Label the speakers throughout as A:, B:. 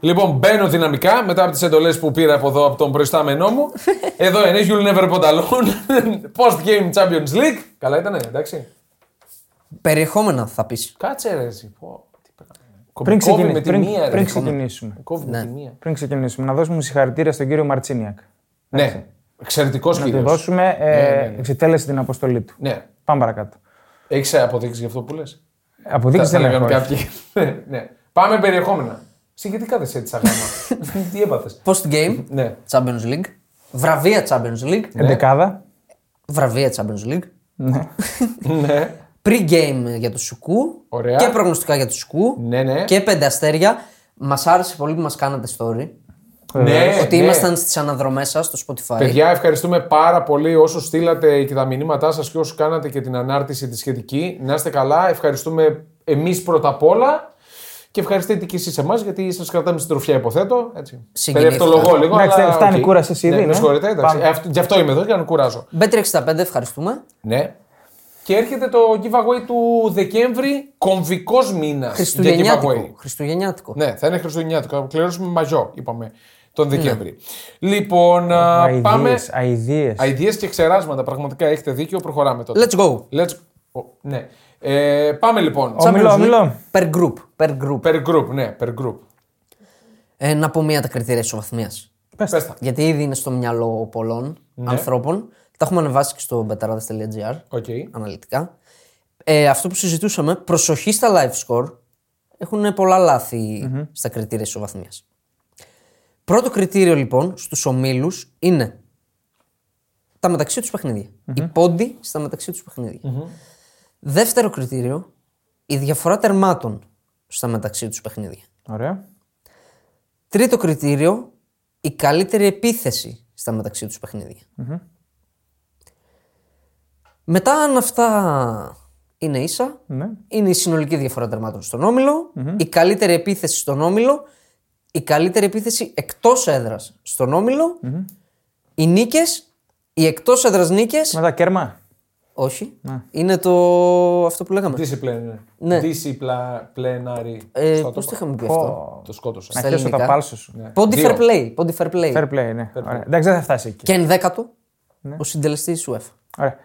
A: Λοιπόν, μπαίνω δυναμικά μετά από τις εντολές που πήρα από εδώ από τον προϊστάμενό μου. εδώ είναι You'll Never Put Alone. Post Game Champions League. Καλά ήτανε, εντάξει.
B: Περιεχόμενα θα πεις.
A: Κάτσε ρε, εσύ. Πω, τι πράγμα. Κόβει
C: Πριν, ξεκινη-
A: με τη
C: πριν,
A: μία, ρε.
C: πριν ξεκινήσουμε.
A: Κόβει με τη μία.
C: Πριν ξεκινήσουμε, να δώσουμε συγχαρητήρια στον κύριο Μαρτσίνιακ.
A: Ναι, εξαιρετικός
C: Να του
A: κύριος.
C: δώσουμε, ε, εξετέλεσε την αποστολή του.
A: Ναι.
C: Πάμε παρακάτω.
A: Έχεις αποδείξεις γι' αυτό που λες.
C: Αποδείξεις
A: Θα
C: δεν
A: λέγανε
C: έχω.
A: κάποιοι. Ναι, ναι. Πάμε περιεχόμενα. Εσύ γιατί κάθεσαι έτσι αγάμα. Τι έπαθες.
B: Post game.
A: Ναι.
B: Champions League. Βραβεία Champions League.
C: Εντεκάδα.
B: Βραβεία Champions League.
A: ναι.
B: Pre-game για το Σουκού.
A: Ωραία.
B: Και προγνωστικά για το Σουκού.
A: Ναι, ναι.
B: Και πέντε αστέρια. Μας άρεσε πολύ που μας κάνατε story.
C: Ε,
A: Ναι,
B: ότι
A: ναι.
B: ήμασταν στις αναδρομές σας στο Spotify.
A: Παιδιά, ευχαριστούμε πάρα πολύ όσους στείλατε και τα μηνύματά σας και όσους κάνατε και την ανάρτηση τη σχετική. Να είστε καλά. Ευχαριστούμε εμείς πρώτα απ' όλα. Και ευχαριστείτε και εσείς εμάς γιατί σας κρατάμε στην τροφιά, υποθέτω. Έτσι.
B: Συγκινήθηκα.
A: Περιευτολογώ λίγο.
C: Εντάξει,
A: αλλά,
C: φτάνει
A: οκ.
C: η κούραση ήδη,
A: Ναι,
C: ναι.
A: με συγχωρείτε, εντάξει.
C: Πάμε.
A: Ε, αυτό- Γι' αυτό είμαι εδώ για να κουράζω.
B: Bet365, ευχαριστούμε.
A: Ναι. Και έρχεται το giveaway του Δεκέμβρη, κομβικός μήνας.
B: Χριστουγεννιάτικο. Χριστουγεννιάτικο.
A: Ναι, θα είναι Χριστουγεννιάτικο. Θα κληρώσουμε μαζό, είπαμε, τον
B: Ναι.
A: Δεκέμβρη. Λοιπόν, α, πάμε.
C: Αιδίες, αιδίες.
A: Αιδίε και ξεράσματα, πραγματικά έχετε δίκιο. Προχωράμε τότε.
B: Let's go.
A: Let's... Ο, ναι. Ε, πάμε λοιπόν.
C: Ο- Ομιλώ,
B: Champions League
C: ομιλώ.
B: Per group. Per group.
A: Per group, ναι, per group.
B: Ε, να πω μία τα κριτήρια ισοβαθμίας.
A: Πες
C: Πες τα.
A: τα.
B: Γιατί ήδη είναι στο μυαλό πολλών
A: Ναι.
B: ανθρώπων. Τα έχουμε ανεβάσει και στο betarades.gr
A: Οκ.
B: αναλυτικά. Ε, αυτό που συζητούσαμε, προσοχή στα live score. Έχουν πολλά λάθη στα κριτήρια ισοβαθμίας. Πρώτο κριτήριο λοιπόν στους ομίλους είναι τα μεταξύ τους παιχνιδια Οι πόντι στα μεταξύ τους παιχνιδια Δεύτερο κριτήριο, η διαφορά τερμάτων στα μεταξύ τους παιχνίδια.
C: Ωραία.
B: Τρίτο κριτήριο, η καλύτερη επίθεση στα μεταξύ τους παιχνιδια Μετά αν αυτά είναι ίσα,
C: Ναι.
B: είναι η συνολική διαφορά τερμάτων στον ομιλο η καλύτερη επίθεση στον όμιλο, η καλύτερη επίθεση εκτός έδρας στον ομιλο οι νίκες, οι εκτός έδρας νίκες,
C: Μετά κέρμα.
B: όχι,
A: Ναι.
B: είναι το αυτό που λέγαμε.
A: Discipline, ναι.
B: Ναι.
A: Disciplinary.
B: Ε,
A: Σωστά το
B: πώς το
A: είπα.
B: είχαμε πει αυτό.
A: Το σκότωσα.
C: Να χέσω τα
B: ελληνικά.
C: πάλσα σου.
B: Πόντι
A: Δύο.
B: fair play, πόντι fair play.
C: Fair play, ναι. Ωραία. Εντάξει, δεν θα φτάσει εκεί.
B: Και ενδέκατο,
A: Ναι.
B: ο συντελεστής της UEFA.
C: Ωραία.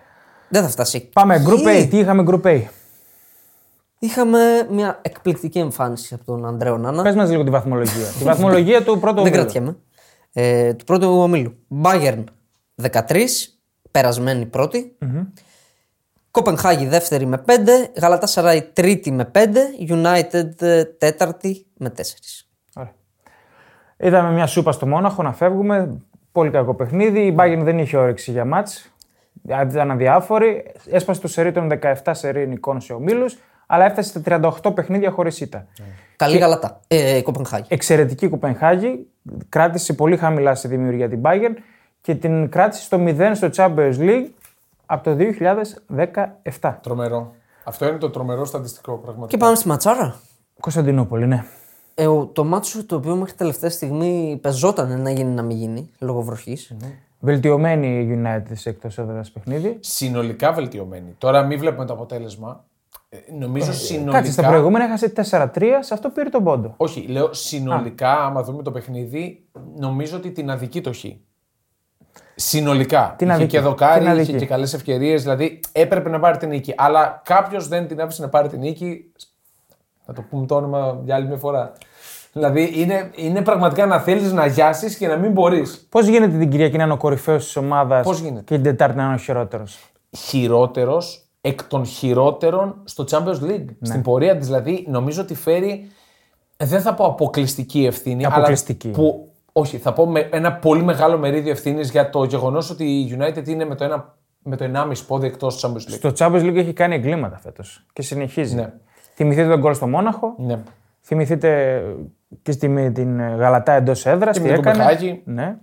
B: Δεν θα φτάσει. εκεί.
C: Πάμε, Group
B: Ή-
C: A. Τι είχαμε Group A.
B: Είχαμε μια εκπληκτική εμφάνιση από τον Ανδρέο Νάνα.
C: Πες μας λίγο τη βαθμολογία. τη βαθμολογία του πρώτου
B: Δεν
C: ομίλου.
B: κρατιέμαι. Ε, του πρώτου ομίλου. Bayern 13, περασμένη πρώτη. Κοπενχάγη δεύτερη με 5. Γαλατάσαράι τρίτη με 5. United ε, τέταρτη με 4.
C: Ωραία. Είδαμε μια σούπα στο Μόναχο να φεύγουμε. Πολύ κακό παιχνίδι. Η Bayern δεν είχε όρεξη για μάτς. Ήταν αδιάφορη. Έσπασε το σερί των 17 σερί νικών σε ομίλους, αλλά έφτασε στα 38 παιχνίδια χωρίς ήττα.
B: Καλή γαλατά. Ε, Κοπενχάγη.
C: Εξαιρετική Κοπενχάγη. Κράτησε πολύ χαμηλά στη δημιουργία την Bayern και την κράτησε στο 0 στο Champions League από το 2017.
A: Τρομερό. Αυτό είναι το τρομερό στατιστικό
B: Και
A: πραγματικά.
B: πάμε στη ματσάρα.
C: Κωνσταντινούπολη, ναι.
B: Ε, ο- το μάτσο το οποίο μέχρι τελευταία στιγμή πεζόταν να γίνει να μην γίνει λόγω βροχής.
C: Ναι. Βελτιωμένη η United σε εκτός έδρας παιχνίδι.
A: Συνολικά βελτιωμένη. Τώρα μην βλέπουμε το αποτέλεσμα. Ε, νομίζω συνολικά.
C: Κάτσε, στα προηγούμενα έχασε 4-3, σε αυτό πήρε τον πόντο.
A: Όχι, λέω συνολικά, άμα δούμε το παιχνίδι, νομίζω ότι την αδική το χ. Συνολικά.
C: Την
A: είχε
C: αδική.
A: και δοκάρι,
C: Την
A: είχε
C: αδική.
A: και καλές ευκαιρίες. Δηλαδή έπρεπε να πάρει την νίκη. Αλλά κάποιος δεν την άφησε να πάρει την νίκη. Να το πούμε το όνομα για άλλη μια φορά. Δηλαδή είναι, είναι πραγματικά να θέλεις να γιάσεις και να μην μπορείς.
C: Πώς γίνεται την Κυριακή να είναι ο κορυφαίος της ομάδας
A: Πώς γίνεται?
C: και την Τετάρτη να είναι ο χειρότερος.
A: χειρότερος εκ των χειρότερων στο Champions League.
B: Ναι.
A: Στην πορεία της, δηλαδή, νομίζω ότι φέρει. ε, Δεν θα πω αποκλειστική ευθύνη,
C: Αποκλειστική.
A: αλλά που, όχι, θα πω με ένα πολύ μεγάλο μερίδιο ευθύνης για το γεγονός ότι η United είναι με το, ένα, με το 1,5 πόδι εκτός του Champions League.
C: Στο Champions League έχει κάνει εγκλήματα φέτος και συνεχίζει. Θυμηθείτε τον γκολ στο Μόναχο.
A: Ναι.
B: Ε,
C: Θυμηθείτε και στη, με την ε, Γαλατά εντός έδρας. Τι
A: με την Κοπεχάγη.
C: έκανε. Ναι.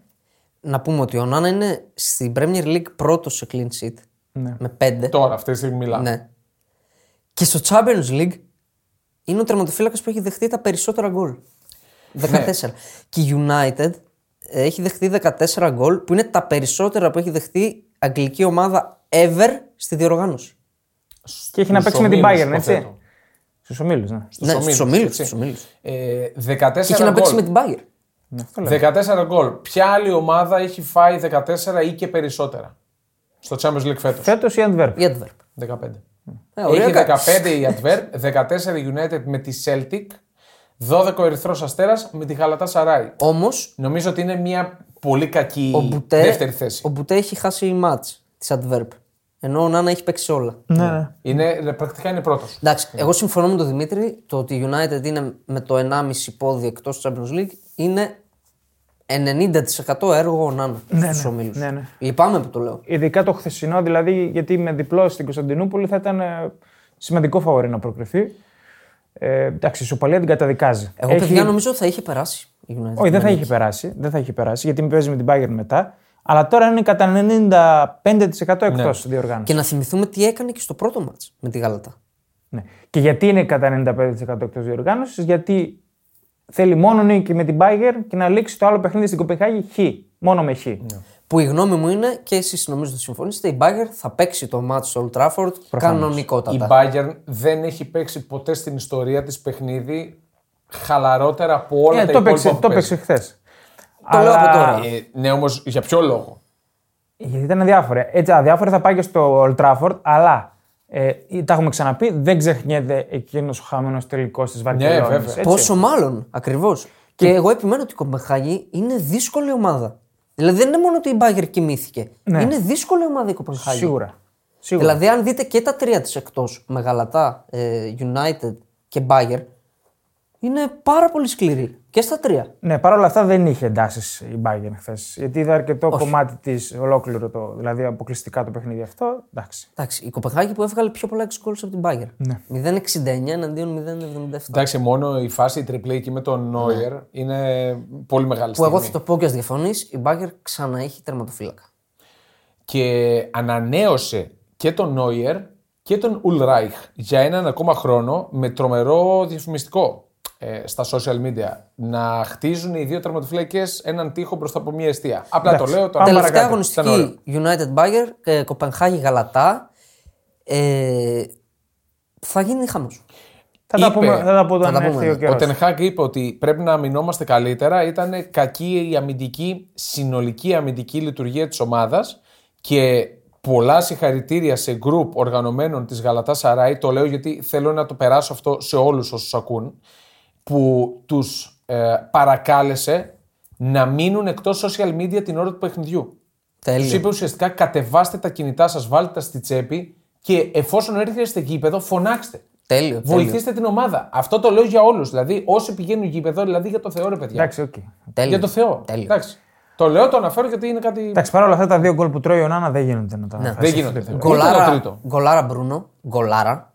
B: Να πούμε ότι ο Νάνα είναι στην Premier League πρώτος σε clean sheet. Με 5.
A: Τώρα, αυτή τη στιγμή μιλάμε.
B: Ναι. Και στο Champions League είναι ο τερματοφύλακας που έχει δεχτεί τα περισσότερα γκολ. 14. Και η United έχει δεχτεί 14 γκολ που είναι τα περισσότερα που έχει δεχτεί αγγλική ομάδα ever στη διοργάνωση.
C: Και έχει να
A: Στους
C: παίξει με την
A: ομίλους,
C: Bayern, έτσι.
A: υποθέτω.
C: Στους ομίλους, ναι.
A: Στους
B: ναι,
A: ομίλους,
B: στους ομίλους.
A: έτσι.
B: Στους ομίλους.
A: Ε,
B: Και είχε
A: 14
B: να παίξει με
A: γκολ.
B: την Bayern.
C: Ναι, αυτό λέω.
A: 14 γκολ. Ποια άλλη ομάδα έχει φάει 14 ή και περισσότερα στο Champions League φέτος.
C: Φέτος η Antwerp.
B: Η Antwerp.
A: 15.
B: Ε, ωραία,
A: Έχει
B: κάτι.
A: 15 η Adverb, 14 η United με τη Celtic, 12 ο Ερυθρός Αστέρας με τη Γαλατά Σαράι.
B: Όμως
A: Νομίζω ότι είναι μια πολύ κακή
B: ο Μπουτέ,
A: δεύτερη θέση.
B: ο Μπουτέ έχει χάσει μάτ τη Adverb. Ενώ ο Νάνα έχει παίξει σε όλα.
C: Ναι, ναι.
A: Είναι, ε, πρακτικά είναι πρώτος.
B: Εντάξει, εγώ συμφωνώ με τον Δημήτρη το ότι η United είναι με το 1,5 πόδι εκτός της Champions League είναι 90% έργο ο Νάνα
C: Ναι,
B: στου
C: ναι.
B: ομίλους.
C: Ναι, ναι.
B: Λυπάμαι που το λέω.
C: Ειδικά το χθεσινό, δηλαδή, γιατί με διπλό στην Κωνσταντινούπολη θα ήταν ε, σημαντικό φαβορή να προκριθεί. Ε, εντάξει, η Σουπαλία την καταδικάζει.
B: Εγώ παιδιά νομίζω ότι θα είχε περάσει η United.
C: Όχι, δεν θα είχε περάσει. Δεν θα είχε περάσει γιατί παίζει με την Bayern μετά. Αλλά τώρα είναι κατά 95%
A: Ναι.
C: εκτό διοργάνωσης.
B: Και να θυμηθούμε τι έκανε και στο πρώτο μάτς με τη Γαλατά.
C: Ναι. Και γιατί είναι κατά 95% εκτός διοργάνωσης, γιατί θέλει μόνο νίκη με την Bayern και να λήξει το άλλο παιχνίδι στην Κοπεχάγη χ. Μόνο με
A: Ναι.
C: χ. Ε,
B: Που η γνώμη μου είναι και εσείς νομίζω θα συμφωνήσετε, η Bayern θα παίξει το μάτς στο Old Trafford κανονικότατα.
A: Η Bayern δεν έχει παίξει ποτέ στην ιστορία της παιχνίδι χαλαρότερα από όλα
C: Ε,
A: τα
C: το
A: υπόλοιπα
C: παίξε,
A: που
C: το
A: παίζει.
C: παίξε χθες.
B: Το λέω από τώρα.
A: Ε, ναι, όμως για ποιο λόγο.
C: Γιατί ήταν αδιάφορα. Έτσι, αδιάφορα θα πάει και στο Old Trafford, αλλά ε, τα έχουμε ξαναπεί, δεν ξεχνιέται εκείνος ο χαμένος τελικός της Βαρκελόνη.
A: Ναι, βέβαια.
B: Πόσο μάλλον, ακριβώς. Και εγώ επιμένω ότι η Κοπενχάγη είναι δύσκολη ομάδα. Δηλαδή δεν είναι μόνο ότι η Μπάγκερ κοιμήθηκε. Είναι δύσκολη ομάδα η Κοπενχάγη.
C: Σίγουρα. Σίγουρα.
B: Δηλαδή, αν δείτε και τα τρία της εκτός, Μεγαλατά, ε, United και Μπάγκερ, είναι πάρα πολύ σκληρή. Και στα τρία.
C: Ναι, παρ' όλα αυτά δεν είχε εντάσεις η Bayern χθες. Γιατί είδα αρκετό κομμάτι της ολόκληρο, το, δηλαδή αποκλειστικά το παιχνίδι αυτό. Εντάξει.
B: Εντάξει, η Κοπενχάγη που έβγαλε πιο πολλά εξ από την Μπάγκερ. 0,69 εναντίον 0,77.
A: Εντάξει, μόνο η φάση η τριπλή εκεί με τον Νόιερ είναι πολύ μεγάλη
B: Ναι. Που
A: στιγμή.
B: εγώ θα το πω και ας διαφωνείς, η Μπάγκερ ξανά έχει τερματοφύλακα.
A: και ανανέωσε και τον Νόιερ και τον Ουλράιχ για έναν ακόμα χρόνο με τρομερό διαφημιστικό ε, στα social media. Να χτίζουν οι δύο τερματοφυλακές έναν τοίχο μπροστά από μια αιστεία. Απλά το λέω τώρα.
B: Τελευταία
A: παρακάτω. Ήταν ωραίο.
B: αγωνιστική United Bayer, ε, Κοπενχάγη Γαλατά. Ε, θα γίνει χαμός.
C: Θα τα,
A: Είπε-
C: πούμε, θα τα πω όταν
B: θα τα
C: έρθει
B: πούμε.
C: ο καιρός.
A: Ο Τενχάκ είπε ότι πρέπει να αμυνόμαστε καλύτερα. Ήταν κακή η αμυντική, συνολική αμυντική λειτουργία της ομάδας και πολλά συγχαρητήρια σε γκρουπ οργανωμένων της Γαλατά Σαράι. Το λέω γιατί θέλω να το περάσω αυτό σε όλους όσους ακούν που τους ε, παρακάλεσε να μείνουν εκτός social media την ώρα του παιχνιδιού. Του
B: Τέλειο.
A: είπε ουσιαστικά κατεβάστε τα κινητά σας, βάλτε τα στη τσέπη και εφόσον έρχεστε γήπεδο φωνάξτε.
B: Τέλειο. τέλειο.
A: Βοηθήστε την ομάδα. Αυτό το λέω για όλους. Δηλαδή, όσοι πηγαίνουν γήπεδο, δηλαδή για το Θεό, ρε παιδιά.
C: Εντάξει, οκ.
B: τέλειο.
A: Για το Θεό.
B: Τέλειο.
A: Εντάξει. Το λέω, το αναφέρω γιατί είναι κάτι.
C: Εντάξει, παρ' όλα αυτά τα δύο γκολ που τρώει ο Νάνα δεν γίνονται να τα ναι,
A: Δεν γίνονται. Ούτε το
B: Γκολάρα,
A: τρίτο.
B: γκολάρα Μπρούνο. Γκολάρα.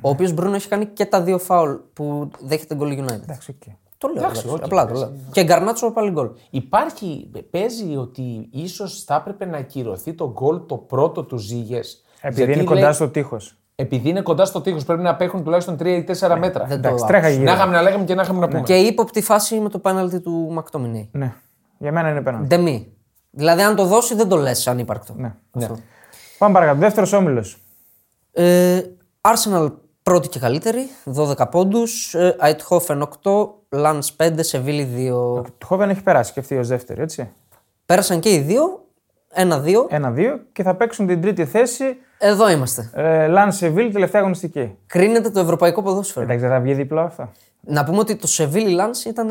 B: Ο οποίος Μπρούνο έχει κάνει και τα δύο φάουλ που δέχεται γκολ United.
C: Εντάξει, οκ.
B: Το λέω. εντάξει, απλά το λέω. Και Γκαρνάτσο πάλι γκολ.
A: Υπάρχει, παίζει ότι ίσως θα έπρεπε να ακυρωθεί το γκολ το πρώτο του Ζήγες.
C: Επειδή είναι κοντά στο τείχος.
A: Επειδή είναι κοντά στο τείχος, πρέπει να απέχουν τουλάχιστον 3 ή 4
C: Ε,
A: μέτρα.
B: δεν
C: Εντάξει,
B: το
C: τρέχα
A: Να
C: γύρω.
A: είχαμε να λέγαμε και να είχαμε να πούμε.
B: Και η ύποπτη φάση με το πέναλτι του Μακτόμινι.
C: Ναι. Για μένα είναι πέναντι.
B: Ντεμή. Δηλαδή, αν το δώσει, δεν το λες ανύπαρκτο.
C: Ναι.
A: Ναι.
C: Πάμε παρακάτω. Δεύτερος όμιλος.
B: Ε, Arsenal πρώτη και καλύτερη, 12 πόντους. Ε, Αιτχόφεν 8, Λαν 5, Σεβίλη 2.
C: Το Χόβεν έχει περάσει και αυτή ως δεύτερη, έτσι.
B: Πέρασαν και οι δύο. 1-2.
C: Ένα-δύο και θα παίξουν την τρίτη θέση.
B: Εδώ είμαστε.
C: Ε, Λαν Σεβίλ, τελευταία αγωνιστική.
B: Κρίνεται το ευρωπαϊκό ποδόσφαιρο.
C: Εντάξει, δεν θα βγει διπλό αυτό.
B: Να πούμε ότι το Σεβίλη Λαν ήταν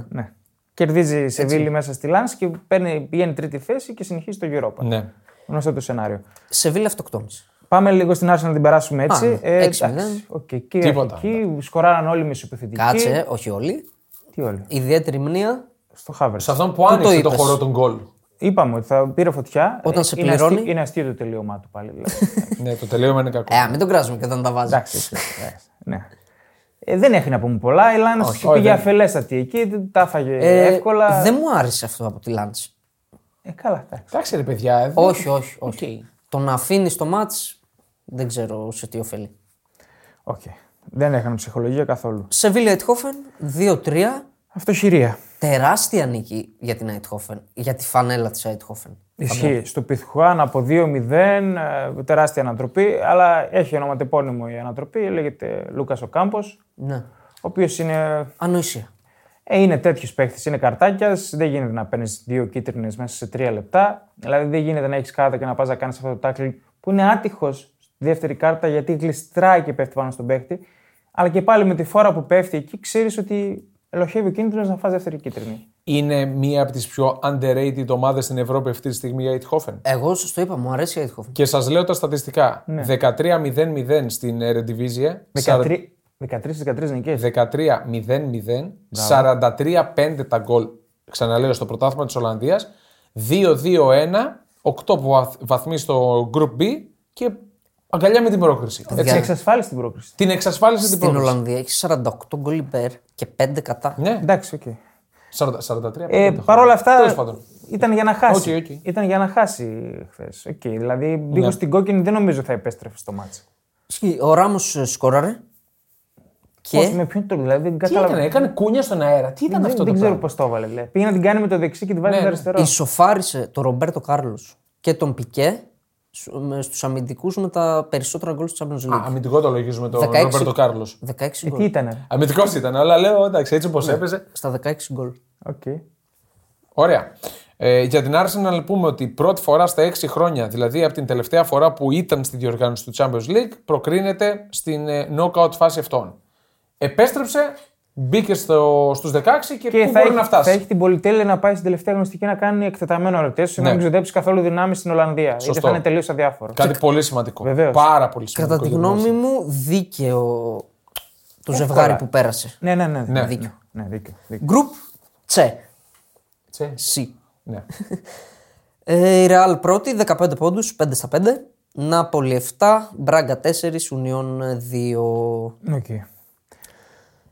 B: 1-1.
C: Ναι. Κερδίζει η Σεβίλη μέσα στη Λάνς και παίρνει, πηγαίνει τρίτη θέση και συνεχίζει το Europa.
A: Ναι.
C: Γνωστό το σενάριο.
B: Σεβίλη αυτοκτόνησε.
C: Πάμε λίγο στην Arsenal να την περάσουμε έτσι. Ε,
B: Α, ναι. Έξι
C: εντάξει.
B: μηδέν.
C: Οκ,
A: Τίποτα.
C: κυριαρχική, σκοράραν όλοι οι μεσοπιθετικοί.
B: Κάτσε, όχι όλοι.
C: Τι όλοι.
B: Ιδιαίτερη μνήμα.
C: Στο Χάβερ.
A: Σε αυτόν που
B: το
A: άνοιξε το,
B: είπες.
A: χώρο των γκολ.
C: Είπαμε ότι θα πήρε φωτιά.
B: Όταν
C: Ε,
B: σε
C: είναι
B: πληρώνει.
C: αστείο- είναι αστείο το τελείωμά του πάλι. δηλαδή.
A: ναι, το τελείωμα είναι κακό.
B: Ε, α, μην τον κράζουμε και όταν τα βάζει.
C: Εντάξει. οκ, εντάξει, ναι. Ε, δεν έχει να πούμε πολλά. Η Λάνς πήγε
A: δεν.
C: αφελέστατη εκεί, τα έφαγε
B: Ε,
C: εύκολα.
B: Δεν μου άρεσε αυτό από τη Λάντς.
C: Ε, καλά, εντάξει.
A: Εντάξει, ρε παιδιά. ε, δεν-
B: Όχι, όχι. όχι. Το να αφήνει το μάτ δεν ξέρω σε τι ωφελεί.
C: Οκ. Δεν έχανε ψυχολογία καθόλου.
B: Σεβίλη Αιτχόφεν 2-3.
C: Αυτό χειρία.
B: Τεράστια νίκη για την Αιτχόφεν. Για τη φανέλα της Αιτχόφεν.
C: Ισχύει. Στο Πιθουάν από 2-0, ε, τεράστια ανατροπή, αλλά έχει ονοματεπώνυμο η ανατροπή. Λέγεται Λούκας ο Κάμπος,
B: Ναι.
C: ο οποίος είναι,
B: Ανοησία.
C: ε, είναι τέτοιος παίχτη, είναι καρτάκιας. Δεν γίνεται να παίρνεις δύο κίτρινες μέσα σε τρία λεπτά. Δηλαδή δεν γίνεται να έχεις κάρτα και να πας να κάνεις αυτό το τάκλινγκ που είναι άτυχος στη δεύτερη κάρτα γιατί γλιστράει και πέφτει πάνω στον παίχτη. Αλλά και πάλι με τη φόρα που πέφτει εκεί, ξέρεις ότι ελοχεύει ο κίνδυνος να φάει δεύτερη κίτρινη.
A: Είναι μία από τις πιο underrated ομάδες στην Ευρώπη αυτή τη στιγμή η Eindhoven.
B: Εγώ σας το είπα, μου αρέσει η Αιτχόφεν.
A: Και σας λέω τα στατιστικά.
C: Ναι.
A: 13-0-0 στην Eredivisie,
C: 13-13 νικέ.
A: 13-0-0, 43-5 τα γκολ, ξαναλέω, στο πρωτάθλημα της Ολλανδίας, 2-2-1, 8 βαθ, βαθμοί στο Group B και αγκαλιά με την πρόκριση. Έτσι.
B: Δια-
C: Εξασφάλισε την πρόκριση.
A: Την εξασφάλισε την
B: Στην
A: πρόκριση.
B: Ολλανδία έχει 48 γκολ υπέρ και 5 κατά.
A: Ναι,
C: Εντάξει, οκ.
A: 40 43
C: Ε,
A: πέντε.
C: Παρ' όλα αυτά
A: Τέλος πάντων.
C: ήταν για να χάσει.
A: Οκ, Ναι. οκ.
C: Ήταν για να χάσει χθες. δηλαδή μπήκε στην κόκκινη, δεν νομίζω θα επέστρεφε στο μάτσο.
B: Ισχύει. Ο Ράμος σκόραρε. Και
C: Πώς, με ποιον το δηλαδή, δεν
A: Τι έκανε,
C: κατάλαβα.
A: έκανε κούνια στον αέρα. Τι ήταν
C: Δεν,
A: αυτό
C: δεν
A: το
C: ξέρω
A: πράγμα.
C: πώς το έβαλε. λέει. Πήγε να την κάνει με το δεξί και την βάζει
A: Ναι,
C: με το
A: ναι.
C: αριστερό.
B: ισοφάρισε τον Ρομπέρτο Κάρλος και τον Πικέ στους αμυντικούς με τα περισσότερα γκολ της Champions League.
A: Αμυντικό το λογίζουμε τον
B: 16.
A: Ρομπέρτο Κάρλος.
B: 16
C: Ε, Τι
B: γκολ.
C: ήταν.
A: Αμυντικός ήταν, αλλά λέω εντάξει, έτσι
C: Ναι.
A: όπω έπαιζε.
B: Στα 16 γκολ.
C: Okay.
A: Ωραία. Ε, για την Arsenal πούμε ότι πρώτη φορά στα 6 χρόνια, δηλαδή από την τελευταία φορά που ήταν στη διοργάνωση του Champions League, προκρίνεται στην ε, knockout φάση αυτών. Επέστρεψε, μπήκε στο, στους 16 και,
C: Και
A: πού
C: θα
A: μπορεί
C: έχει,
A: να φτάσει.
C: θα έχει την πολυτέλεια να πάει στην τελευταία γνωστική να κάνει εκτεταμένο ρωτήσει,
A: Ναι.
C: να μην ξοδέψει καθόλου δυνάμεις στην Ολλανδία. Είτε
A: Σωστό.
C: θα είναι τελείως αδιάφορο.
A: Κάτι πολύ σημαντικό.
C: Βεβαίως.
A: Πάρα πολύ σημαντικό.
B: Κατά τη
A: για την
B: γνώμη
A: Arsenal.
B: μου, δίκαιο το ζευγάρι που πέρασε.
C: Ναι, ναι, ναι. ναι.
A: Ναι.
B: Δίκαιο.
C: ναι δίκιο, δίκιο.
B: Γκρουπ Τσε.
A: Τσε.
B: Σι.
A: Ναι.
B: Ε, η Ρεάλ πρώτη, 15 πόντου, 5 στα 5. Νάπολη 7, Μπράγκα 4, Ουνιόν 2.
C: Οκ.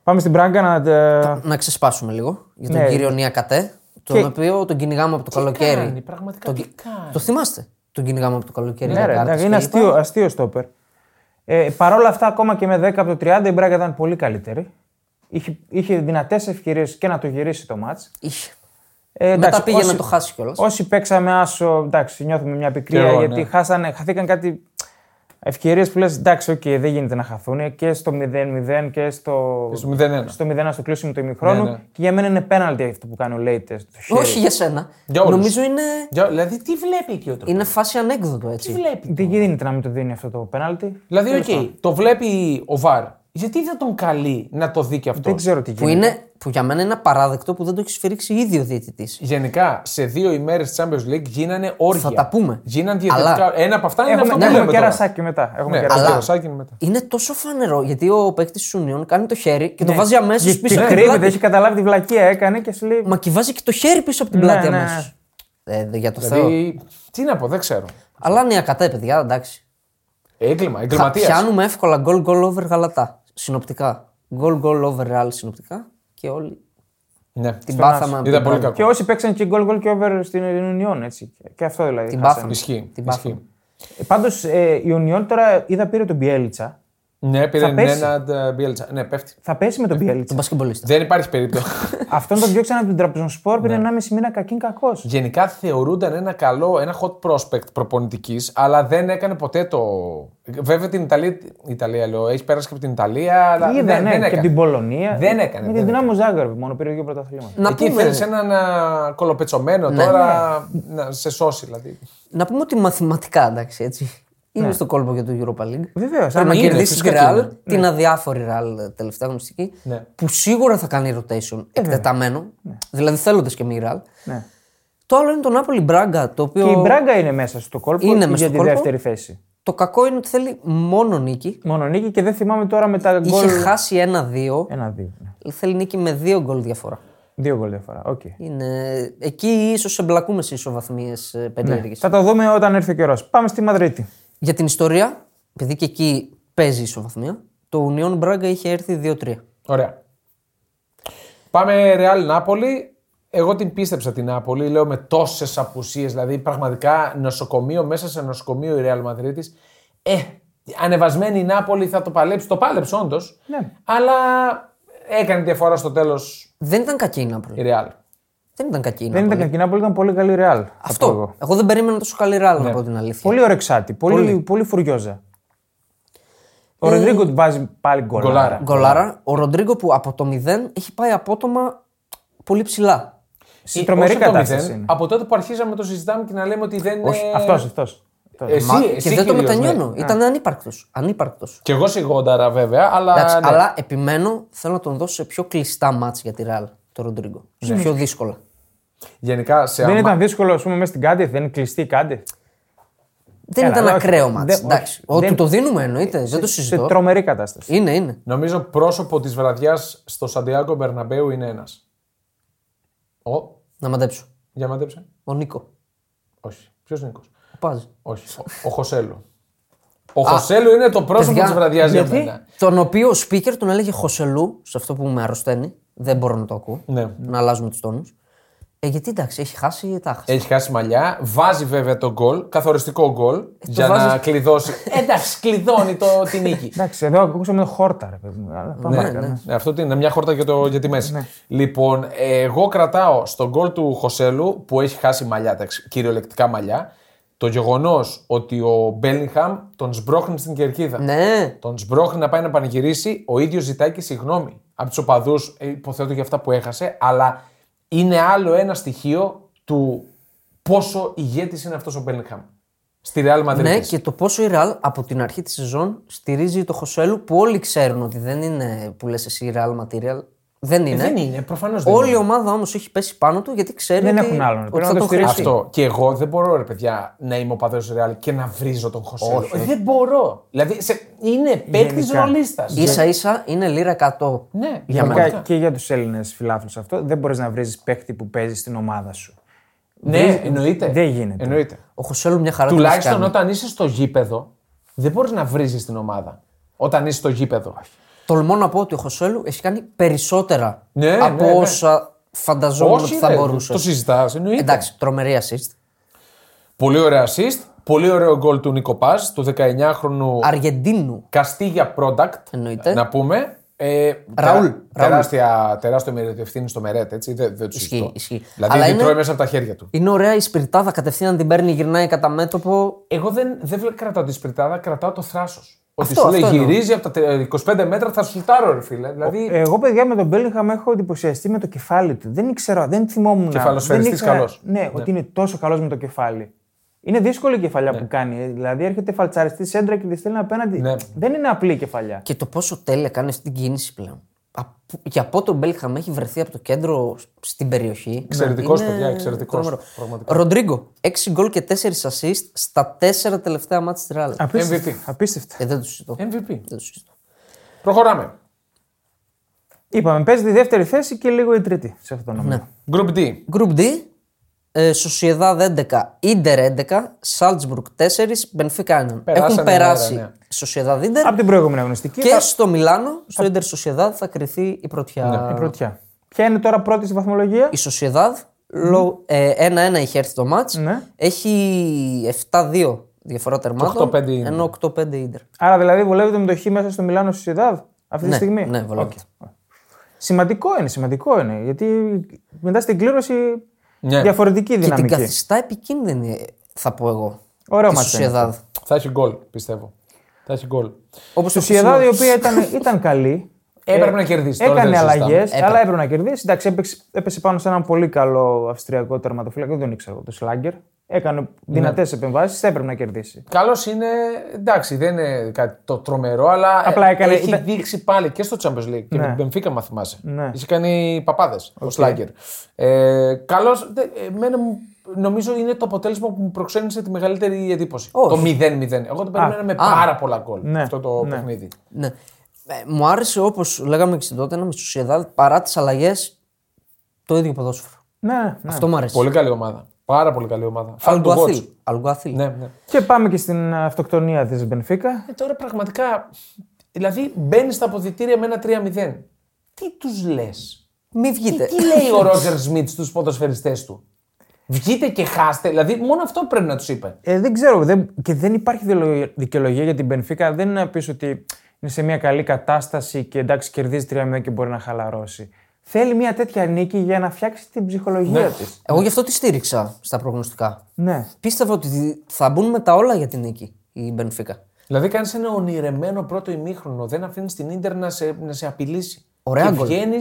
C: Πάμε στην Πράγκα να. ε, τα-
B: Να ξεσπάσουμε λίγο για τον
C: Ναι.
B: κύριο Νιακατέ, τον
C: Και-
B: οποίο τον κυνηγάμε από το καλοκαίρι.
A: κάνει, πραγματικά
B: τον...
A: τι
B: κοι-
A: κάνει.
B: Το θυμάστε. Τον κυνηγάμε από το καλοκαίρι.
C: Ναι,
B: για
C: ρε,
B: κάρτες
C: εντάξει, είναι
B: κλπ.
C: αστείο, αστείο στόπερ. Ε, Παρ' όλα αυτά, ακόμα και με 10 από το 30, η Μπράγκα ήταν πολύ καλύτερη. Είχε, είχε δυνατές ευκαιρίες και να το γυρίσει το μάτ.
B: Είχε.
C: Ε,
B: Μετά πήγε να το χάσει κιόλας.
C: Όσοι παίξαμε άσο, εντάξει, νιώθουμε μια
A: Και
C: πικρία
A: εγώ,
C: γιατί
A: ναι.
C: χάσανε, χαθήκαν κάτι ευκαιρίες που λες: Εντάξει, οκ, δεν γίνεται να χαθούν Ε, και στο 0-0 και στο.
A: Στο 0-1.
C: στο 0-1 στο κλείσιμο του ημιχρόνου.
A: Ναι, ναι.
C: Και για μένα είναι πέναλτι αυτό που κάνει ο Λέιτες.
B: Όχι για σένα.
A: Για όλους.
B: Νομίζω είναι,
A: Για- Δηλαδή τι βλέπει εκεί ο τρόπος.
B: είναι φάση ανέκδοτο έτσι.
A: βλέπει.
C: Δεν γίνεται να μην το δίνει αυτό το πέναλτι.
A: Δηλαδή, οκ, το βλέπει ο Βαρ. Γιατί δεν τον καλεί να το δει και αυτό.
C: Δεν ξέρω τι
B: Που,
C: γίνεται.
B: είναι, που για μένα είναι απαράδεκτο που δεν το έχει σφυρίξει ήδη ο διαιτητής.
A: Γενικά, σε δύο ημέρες της Champions League γίνανε όρια.
B: Θα τα πούμε.
A: Γίνανε
B: Αλλά-
A: διαιτητικά. Ένα από αυτά είναι
C: Έχουμε,
A: αυτό
C: ναι,
A: που λέμε.
C: έχουμε και
A: τώρα.
C: ρασάκι μετά. Έχουμε
A: Ναι,
C: και
A: αλλά-
C: ρασάκι.
A: το ρασάκι είναι μετά.
B: είναι τόσο φανερό γιατί ο παίκτης της Ουνιόν κάνει το χέρι και το
A: Ναι.
B: βάζει αμέσως
C: Και-
B: πίσω
C: Και
B: από την
C: κρύβεται,
B: πλάτη.
C: έχει καταλάβει τη βλακεία έκανε και σου λέει.
A: Ναι.
B: Μα και βάζει και το χέρι πίσω από την
C: Ναι,
B: πλάτη
C: ναι, ναι.
B: αμέσως. Ε, δε- για το Θεό.
A: Δηλαδή, τι να πω, δεν ξέρω.
B: Αλλά νιακατέ, παιδιά, εντάξει.
A: Έγκλημα,
B: Πα-
A: εγκληματία.
B: Πιάνουμε εύκολα goal goal over γαλατά. Συνοπτικά. Goal goal over real συνοπτικά. Και όλοι
A: Ναι.
B: την πάθαμε. από
A: Ήταν
B: την
A: πολύ
B: πρώτη.
A: κακό.
C: Και όσοι παίξαν και γκολ γκολ και over στην Ιουνιόν, έτσι. Και αυτό δηλαδή.
B: Την
C: χάσανε.
B: πάθαμε.
A: Ισχύει.
B: Την πάθαμε.
A: Ισχύει.
C: Πάντω η Ιουνιόν τώρα είδα πήρε τον Μπιέλτσα.
A: Ναι, πήρε
C: Θα πέσει.
A: ένα Μπιέλτσα. Ναι, πέφτει.
C: Θα πέσει με τον
B: Τον
C: Μπιέλτσα.
B: μπασκεμπολίστα.
A: Δεν υπάρχει περίπτωση.
C: Αυτόν τον διώξαν από την Τραπεζονσπορ
B: Ναι.
C: πριν 1,5 μήνα κακήν κακός.
A: Γενικά θεωρούνταν ένα καλό, ένα hot prospect προπονητικής, αλλά δεν έκανε ποτέ το. Βέβαια την Ιταλία, η Italia λέω, έχει πέρασε και από την Ιταλία, αλλά
C: Είδα,
A: δεν,
C: ναι,
A: δεν
C: και
A: έκανε.
C: την Πολωνία.
A: Δεν έκανε,
C: Με
A: δεν
C: την δυνάμω Ζάγκαρβι μόνο πήρε δύο πρωταθλήματα.
B: Να
A: Εκεί
B: πούμε,
A: θέλεις έναν α, κολοπετσωμένο
C: Ναι.
A: τώρα να σε σώσει δηλαδή.
B: να πούμε ότι μαθηματικά εντάξει, έτσι. Είναι στο κόλπο για το Europa League.
C: Βεβαίως.
B: Πρέπει να
A: Ναι. είναι,
B: κερδίσει τη
A: φυσικά και
B: Real,
A: είναι.
B: την αδιάφορη Real ε, τελευταία αγωνιστική,
A: Ναι.
B: που σίγουρα θα κάνει
A: Ε,
B: rotation εκτεταμένο, δηλαδή θέλοντας και μη Real.
C: Ναι.
B: Το άλλο είναι το Νάπολη Μπράγκα, το οποίο
C: Και η Μπράγκα είναι μέσα στο κόλπο
B: Είναι μέσα
C: για
B: στο
C: τη
B: κόλπο.
C: δεύτερη θέση.
B: το κακό είναι ότι θέλει μόνο νίκη.
C: Μόνο νίκη και δεν θυμάμαι τώρα με τα
B: Είχε
C: γκολ.
B: χάσει ένα-δύο,
C: Ένα-δύο. ναι.
B: θέλει νίκη με δύο γκολ διαφορά.
C: Δύο γκολ διαφορά. Okay.
B: Είναι... Εκεί ίσως εμπλακούμε σε ε, ισοβαθμίε περίεργε.
C: Θα το δούμε όταν έρθει ο καιρός. Πάμε στη Μαδρίτη.
B: Για την ιστορία, επειδή και εκεί παίζει ισοβαθμία, το Union Braga είχε έρθει 2-3.
A: Ωραία. Πάμε Real Νάπολη. Εγώ την πίστεψα την Νάπολη, λέω με τόσες απουσίες. Δηλαδή, πραγματικά νοσοκομείο, μέσα σε νοσοκομείο η Real Madrid. Ε, ανεβασμένη η Νάπολη θα το παλέψει. Το πάλεψε, όντως.
C: Ναι.
A: Αλλά έκανε διαφορά στο τέλος
B: Δεν ήταν κακή η
A: η
B: Νάπολη.
A: Real.
B: Δεν ήταν κακή. η
C: Ε, Δεν ήταν
B: Νάπολη.
C: κακή η Νάπολη, ήταν πολύ καλή η Ρεάλ. θα
B: Αυτό.
C: πω εγώ. Ναι.
B: Εγώ. δεν περίμενα τόσο καλή ράλα, να πω την αλήθεια.
C: Πολύ ωρεξάτη, πολύ, πολύ. φουριόζα. Ο Ροντρίγκο βάζει πάλι γκολάρα.
A: Γκολάρα.
B: Γκολάρα. Ο Ροντρίγκο που από το 0 έχει πάει απότομα πολύ ψηλά.
C: Σε τρομερή
A: Ε, Όσο το
C: κατάσταση
A: μηδέν,
C: είναι.
A: Από τότε που αρχίζαμε το συζητάμε και να λέμε ότι δεν.
C: Όχι,
A: ε,
C: αυτός, αυτός. αυτός.
A: Εσύ,
B: και
A: εσύ
B: δεν το
A: κυρίως, ναι.
B: μετανιώνω. Ήταν ανύπαρκτος. Ανύπαρκτος.
A: Κι εγώ σιγόνταρα βέβαια, αλλά.
B: Εντάξει,
A: ναι.
B: Αλλά επιμένω, θέλω να τον δώσω σε πιο κλειστά μάτς για τη ράλ το Ροντρίγκο.
C: Ναι.
B: Σε πιο δύσκολα.
A: Γενικά σε
C: Δεν
A: αμα-
C: ήταν δύσκολο, ας πούμε, μέσα στην Κάντιθ, δεν είναι κλειστή η Κάντιθ.
B: Δεν
C: Έλα,
B: ήταν
C: όχι,
B: ακραίο
C: δεν-
B: μάτς.
C: όχι,
B: Εντάξει. Ο,
C: δεν- Ε,
B: Του το δίνουμε εννοείται. Δεν το
C: Σε
B: συζητώ.
C: τρομερή κατάσταση.
B: Είναι, είναι.
A: Νομίζω πρόσωπο της βραδιάς στο Σαντιάγκο Μπερναμπέου είναι ένας. Ο,
B: Να μαντέψω.
A: για μαντέψε.
B: Ο Νίκο.
A: Όχι. Ποιος Νίκος.
B: Ο Πάζ.
A: Όχι. Ο, ο Χωσέλου. Ο Χωσέλου είναι το πρόσωπο
B: Παιδιά,
A: της βραδιάς για
B: γιατί
A: μένα.
B: Τον οποίο ο speaker τον έλεγε Χωσελού, σε αυτό που με αρρωσταίνει. Δεν μπορώ να το ακούω.
A: Ναι.
B: Να αλλάζουμε τους τόνους. Ε, γιατί εντάξει, έχει χάσει, τα χάσει.
A: Έχει χάσει μαλλιά. Βάζει βέβαια τον γκολ. Καθοριστικό γκολ. για να
B: βάζεις-
A: κλειδώσει. Εντάξει, κλειδώνει το, τη νίκη.
C: Εντάξει, εδώ ακούσαμε το χόρτα, ρε παιδί μου. αλλά πάμε
B: Ναι,
C: παρακάτω.
B: ναι.
A: Ναι, αυτό τι είναι, μια χόρτα για, το, για τη μέση. Λοιπόν, ε, εγώ κρατάω στον γκολ του Χωσέλου που έχει χάσει μαλλιά, εντάξει, κυριολεκτικά μαλλιά, το γεγονός ότι ο Μπέλιγχαμ τον σμπρώχνει στην κερκίδα.
B: Ναι.
A: Τον σμπρώχνει να πάει να πανηγυρίσει, ο ίδιος ζητάει και συγγνώμη από τους οπαδούς, υποθέτω για αυτά που έχασε, αλλά είναι άλλο ένα στοιχείο του πόσο ηγέτης είναι αυτός ο Μπέλιγχαμ στη Real Madrid.
B: Ναι, και το πόσο η Real από την αρχή της σεζόν στηρίζει το Χωσέλου που όλοι ξέρουν ότι δεν είναι που λες εσύ Real Material.
C: Ε,
B: Δεν είναι.
A: Δεν είναι, προφανώς δεν
B: Όλη
A: είναι.
B: η ομάδα όμως έχει πέσει πάνω του γιατί ξέρει
C: Δεν
B: ότι,
C: έχουν άλλον, πρέπει
B: ότι
C: να
B: θα
C: το
B: τον
C: στηρίξουν.
B: χρειαστεί.
A: Αυτό. Και εγώ δεν μπορώ, ρε παιδιά, να είμαι ο παδός Ρεάλ και να βρίζω τον Χωσέλο. Δεν μπορώ. Δηλαδή σε... είναι παίκτη
C: Γενικά.
A: ρολίστα.
B: σα ίσα είναι λίρα 100.
A: Ναι, για
B: για
A: μένα.
B: μένα.
C: Γενικά και για τους Έλληνες φιλάθλους αυτό, δεν μπορείς να βρει παίχτη που παίζει στην ομάδα σου.
A: Ναι, εννοείται.
C: δεν γίνεται.
A: Εννοείται.
B: Ο Χωσέλου μια χαρά τον έχει
A: Τουλάχιστον
B: κάνει.
A: όταν είσαι στο γήπεδο, δεν μπορείς να βρίζεις την ομάδα. Όταν είσαι στο γήπεδο.
B: Τολμώ να πω ότι ο Χωσέλου έχει κάνει περισσότερα
A: Ναι,
B: από
A: ναι, ναι.
B: όσα φανταζόμουν ότι θα
A: ρε,
B: μπορούσες.
A: Το συζητάς. Εννοείται.
B: Εντάξει, τρομερή assist.
A: Πολύ ωραίο assist. Πολύ ωραίο γκολ του Νίκο Πάζ, του 19χρονου
B: Αργεντίνου.
A: Καστίγια Product.
B: Εννοείται.
A: Να πούμε. Ε,
B: Ραούλ,
A: Τεράστια, τεράστιο μερίδιο ευθύνη στο Μερέτ, έτσι. Δεν, δεν τους
B: Ισχύει,
A: συζητώ.
B: ισχύει.
A: Δηλαδή
B: Αλλά
A: την
B: είναι-
A: τρώει μέσα από τα χέρια του.
B: Είναι ωραία η σπιρτάδα, κατευθείαν την παίρνει, γυρνάει κατά μέτωπο.
A: Εγώ δεν, δεν βλέ- κρατάω τη σπιρτάδα, κρατάω το θράσος. Ότι
B: Αυτό-
A: σου λέει
B: αυτό εννοώ.
A: γυρίζει από τα τε- 25 μέτρα, θα σου τάρω, ρε φίλε. Δηλαδή.
C: Εγώ, παιδιά, με τον Μπέλιγχαμ έχω εντυπωσιαστεί με το κεφάλι του. Δεν ήξερα, δεν θυμόμουν.
A: Κεφαλοσφαιριστής
C: δεν ήξερα-
A: καλός.
C: Ναι, ότι είναι τόσο καλός με το κεφάλι. Είναι δύσκολη η κεφαλιά που κάνει. ε, Δηλαδή, έρχεται φαλτσαριστής σέντρα και τη στέλνει απέναντι.
A: Ναι.
C: Δεν είναι απλή η κεφαλιά.
B: Και το πόσο τέλεια κάνει αυτή την κίνηση πλέον. Από- Και από τον Μπέλχαμ έχει βρεθεί από το κέντρο στην περιοχή.
A: Εξαιρετικός,
B: Είναι
A: παιδιά, εξαιρετικός.
B: τρομερό.
A: Πραγματικά.
B: Ροντρίγκο, 6 γκολ και 4 assist στα 4 τελευταία μάτια της Ρεάλ.
A: Απίστευτη.
C: Απίστευτη.
B: Ε, δεν το συζητώ.
A: MVP.
B: Δεν το συζητώ.
A: Προχωράμε.
C: Είπαμε, παίζει τη δεύτερη θέση και λίγο η τρίτη σε
B: Ναι.
C: αυτό το νόμο.
A: Group D.
B: Group D, ε, Sociedad 11, Inter 11, Salzburg 4, Benfica 1.
A: Περάσανε
B: Έχουν περάσει
A: μέρα, ναι.
B: Sociedad Inter
C: Από την προηγούμενη αγωνιστική.
B: και
C: θα-
B: στο Μιλάνο, στο Inter Sociedad θα κρυθεί η πρωτιά.
A: Ναι.
C: η πρωτιά. Ποια είναι τώρα πρώτη στη βαθμολογία.
B: Η Sociedad, λο- ε, 1-1 είχε έρθει το μάτς,
C: Ναι.
B: έχει 7-2 διαφορά τερμάτων,
A: 8-5 Inter.
B: ενώ 8-5 Inter.
C: Άρα δηλαδή βολεύεται με το χ μέσα στο Μιλάνο στη Σιδάδ αυτή τη
B: Ναι,
C: στιγμή.
B: ναι, βολεύεται.
C: Οκ. Σημαντικό είναι, σημαντικό είναι. Γιατί μετά στην κλήρωση
A: Ναι.
B: Και
C: διαφορετική
B: την
C: δυναμική.
B: καθιστά επικίνδυνη, θα πω εγώ,
C: Ωραίο
B: τη
C: μάτς είναι
B: Sociedad.
A: Θα έχει γκολ, πιστεύω. Θα έχει γκολ.
B: Όπως
C: Η
B: το
C: Σιεδάδ η
B: χθεσινό.
C: οποία ήταν, ήταν καλή.
A: Έπρεπε
C: Ε,
A: να κερδίσει, τώρα
C: Έκανε
A: δεν το
C: αλλαγέ,
A: συζητάμε.
C: αλλά έπρεπε να κερδίσει. Εντάξει, έπαιξε, έπεσε πάνω σε έναν πολύ καλό αυστριακό τερματοφύλακα. Δεν τον ήξερα εγώ, το Σλάγκερ.
A: Ναι.
C: Έκανε δυνατές επεμβάσεις, έπρεπε να κερδίσει.
A: Καλό είναι, εντάξει, δεν είναι κάτι το τρομερό, αλλά
C: Απλά
A: ε,
C: έκανε-
A: έχει
C: ήταν-
A: δείξει πάλι και στο Champions League και με την Benfica, μα θυμάσαι.
C: Ναι.
A: Είχε κάνει παπάδες ο Σλάγκερ. Ε, Καλό, εμένα μου- νομίζω είναι το αποτέλεσμα που μου προξένησε τη μεγαλύτερη εντύπωση.
B: Όχι.
A: Το 0-0. Εγώ το περίμενα με πάρα πολλά γκολ
C: Ναι.
A: αυτό το
C: Ναι.
A: παιχνίδι.
B: Ναι. Ε, μου άρεσε όπως λέγαμε και στην τότε με τη Σουσιαδάλ παρά τις αλλαγές το ίδιο ποδόσφαιρο.
C: Ναι, ναι.
B: Αυτό μου αρέσει.
A: Πολύ καλή ομάδα. Πάρα πολύ καλή ομάδα. Fan to watch.
B: Αλγουαθίλ. Αλγουαθίλ.
A: Ναι, ναι.
C: Και πάμε και στην αυτοκτονία της Μπενφίκα.
A: Ε, τώρα πραγματικά. Δηλαδή μπαίνεις στα αποδητήρια με ένα 3-0. Τι τους λες.
B: Μη βγείτε.
A: Τι λέει ο Ρότζερ Σμιτ στους ποδοσφαιριστές του. Βγείτε και χάστε. Δηλαδή μόνο αυτό πρέπει να τους είπε.
C: Ε, δεν ξέρω. Δεν, και δεν υπάρχει δηλο- δικαιολογία για την Μπενφίκα. Δεν είναι να πει ότι είναι σε μια καλή κατάσταση και εντάξει κερδίζει 3-0 και μπορεί να χαλαρώσει. Θέλει μια τέτοια νίκη για να φτιάξει την ψυχολογία
A: Ναι.
C: της.
B: Εγώ γι' αυτό τη στήριξα στα προγνωστικά.
C: Ναι.
B: Πίστευα ότι θα μπουν με τα όλα για την νίκη η Μπενφίκα.
A: Δηλαδή κάνεις ένα ονειρεμένο πρώτο ημίχρονο. Δεν αφήνεις την ντερ να σε, να σε απειλήσει.
B: Ωραία
A: και
B: γκολ.
A: βγαίνεις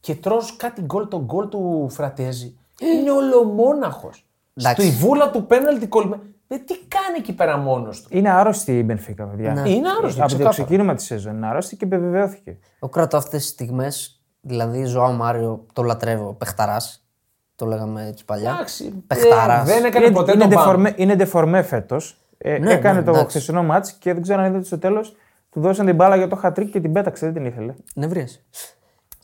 A: και τρώ κάτι γκολ τον γκολ του Φρατέζη. Είναι ολομόναχος.
B: Εντάξει.
A: Στη βούλα του πέναλτι κολλημένο. Ε, τι κάνει εκεί πέρα μόνος του.
C: Είναι άρρωστη η Μπενφίκα, παιδιά.
B: Ναι.
A: Είναι άρρωστο.
C: Ε, Από το
A: ξεκάθαρα.
C: ξεκίνημα της σεζόν είναι άρρωστη και επιβεβαιώθηκε.
B: Εγώ κρατώ αυτές τις στιγμές. Δηλαδή, Ζωάο Μάριο το λατρεύω. Πεχταρά. Το λέγαμε και παλιά.
A: Εντάξει,
B: Πεχταρά.
A: ε, δεν έκανε
C: είναι,
A: ποτέ
C: είναι,
A: τον μπαμ.
C: ντεφορμέ, είναι ντεφορμέ φέτος. Ε,
B: Ναι,
C: έκανε
B: ναι,
C: το
B: εντάξει.
C: χθεσινό μάτ και δεν ξέρω αν είδατε στο τέλος. Του δώσαν την μπάλα για το χατρίκ και την πέταξε. Δεν την ήθελε.
B: Νευρίασε.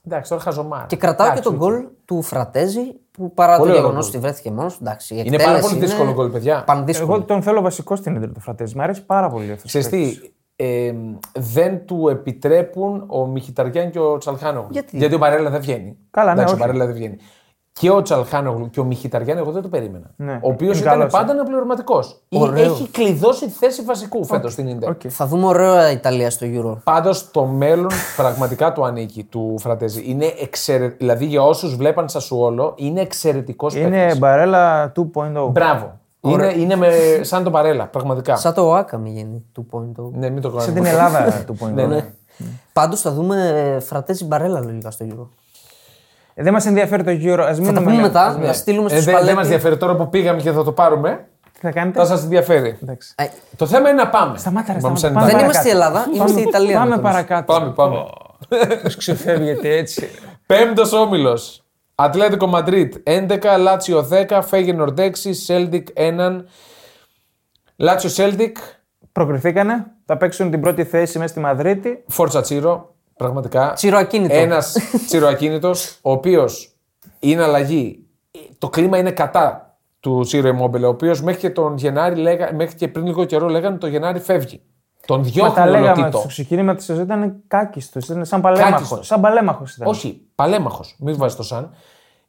A: Εντάξει, τώρα χαζομάρα.
B: Και κρατάω και
A: Εντάξει,
B: τον γκολ του Φρατέζη που παρά
A: Πολύ
B: το
A: ωραίο
B: γεγονός
A: γκολ.
B: ότι βρέθηκε μόνος. Εντάξει, η
A: Είναι πάρα
B: εκτέλεση
A: πολύ
B: είναι
A: δύσκολο γκολ, παιδιά.
B: πανδύσκολο.
C: Εγώ τον θέλω βασικό στην ίδρυτα του Φρατέζη. Μ' αρέσει πάρα πολύ αυτός.
A: Ξέρεις τι, ε, δεν του επιτρέπουν ο Μιχιταριάν και ο Τσαλχάνογλου.
B: Γιατί?
A: ο Μπαρέλα δεν βγαίνει.
C: Καλά, ναι,
A: Εντάξει, ο
C: όχι.
A: Μπαρέλα δεν βγαίνει. Και ο Τσαλχάνογλου και ο Μιχιταριάν, εγώ δεν το περίμενα.
C: Ναι.
A: Ο οποίος
C: Είναι
A: ήταν
C: καλός,
A: πάντα ένα πληρωματικό.
B: Ωραίο.
A: Έχει κλειδώσει τη θέση βασικού φέτος στην Ιντερ.
C: Οκ.
B: Θα δούμε ωραία Ιταλία στο Euro.
A: Πάντως το μέλλον πραγματικά του ανήκει του Φρατέζη. Είναι εξαιρε... Δηλαδή για όσους βλέπαν Σασουόλο, είναι εξαιρετικός
C: Είναι μπαρέλα 2.0.
A: Μπράβο. Είναι, είναι με... σαν τον Παρέλα, πραγματικά.
B: Σαν το ΟΑΚΑ με γίνει του point.
A: Ναι, μην το
C: Σαν την
A: κάνουμε.
C: Ελλάδα 2.0. ναι.
B: Πάντως θα δούμε ε, Φρατέζη Μπαρέλα λογικά στο Euro.
C: Ε, δεν μας ενδιαφέρει το γύρο.
B: Θα
C: Α
B: τα
C: μείνουμε
B: πούμε
C: λίγο.
B: μετά, να στείλουμε
A: Ναι, Ε,
B: στου
A: δεν δεν μας
B: παλέτη.
A: ενδιαφέρει τώρα που πήγαμε και θα το πάρουμε.
C: Τι θα κάνετε.
A: Θα σας ενδιαφέρει.
C: Εντάξει.
B: Ε,
A: Το θέμα είναι να πάμε.
C: Σταμάτα, ρε,
A: Πάμε
C: σταμάτα.
A: σαν
B: Δεν
A: Ιταλία.
C: παρακάτω.
B: είμαστε η Ελλάδα, είμαστε η Ιταλία.
C: Πάμε
B: να το
C: παρακάτω.
A: Πάμε, πάμε.
C: Τους ξεφεύγετε έτσι.
A: Πέμπτος όμιλος. Ατλέτικο Μαντρίτ 11, Λάτσιο 10, Φέγενορντ 6, Σέλντικ 1. Λάτσιο Σέλντικ,
C: Προκριθήκανε. Θα παίξουν την πρώτη θέση μέσα στη Μαδρίτη.
A: Φόρτσα Τσίρο. Πραγματικά.
B: Τσιροακίνητο.
A: Ένας τσιροακίνητος, ο οποίος είναι αλλαγή. Το κλίμα είναι κατά του Τσίρο Εμόμπελε, ο οποίος μέχρι και τον Γενάρη, λέγα, μέχρι και πριν λίγο καιρό λέγανε το Γενάρη φεύγει. Τον
C: Μα τα
A: διώχνει ο
C: λέγαμε
A: Λοτίτο.
C: στο ξεκίνημα της σεζόν ήταν κάκιστος. Ήταν σαν παλέμαχος.
A: Κάκιστος.
C: Σαν παλέμαχος ήταν.
A: Όχι, παλέμαχος. Μην βάζεις το σαν.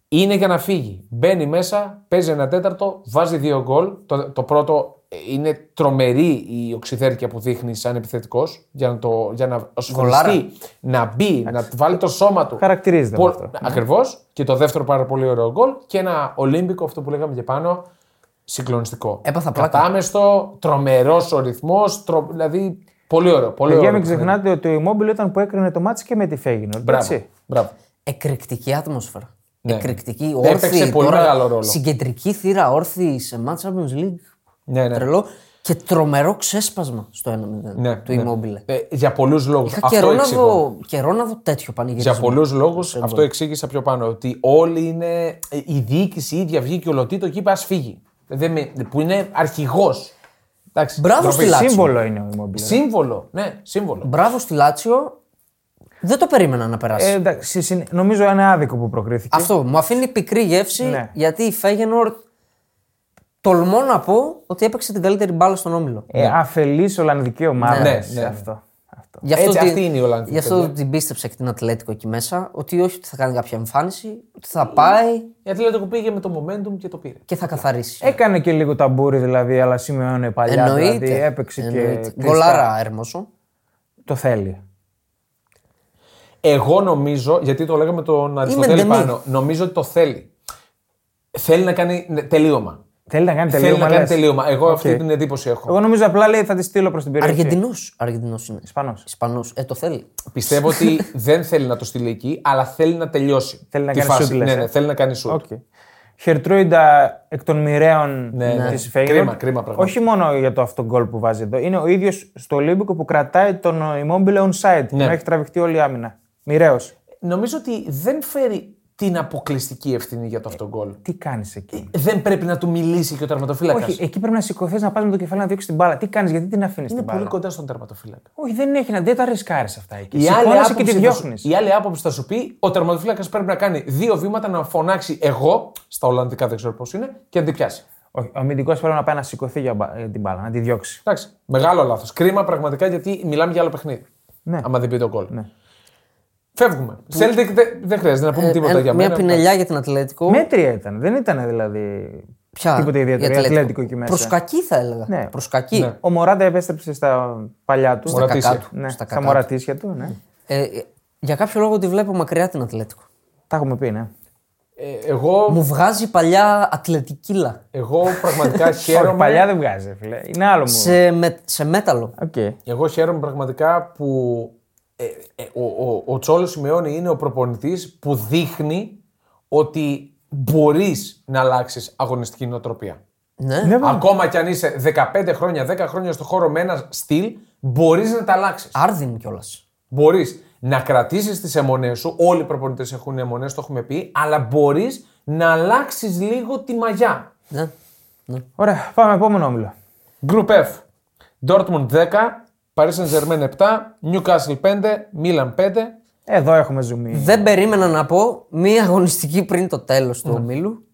A: Είναι για να φύγει. Μπαίνει μέσα, παίζει ένα τέταρτο, βάζει δύο γκολ. Το, το πρώτο ε, είναι τρομερή η οξυθέρκεια που δείχνει σαν επιθετικός για να, το, για να
B: Γκολάρα.
A: ασφαλιστεί, να μπει, να βάλει το σώμα του.
C: Χαρακτηρίζεται από αυτό.
A: Ακριβώς. Και το δεύτερο πάρα πολύ ωραίο γκολ. Και ένα Ολύμπικο, αυτό που λέγαμε και πάνω, συγκλονιστικό.
B: Έπαθα πλάκα.
A: Κατάμεστο, τρομερός ο ρυθμός. Τρο... Δηλαδή, πολύ ωραίο. Πολύ
C: Παιδιά,
A: ωραίο
C: μην
A: παιχνίδι.
C: ξεχνάτε ότι ο Immobile ήταν που έκρινε το μάτι και με τη Φέγγινο.
A: Μπράβο. Μπράβο.
B: εκρηκτική ατμόσφαιρα.
A: Ναι.
B: Εκρηκτική,
A: Έπαιξε
B: όρθιη,
A: πολύ
B: τώρα,
A: μεγάλο ρόλο.
B: συγκεντρική θύρα, όρθιη σε Match Champions League.
A: Ναι, ναι.
B: Τρελό. Και τρομερό ξέσπασμα στο 1-0
A: Ναι,
B: του
A: ναι.
B: Immobile.
A: Ε, για πολλούς λόγους.
B: Είχα
A: Αυτό
B: καιρό να,
A: εξηγώ.
B: δω, καιρό να δω τέτοιο πανηγυρισμό.
A: Για πολλούς λόγους, αυτό εξήγησα πιο πάνω. Ότι όλοι είναι. ε, Η διοίκηση η ίδια βγήκε ο Λωτήτο και είπε Ας φύγει. Ε, Δεν με- που είναι αρχηγός.
B: Μπράβο στη Λάτσιο.
C: Σύμβολο είναι ο Immobile.
A: Σύμβολο. Ναι, σύμβολο.
B: Μπράβο στη Λάτσιο. Δεν το περίμενα να περάσει.
C: Ε, εντάξει, συν- νομίζω είναι άδικο που προκρίθηκε.
B: Αυτό μου αφήνει πικρή γεύση
C: Ναι.
B: γιατί η Φέγενορτ τολμώ να πω ότι έπαιξε την καλύτερη μπάλα στον όμιλο.
C: Ε, Αφελής Ολλανδική ομάδα.
A: Ναι,
C: Ναι,
A: ναι, ναι.
C: Αυτό. αυτό.
B: Γι'
A: Έτσι,
B: την-
A: αυτή είναι η Ολλανδική,
B: Γι' αυτό
A: παιδιά.
B: την πίστεψα και την Ατλέτικο εκεί μέσα. Ότι όχι ότι θα κάνει κάποια εμφάνιση, ότι θα πάει
A: Η Ατλέτικο πήγε με το momentum και το πήρε.
B: και θα καθαρίσει.
C: Έκανε και λίγο ταμπούρι δηλαδή, αλλά σημειώνει παλιά.
B: Ε, Εννοείται.
C: Δηλαδή, έπαιξε
B: Εννοείται.
C: και. κλειστά.
B: Γκολάρα Ερμόσο.
C: Το θέλει.
A: Εγώ νομίζω, γιατί το λέγαμε τον Αριστοτέλη
B: εντενή.
A: πάνω, νομίζω ότι το θέλει. Θέλει να κάνει ναι, τελείωμα.
C: Θέλει να κάνει τελείωμα.
A: θέλει να κάνει
C: λες.
A: τελείωμα. Εγώ αυτή
C: Οκ.
A: την εντύπωση έχω.
C: Εγώ νομίζω απλά λέει θα τη στείλω προς την περιοχή.
B: Αργεντινός. Αργεντινός είναι.
C: Ισπανός.
B: Ισπανός. Ε, το θέλει.
A: Πιστεύω ότι δεν θέλει να το στείλει εκεί, αλλά θέλει να τελειώσει.
C: Θέλει να
A: τη
C: κάνει
A: φάση.
C: σουτ, λες,
A: Ναι,
C: ε.
A: ναι, θέλει να κάνει σουτ.
C: Οκ. Χερτρούιντα εκ των μοιραίων
A: Ναι, ναι.
C: της Φέγγελ.
A: Κρίμα, κρίμα πραγματικά.
C: Όχι μόνο για το αυτό γκολ που βάζει εδώ. Είναι ο ίδιος στο Ολύμπικο που κρατάει τον Immobile
A: Ναι.
C: on site. Να έχει τραβηχτεί όλη η άμυνα. Μοιραίος.
A: Νομίζω ότι δεν φέρει την αποκλειστική ευθύνη για το αυτόν γκολ.
C: Τι κάνεις εκεί.
A: Δεν πρέπει να του μιλήσει και ο τερματοφύλακας.
C: Όχι, εκεί πρέπει να σηκωθείς να πας με το κεφάλι να διώξεις την μπάλα. Τι κάνεις, γιατί την αφήνεις την
A: Είναι
C: μπάλα.
A: πολύ κοντά στον τερματοφύλακα.
C: Όχι, δεν έχει να δεν τα ρισκάρεις αυτά εκεί.
A: Η άλλη,
C: Σηκώνεσαι και τη
A: άποψη θα σου,
C: διώχνεις.
A: η άλλη άποψη θα σου πει: Ο τερματοφύλακας πρέπει να κάνει δύο βήματα να φωνάξει εγώ, στα Ολλανδικά δεν ξέρω πώς είναι, και να την πιάσει.
C: Ο αμυντικός πρέπει να πάει να σηκωθεί για μπα- για την μπάλα, να τη διώξει.
A: Εντάξει. Μεγάλο λάθος. Κρίμα πραγματικά γιατί μιλάμε για άλλο παιχνίδι.
C: Ναι.
A: Άμα δεν πει το γκολ. Φεύγουμε. Celtic δεν δεν χρειάζεται να πούμε
B: Ε,
A: τίποτα
B: ε,
A: για μένα.
B: μια πινελιά για την Ατλέτικο.
C: Μέτρια ήταν, δεν ήταν δηλαδή
B: Ποια?
C: τίποτα
B: η
C: ιδιαίτερο. Η Ατλέτικο εκεί μέσα.
B: Προς κακή θα έλεγα.
C: Ναι.
B: Προς κακή.
A: Ναι.
C: Ο Μωράντα επέστρεψε στα παλιά του.
B: Στα
A: Μωρατήσια.
B: κακά του.
C: Ναι,
B: Στα
C: στα,
B: κακά του.
C: μωρατήσια του. Ναι.
B: Ε, για κάποιο λόγο τη βλέπω μακριά την Ατλέτικο.
C: Τα έχουμε πει, ναι.
A: Ε, εγώ,
B: Μου βγάζει παλιά ατλετικίλα.
A: εγώ πραγματικά
C: Όχι,
A: χαίρομαι.
C: παλιά δεν βγάζει, φίλε. Είναι άλλο μου.
B: Σε, με, σε μέταλλο.
C: Okay.
A: Εγώ χαίρομαι πραγματικά που ε, ε, ο, ο, ο Τσόλος Σιμεώνη είναι ο προπονητής που δείχνει ότι μπορείς να αλλάξεις αγωνιστική νοοτροπία.
B: Ναι.
C: Ναι, βέβαια.
A: Ακόμα κι αν είσαι 15 χρόνια, 10 χρόνια στο χώρο με ένα στυλ, μπορείς να τα αλλάξεις.
B: Άρδιν κιόλας.
A: Μπορείς να κρατήσεις τις αιμονές σου, όλοι οι προπονητές έχουν αιμονές, το έχουμε πει, αλλά μπορείς να αλλάξεις λίγο τη μαγιά.
B: Ναι.
C: Ωραία, πάμε επόμενο όμιλο.
A: Group F. Dortmund 10, Paris Saint-Germain 7, Newcastle 5, Milan 5,
C: Εδώ έχουμε ζουμί.
B: Δεν περίμενα να πω μία αγωνιστική πριν το τέλος
A: Ναι.
B: του ομίλου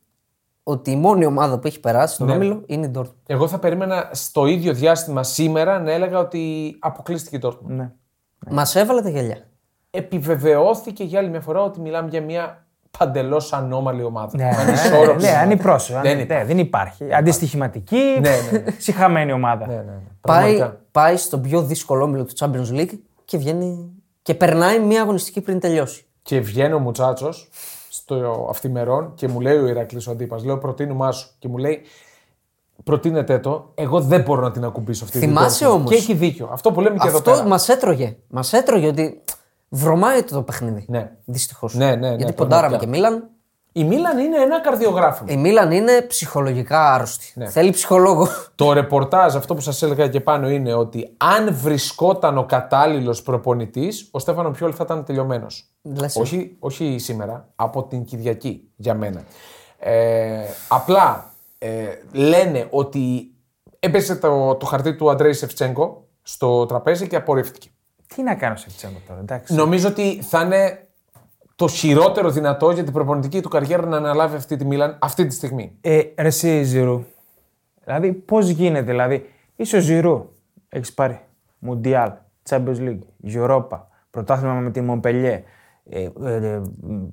B: ότι η μόνη ομάδα που έχει περάσει στον ομίλο είναι η Dortmund.
A: Εγώ θα περίμενα στο ίδιο διάστημα σήμερα να έλεγα ότι αποκλείστηκε η Dortmund.
C: Ναι.
B: Μας έβαλε τα γυαλιά.
A: Επιβεβαιώθηκε για άλλη μια φορά ότι μιλάμε για μια παντελώς ανώμαλη ομάδα.
C: Ναι, ναι,
A: Ανισόρροπη.
C: ναι, ανυπρόσωπη.
A: Δεν
C: αν-
A: υπάρχει.
C: ναι, Δεν υπάρχει. Αντιστοιχηματική,
A: ναι,
C: συχαμένη ομάδα.
A: Ναι, ναι, ναι.
B: Πάει,
A: Πραγματικά.
B: πάει στον πιο δύσκολο όμιλο του Champions League και βγαίνει. και περνάει μία αγωνιστική πριν τελειώσει.
A: Και βγαίνει ο Μουτσάτσος στο αυθημερών και μου λέει ο Ηρακλής ο Αντίπας: Λέω προτείνουμε σου. Και μου λέει: Προτείνετε το, εγώ δεν μπορώ να την ακουμπήσω αυτή
B: Θυμάσαι
A: την Dortmund».
B: όμως.
A: Και έχει δίκιο. Αυτό που λέμε και εδώ πέρα.
B: Αυτό μας έτρωγε. Μας έτρωγε ότι βρωμάει το, το παιχνίδι.
A: Ναι.
B: Δυστυχώς.
A: Ναι, ναι, ναι,
B: Γιατί
A: πραγματικά.
B: ποντάραμε και Μίλαν.
A: Η Μίλαν είναι ένα καρδιογράφημα.
B: Η Μίλαν είναι ψυχολογικά άρρωστη.
A: Ναι.
B: Θέλει ψυχολόγο.
A: Το ρεπορτάζ, αυτό που σας έλεγα και πάνω, είναι ότι αν βρισκόταν ο κατάλληλος προπονητής, ο Στέφανο Πιόλ θα ήταν τελειωμένος.
B: Λες.
A: Όχι, όχι σήμερα, από την Κυριακή για μένα. Ε, απλά ε, λένε ότι έπεσε το, το χαρτί του Αντρέη Σεφτσέγκο στο τραπέζι και απορρίφθηκε.
C: Τι να κάνω σε αυτό τώρα, εντάξει.
A: Νομίζω ότι θα είναι το χειρότερο δυνατό για την προπονητική του καριέρα να αναλάβει αυτή τη Μίλαν αυτή τη στιγμή.
C: Ε, ρε εσύ, Ζηρού. Δηλαδή, πώς γίνεται, δηλαδή, είσαι ο Ζηρού. Έχεις πάρει Μουντιάλ, Champions League, Europa, πρωτάθλημα με τη Μομπελιέ, ε, ε, ε,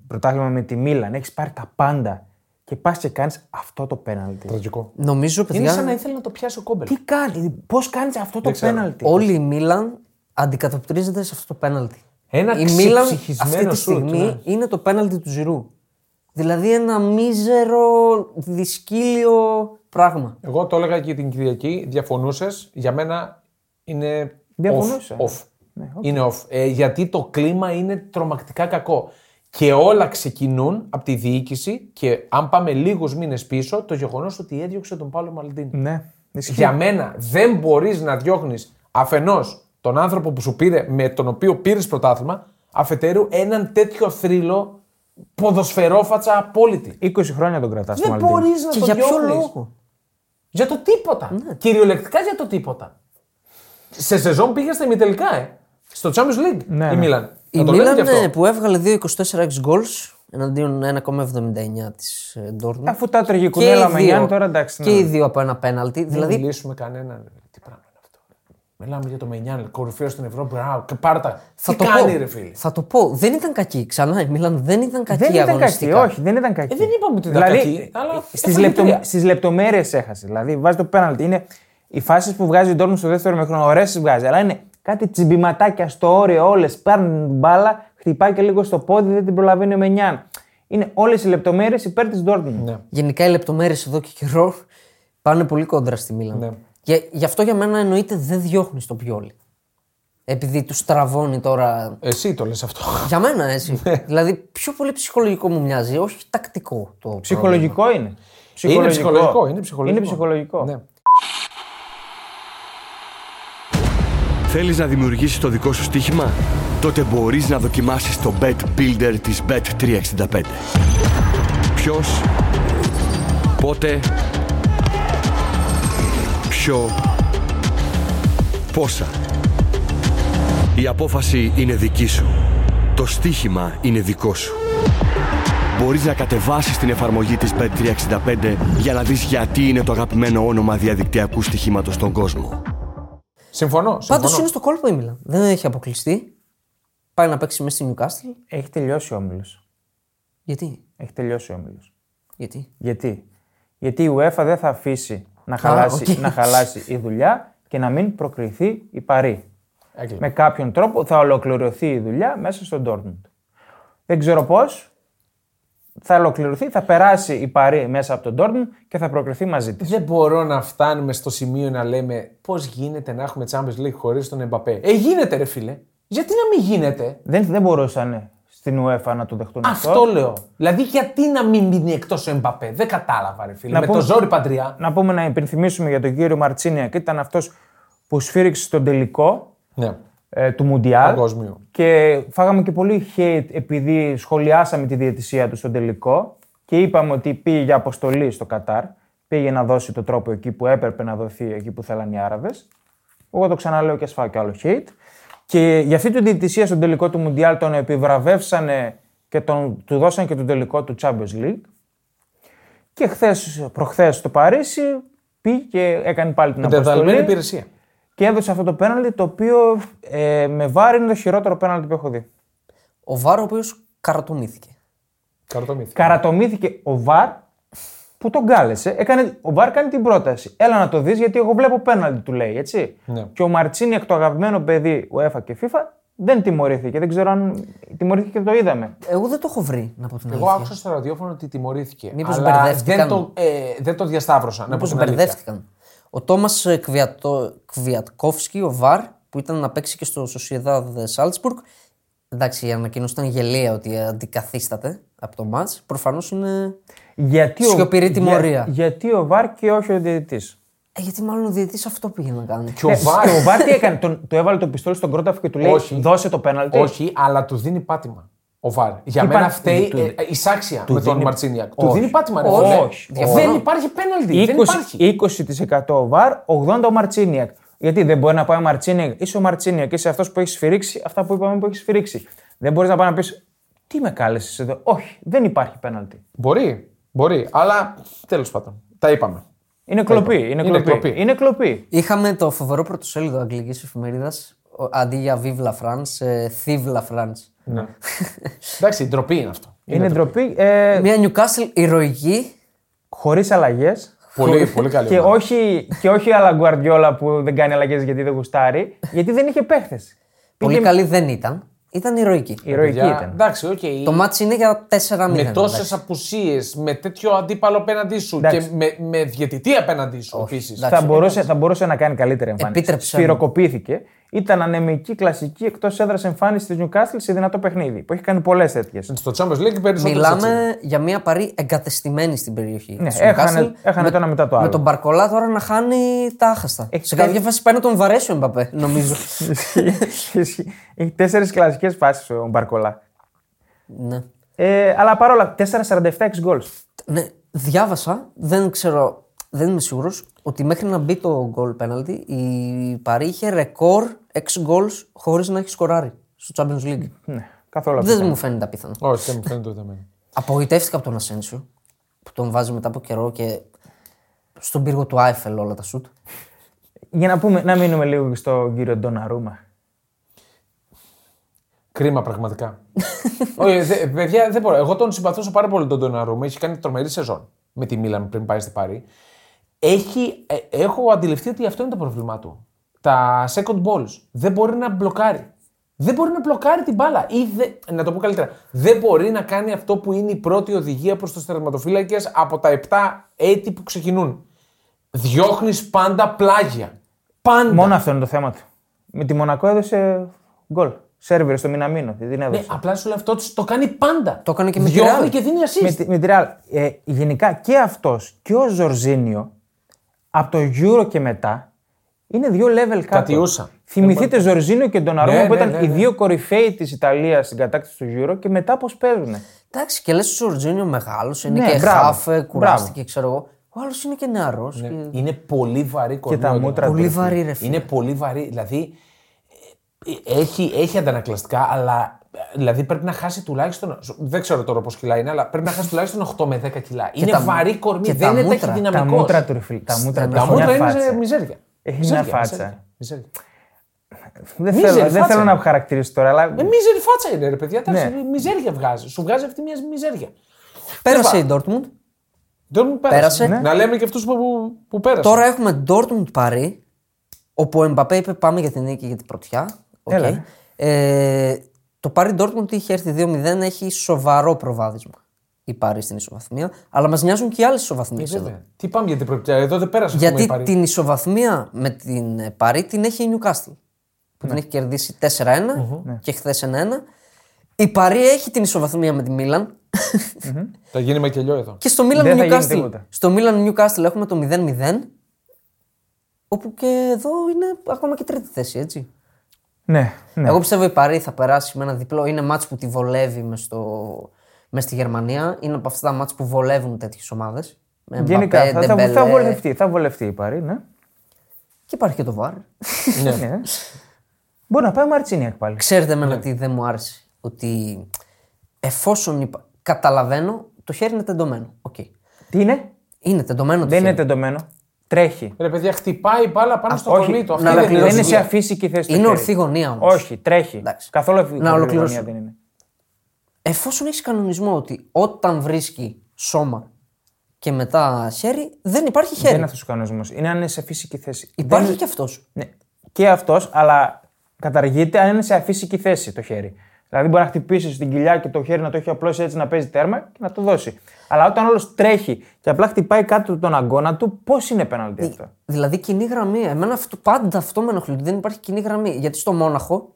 C: πρωτάθλημα με τη Μίλαν. Έχεις πάρει τα πάντα. Και πας και κάνεις αυτό το πέναλτι.
A: Τραγικό.
B: Νομίζω, παιδιά.
A: Είναι σαν να ήθελε να το πιάσει ο Κόμπελ.
C: Τι κάνει, πώς κάνεις αυτό το
A: ξέρω.
C: πέναλτι.
B: Όλη η Μίλαν αντικατοπτρίζεται σε αυτό το πέναλτι.
A: Ένα
B: η Μίλαν
A: ξεψυχισμένο
B: αυτή τη
A: σουτ,
B: στιγμή
A: ναι.
B: είναι το πέναλτι του Ζηρού. Δηλαδή ένα μίζερο, δυσκύλιο πράγμα.
A: Εγώ το έλεγα και την Κυριακή, διαφωνούσες. Για μένα είναι
C: Διαφωνούσα.
A: off. off.
B: Ναι,
A: Είναι off. Ε, γιατί το κλίμα είναι τρομακτικά κακό. Και όλα ξεκινούν από τη διοίκηση και αν πάμε λίγους μήνες πίσω, το γεγονός ότι έδιωξε τον Πάλο Μαλντίνη.
C: Ναι, ισχύει.
A: Για μένα δεν μπορείς να διώχνεις αφενός τον άνθρωπο που σου πήρε, με τον οποίο πήρες πρωτάθλημα, αφετέρου έναν τέτοιο θρύλο ποδοσφαιρόφατσα απόλυτη.
C: 20 χρόνια τον κρατάς.
A: Δεν μπορείς να
B: Και
A: τον
B: για ποιο
A: διώχνεις.
B: λόγο.
A: Για το τίποτα. Κυριολεκτικά για το τίποτα. Σε σεζόν πήγε στα ημιτελικά, ε. Στο Champions League
C: Ναι,
A: η
C: ναι.
A: Μίλαν.
B: Η
A: Να το λέμε
B: Μίλαν
A: και αυτό.
B: ε, που έβγαλε 2,24 ex goals εναντίον 1,79 της ε, Dortmund.
C: Αφού τα έτρωγε η κουνέλα με Γιάννη, τώρα εντάξει.
B: και
C: ναι.
B: οι δύο από ένα πέναλτι.
A: Δηλαδή...
B: Δηλαδή
A: μιλήσουμε κανέναν. Τι πράγμα είναι αυτό. ρε. Μιλάμε για το Μενιάν, κορυφαίο στην Ευρώπη. Ρα, και πάρτα.
B: θα
A: Τι
B: το,
A: κάνει,
B: πω,
A: ρε φίλε.
B: θα το πω. Δεν ήταν κακή. Ξανά η Μίλαν δεν ήταν κακή
C: Δεν ήταν κακή,
B: αγωνιστικά.
C: όχι, δεν ήταν κακή.
A: Ε, δεν είπαμε ότι ήταν κακή, αλλά
C: Στις
A: έφαγε
C: λεπτο...
A: τρία.
C: στις λεπτομέρειες έχασε. Δηλαδή, βάζει το πέναλτι. Είναι οι φάσεις που βγάζει ο Ντόρμουν στο δεύτερο μήχρονο, ωραίες τις βγάζει. Αλλά είναι κάτι τσιμπηματάκια στο όριο, όλες παίρνουν την μπάλα, χτυπάει και λίγο στο πόδι, δεν την προλαβαίνει ο Μενιάν. Είναι όλες οι λεπτομέρειες υπέρ της Ντόρμουν.
A: Ναι.
B: Γενικά οι λεπτομέρειες εδώ και καιρό πάνε πολύ κόντρα στη Μίλαν.
A: Ναι.
B: Για, γι' αυτό για μένα εννοείται δεν διώχνεις τον Πιόλι. Επειδή του τραβώνει τώρα.
A: Εσύ το λες αυτό.
B: Για μένα έτσι.
A: Ναι.
B: δηλαδή πιο πολύ ψυχολογικό μου μοιάζει, όχι τακτικό το.
C: Ψυχολογικό είναι.
A: ψυχολογικό, είναι ψυχολογικό.
C: Είναι ψυχολογικό.
A: Ναι.
D: Θέλεις να δημιουργήσεις το δικό σου στοίχημα? Τότε μπορείς να δοκιμάσεις το Bet Builder της Bet365. Ποιος, πότε, ποιο, πόσα. Η απόφαση είναι δική σου. Το στοίχημα είναι δικό σου. Μπορείς να κατεβάσεις την εφαρμογή της Bet365 για να δεις γιατί είναι το αγαπημένο όνομα διαδικτυακού στοιχήματος στον κόσμο.
A: Συμφωνώ. συμφωνώ.
B: Πάντω είναι στο κόλπο η Μίλαν. Δεν έχει αποκλειστεί. Πάει να παίξει μέσα στη Νιουκάστιλ.
C: Έχει τελειώσει ο όμιλος.
B: Γιατί.
C: Έχει τελειώσει ο όμιλος.
B: Γιατί.
C: Γιατί? Γιατί η UEFA δεν θα αφήσει να χαλάσει,
B: οκ.
C: να χαλάσει η δουλειά και να μην προκριθεί η Παρή.
A: Έκλειπε.
C: Με κάποιον τρόπο θα ολοκληρωθεί η δουλειά μέσα στον Dortmund. Δεν ξέρω πώς. θα ολοκληρωθεί, θα περάσει η Παρή μέσα από τον Ντόρντμουντ και θα προκριθεί μαζί της.
A: Δεν μπορώ να φτάνουμε στο σημείο να λέμε πώς γίνεται να έχουμε Champions League χωρίς τον Εμπαπέ. Ε, γίνεται, ρε φίλε. Γιατί να μην γίνεται.
C: Δεν, δεν μπορούσαν στην UEFA να το δεχτούν αυτό.
A: Αυτό λέω. Δηλαδή, γιατί να μην μείνει εκτός ο Εμπαπέ. Δεν κατάλαβα, ρε φίλε.
C: Να
A: Με
C: πούμε-
A: το ζόρι παντριά.
C: Να πούμε να υπενθυμίσουμε για τον κύριο Μαρτσίνιακ. Ήταν αυτός που σφύριξε τον τελικό
A: Ναι.
C: ε, του Μουντιάλ.
A: Παγκόσμιο.
C: Και φάγαμε και πολύ hate επειδή σχολιάσαμε τη διαιτησία του στον τελικό και είπαμε ότι πήγε για αποστολή στο Κατάρ. Πήγε να δώσει το τρόπο εκεί που έπρεπε να δοθεί, εκεί που θέλαν οι Άραβες. Εγώ το ξαναλέω και ασφάω και άλλο hate. Και για αυτή τη διαιτησία στον τελικό του Μουντιάλ τον επιβραβεύσανε και τον, του δώσαν και τον τελικό του Champions League. Και χθες, προχθές στο Παρίσι πήγε και έκανε πάλι την αποστολή.
A: Δεδαλμένη υπηρεσία.
C: Και έδωσε αυτό το πέναλτι το οποίο ε, με βάρη είναι το χειρότερο πέναλτι που έχω δει.
B: Ο Βάρο, ο οποίος καρατομήθηκε.
A: Καρτομύθι.
C: Καρατομήθηκε ο Βαρ που τον κάλεσε. Έκανε, ο Βαρ κάνει την πρόταση. Έλα να το δεις, γιατί εγώ βλέπω πέναλτι, του λέει. Έτσι.
A: Ναι.
C: Και ο Μαρτσίνιακ, το αγαπημένο παιδί UEFA και FIFA, δεν τιμωρήθηκε. Δεν ξέρω αν τιμωρήθηκε και το είδαμε.
B: Εγώ δεν το έχω βρει, να πω την
A: Εγώ
B: αλήθεια.
A: άκουσα στο ραδιόφωνο ότι τιμωρήθηκε.
B: Μήπως
A: αλλά
B: μπερδεύτηκαν.
A: Δεν το, ε, δεν το διασταύρωσα. να πω
B: Πώ
A: την αλήθεια.
B: μπερδεύτηκαν. Ο Τόμας Κβιατκόφσκι, ο Βαρ, που ήταν να παίξει και στο Sociedad Salzburg. Εντάξει, η ανακοίνωση ήταν γελία ότι αντικαθίσταται από το μάτ. Προφανώς είναι.
C: Γιατί ο-
B: Σιωπηρή τιμωρία.
C: γιατί ο Βαρ και όχι ο διαιτητής.
B: Ε, γιατί μάλλον ο διαιτή αυτό πήγε να κάνει.
A: Και ο Βάρ.
C: Ο Βαρ τι έκανε, τον, του έβαλε το πιστόλι στον Κρόταφ και του λέει:
A: Όχι.
C: Δώσε το πέναλτι.
A: Όχι, αλλά του δίνει πάτημα. Ο Βάρ. Για
C: Είπα-
A: μένα φταίει
C: του-
A: ε, ε, εισάξια με τον
C: δίνει-
A: Μαρτσίνιακ. Του
C: Όχι.
A: δίνει πάτημα, ρε
B: Όχι.
A: φίλε.
C: Όχι.
A: Δεν
B: Διαφωνώ.
A: υπάρχει πέναλτι. Δεν υπάρχει.
C: 20%, 20% ο Βαρ, 80% ο Μαρτσίνιακ. Γιατί δεν μπορεί να πάει ο Μαρτσίνιακ, είσαι ο Μαρτσίνιακ, είσαι αυτός που έχεις σφυρίξει αυτά που είπαμε που έχεις σφυρίξει. Δεν μπορείς να πάει να πεις Τι με κάλεσες εδώ. Όχι, δεν υπάρχει πέναλτι.
A: Μπορεί, μπορεί, αλλά τέλος πάντων. Τα είπαμε.
C: Είναι κλοπή. Είναι
A: Είναι
C: κλοπή.
A: κλοπή.
C: Είναι κλοπή.
B: Είχαμε το φοβερό πρωτοσέλιδο αγγλικής εφημερίδας αντί για Vive la France, ε, Thive la France.
A: Εντάξει, η ντροπή είναι αυτό.
C: Είναι ντροπή. Ε,
B: Μια Newcastle ηρωική.
C: Χωρίς αλλαγές.
A: Πολύ, πολύ καλή.
C: Και
A: ομάδα.
C: όχι, και όχι άλλα Γκουαρδιόλα που δεν κάνει αλλαγές γιατί δεν γουστάρει, γιατί δεν είχε παίχτες.
B: Πολύ καλή δεν ήταν. Ήταν ηρωική.
C: Ηρωική
A: Παιδιά,
C: ήταν.
A: Εντάξει, okay.
B: Το μάτς είναι για 4-0.
A: με
B: Ναι, εντάξει.
A: τόσες απουσίες, με τέτοιο αντίπαλο απέναντί σου
C: Εντάξει.
A: και με, με διαιτητή απέναντί σου επίσης.
B: εντάξει.
C: θα, μπορούσε, θα μπορούσε να κάνει καλύτερη εμφάνιση.
B: Επίτρεψε μου.
C: Σφυροκοπήθηκε. Ήταν ανεμική, κλασική εκτός έδρας εμφάνισης της Newcastle σε δυνατό παιχνίδι. Που έχει κάνει πολλές τέτοιες.
A: Στο Champions League περισσότερο. έτσι.
B: Μιλάμε για μια παρή εγκατεστημένη στην περιοχή.
C: Ναι,
B: της
C: έχανε-
B: Newcastle,
C: έχανε το ένα μετά το άλλο.
B: Με τον Μπαρκολά τώρα να χάνει τα άχαστα.
C: Έχεις
B: Σε
C: κάνει-
B: κάποια φάση πάει να τον βαρέσει ο Μπαπέ, νομίζω.
C: έχει τέσσερις κλασικές φάσεις ο Μπαρκολά.
B: ναι.
C: Ε, αλλά παρόλα 4,47 γκολ.
B: ναι. Διάβασα, δεν ξέρω, δεν είμαι σίγουρος, ότι μέχρι να μπει το goal penalty η Παρή είχε ρεκόρ 6 goals χωρίς να έχει σκοράρει στο Champions League.
C: Ναι, καθόλου αυτό.
B: Δεν μου φαίνεται απίθανο.
A: Όχι, δεν μου φαίνεται ούτε εμένα.
B: Απογοητεύτηκα από τον Ασένσιο που τον βάζει μετά από καιρό και στον πύργο του Άιφελ όλα τα σουτ.
C: Για να, πούμε, να μείνουμε λίγο και στον κύριο Ντοναρούμα.
A: Κρίμα πραγματικά. Όχι, δε, παιδιά, δεν μπορώ. Εγώ τον συμπαθούσα πάρα πολύ τον Ντοναρούμα. Έχει κάνει τρομερή σεζόν με τη Μίλαν πριν πάει στην Πάρη. Έχει, ε, έχω αντιληφθεί ότι αυτό είναι το πρόβλημά του. Τα second balls. Δεν μπορεί να μπλοκάρει. Δεν μπορεί να μπλοκάρει την μπάλα. Ή δε- να το πω καλύτερα. Δεν μπορεί να κάνει αυτό που είναι η πρώτη οδηγία προς του τερματοφύλακε από τα 7 έτη που ξεκινούν. Διώχνεις πάντα πλάγια. Πάντα.
C: Μόνο αυτό είναι το θέμα του. Με τη Μονακό έδωσε γκολ. Σερβερ στο Μιναμίνο. Δεν την έδωσε.
A: Ναι, απλά σου λέω αυτό το κάνει πάντα.
B: Το έκανε και με τη
A: Διώχνει
B: Real.
A: και δίνει assist.
C: με, τη- με τη Real. Ε, γενικά και αυτός και ο Ζορζίνιο από το Euro και μετά είναι δύο level κάτω.
A: Κατιούσα.
C: Θυμηθείτε Ζορζίνιο και τον Αρούμα
A: Ε, Ναι,
C: που
A: ναι,
C: ήταν
A: ναι,
C: οι
A: ναι.
C: δύο κορυφαίοι της Ιταλίας στην κατάκτηση του Euro και μετά πώς παίζουν.
B: Εντάξει, και λες ο Σορτζίνιο μεγάλος, είναι
C: Ναι,
B: και
C: μπράβο,
B: χάφε, κουράστηκε,
C: μπράβο.
B: ξέρω εγώ. Ο άλλος είναι και νεαρός.
A: Ναι. Είναι πολύ βαρύ κορμί.
C: τα
A: ο
C: μούτρα
A: Ντοναρούμμα.
B: Πολύ του, ρε βαρύ, φίλε. ρε φίλε.
A: Είναι πολύ βαρύ. Δηλαδή ε, έχει, έχει αντανακλαστικά, αλλά ε, δηλαδή πρέπει να χάσει τουλάχιστον. Δεν ξέρω τώρα πόσα κιλά είναι, αλλά πρέπει να χάσει τουλάχιστον 8 με 10 κιλά. είναι
B: τα-
A: βαρύ κορμί.
B: και τα
A: δεν είναι
B: μούτρα.
C: Τα
A: ταχυδυναμικό.
C: μούτρα του ρε φίλε. Τα μούτρα του
A: Τα
C: έχουν μια
A: μούτρα είναι
C: φάτσα.
A: σε μιζέρια.
C: Έχει
A: Μιζέρια,
C: μια φάτσα.
A: μιζέρια, μιζέρια.
C: Δεν
A: μίζερη
C: θέλω, δεν
A: φάτσα
C: θέλω
A: είναι.
C: να χαρακτηρίσω τώρα, αλλά
A: Ε, μίζερη φάτσα είναι, ρε παιδιά. Εντάξει,
C: Ναι.
A: ε, Μιζέρια βγάζει. Σου βγάζει αυτή μια μιζέρια.
B: Πέρασε η
A: Τέλος
B: Dortmund.
A: Δεν μου πέρασε.
B: Πέρασε.
C: Ναι.
A: Να λέμε και αυτούς που, που, που πέρασαν.
B: Τώρα έχουμε Dortmund Παρή, όπου ο Εμπαπέ είπε πάμε για την νίκη για την πρωτιά. Οκ.
C: Έλα.
B: Ε, το Παρή Dortmund είχε έρθει 2-0, έχει σοβαρό προβάδισμα. η Πάρη στην ισοβαθμία, αλλά μας νοιάζουν και οι άλλες ισοβαθμίες εδώ.
A: Ε, Βέβαια. Τι πάμε για την Πρωτιά, εδώ δεν πέρασε ακόμα η
B: Γιατί
A: Παρή.
B: την ισοβαθμία με την ε, Παρή την έχει η Νιουκάστιλ. Που
C: Ναι.
B: την έχει κερδίσει 4-1 και χθες 1-1. Η Παρή έχει την ισοβαθμία με τη Μίλαν.
A: Θα γίνει με κελιό εδώ.
B: και στο Μίλαν
C: Δεν θα γίνει
B: Νιουκάστιλ.
C: τίποτα.
B: Στο Μίλαν Νιουκάστιλ έχουμε το 0-0. Όπου και εδώ είναι ακόμα και τρίτη θέση, έτσι.
C: Ναι, ναι.
B: Εγώ πιστεύω η Παρή θα περάσει με ένα διπλό. Είναι μάτς που τη βολεύει μες, στο... μες στη Γερμανία. Είναι από αυτά τα μάτς που βολεύουν τέτοιες ομάδες.
A: Ε,
B: Με
C: Γενικά
B: Mbappé,
C: θα, θα, θα
B: Dembélé.
C: βολευτεί, θα βολευτεί η Παρή, ναι.
B: Και υπάρχει και το VAR.
C: ναι. Μπορεί να πάει ο Μαρτσίνιακ πάλι.
B: Ξέρετε εμένα
C: Ναι.
B: τι δεν μου άρεσε. Ότι εφόσον υπα... καταλαβαίνω, το χέρι είναι τεντωμένο. Οκ.
C: Τι είναι,
B: Είναι τεντωμένο το
C: δεν
B: χέρι.
C: είναι τεντωμένο. Τρέχει.
A: Ρε παιδιά, χτυπάει η μπάλα πάνω στο
C: Όχι,
A: κολλήτο.
B: να
A: Αυτή δεν είναι
B: ολοκληρώσω.
C: δεν είναι
A: η
C: σε
A: δουλειά.
C: αφύσικη θέση. το
B: Είναι
C: χέρι.
B: ορθή γωνία όμως.
C: Όχι, τρέχει.
B: Εντάξει.
C: Καθόλου αφύσικη
B: Να
C: γωνία
B: ολοκληρώσω. Ε,
C: δεν είναι.
B: Εφόσον έχεις κανονισμό ότι όταν βρίσκει σώμα και μετά χέρι, δεν υπάρχει χέρι.
C: Δεν είναι αυτός ο κανονισμός. Είναι αν είναι σε φυσική θέση.
B: Υπάρχει
C: Δεν-
B: και αυτός.
C: Ναι. Και αυτός, αλλά καταργείται αν είναι σε αφύσικη θέση το χέρι. Δηλαδή μπορεί να χτυπήσεις την κοιλιά και το χέρι να το έχει απλώσει έτσι να παίζει τέρμα και να το δώσει. Αλλά όταν όλος τρέχει και απλά χτυπάει κάτω τον αγκώνα του, πώς είναι πέναλτι αυτό.
B: Δηλαδή κοινή γραμμή. Εμένα αυτό, πάντα αυτό με ενοχλεί. ότι Δεν υπάρχει κοινή γραμμή. Γιατί στο Μόναχο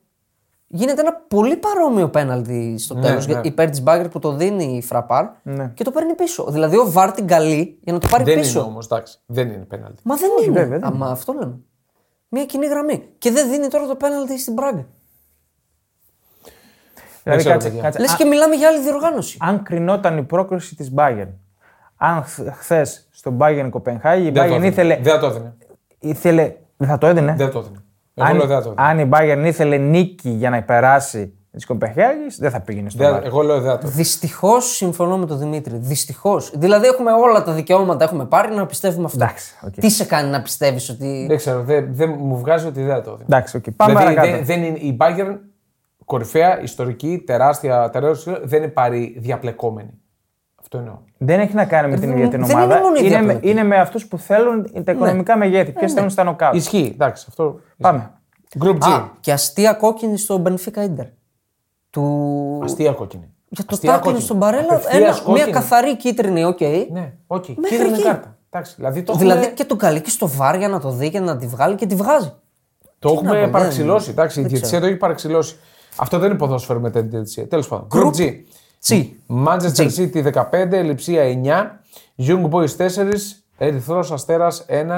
B: γίνεται ένα πολύ παρόμοιο πέναλτι στο τέλος
A: ναι.
B: υπέρ της Μπάγκερ που το δίνει η Φραπάρ και το παίρνει πίσω. Δηλαδή ο Βάρ την καλεί για να το πάρει
A: Δεν
B: πίσω.
A: είναι όμως, εντάξει. Δεν είναι πέναλτι.
B: Μα δεν είναι.
C: βέβαια, δεν
B: Α, μα αυτό λέμε. Μια κοινή γραμμή. Και δεν δίνει τώρα το πέναλτι στην Μπράγκα.
C: Δηλαδή,
A: ξέρω,
C: κάτσε,
A: παιδιά.
C: κάτσε.
B: Λες
C: Α-
B: και μιλάμε για άλλη διοργάνωση.
C: αν κρινόταν η πρόκριση της Bayern, αν χθε στον Bayern Κοπενχάγη, η
A: Δεν το
C: Bayern
A: έδινε.
C: ήθελε.
A: Δεν το έδινε.
C: ήθελε... Δεν θα το έδινε.
A: Δεν το έδινε. Εγώ
C: αν,
A: λέω δεν το έδινε.
C: αν η Bayern ήθελε νίκη για να υπεράσει τη Κοπενχάγη, δεν θα πήγαινε στον
A: Δεν-
C: Bayern.
A: Εγώ λέω δεν το έδινε.
B: Δυστυχώς συμφωνώ με τον Δημήτρη. Δυστυχώς. Δηλαδή έχουμε όλα τα δικαιώματα έχουμε πάρει να πιστεύουμε αυτό.
C: Εντάξει, οκ.
B: Τι σε κάνει να πιστεύεις ότι.
A: Δεν ξέρω, δεν δεν μου βγάζει ότι δεν το έδινε.
C: Εντάξει, οκ. Πάμε
A: δηλαδή,
C: παρακάτω.
A: δεν- δεν είναι, η Bayern κορυφαία, ιστορική, τεράστια, τεράστια, δεν είναι πάρει διαπλεκόμενη. Αυτό εννοώ.
C: Δεν έχει να κάνει με την
B: Δεν-
C: ίδια την
B: δεν είναι
C: ομάδα.
B: μόνο η ίδια Ναι.
C: με,
B: πλευρά.
C: είναι με αυτούς που θέλουν τα οικονομικά μεγέθη. Ποιες
B: ναι.
C: θέλουν στα νοκάου.
A: Ισχύει, εντάξει, αυτό.
C: Πάμε.
A: Group G.
B: Α, και αστεία κόκκινη στο Benfica Inter. Του...
A: Αστεία κόκκινη.
B: Για το
A: Αστεία
B: τάκλινγκ
A: κόκκινη.
B: στον Παρέλα,
A: Απευθείας
B: ένα, μια
A: κόκκινη.
B: καθαρή κίτρινη, οκ.
A: Ναι, όχι. Okay.
B: Μέχρι
A: Κίτρινη
B: εκεί.
A: κάρτα. Εντάξει, δηλαδή το
B: Δηλαδή
A: έχουμε,
B: και τον καλεί και στο βάρ για να το δει και να τη βγάλει και τη βγάζει.
A: το έχουμε
B: πω, δεν-
A: παραξηλώσει. Εντάξει, η
B: δεν
A: διαιτησία το έχει παραξηλώσει. Αυτό δεν είναι ποδόσφαιρο με την διαιτησία. Τέλος πάντων.
B: Group
A: Group G.
B: Τσι.
A: Manchester City 15, Λιψία 9, Young Boys 4, Ερυθρός Αστέρας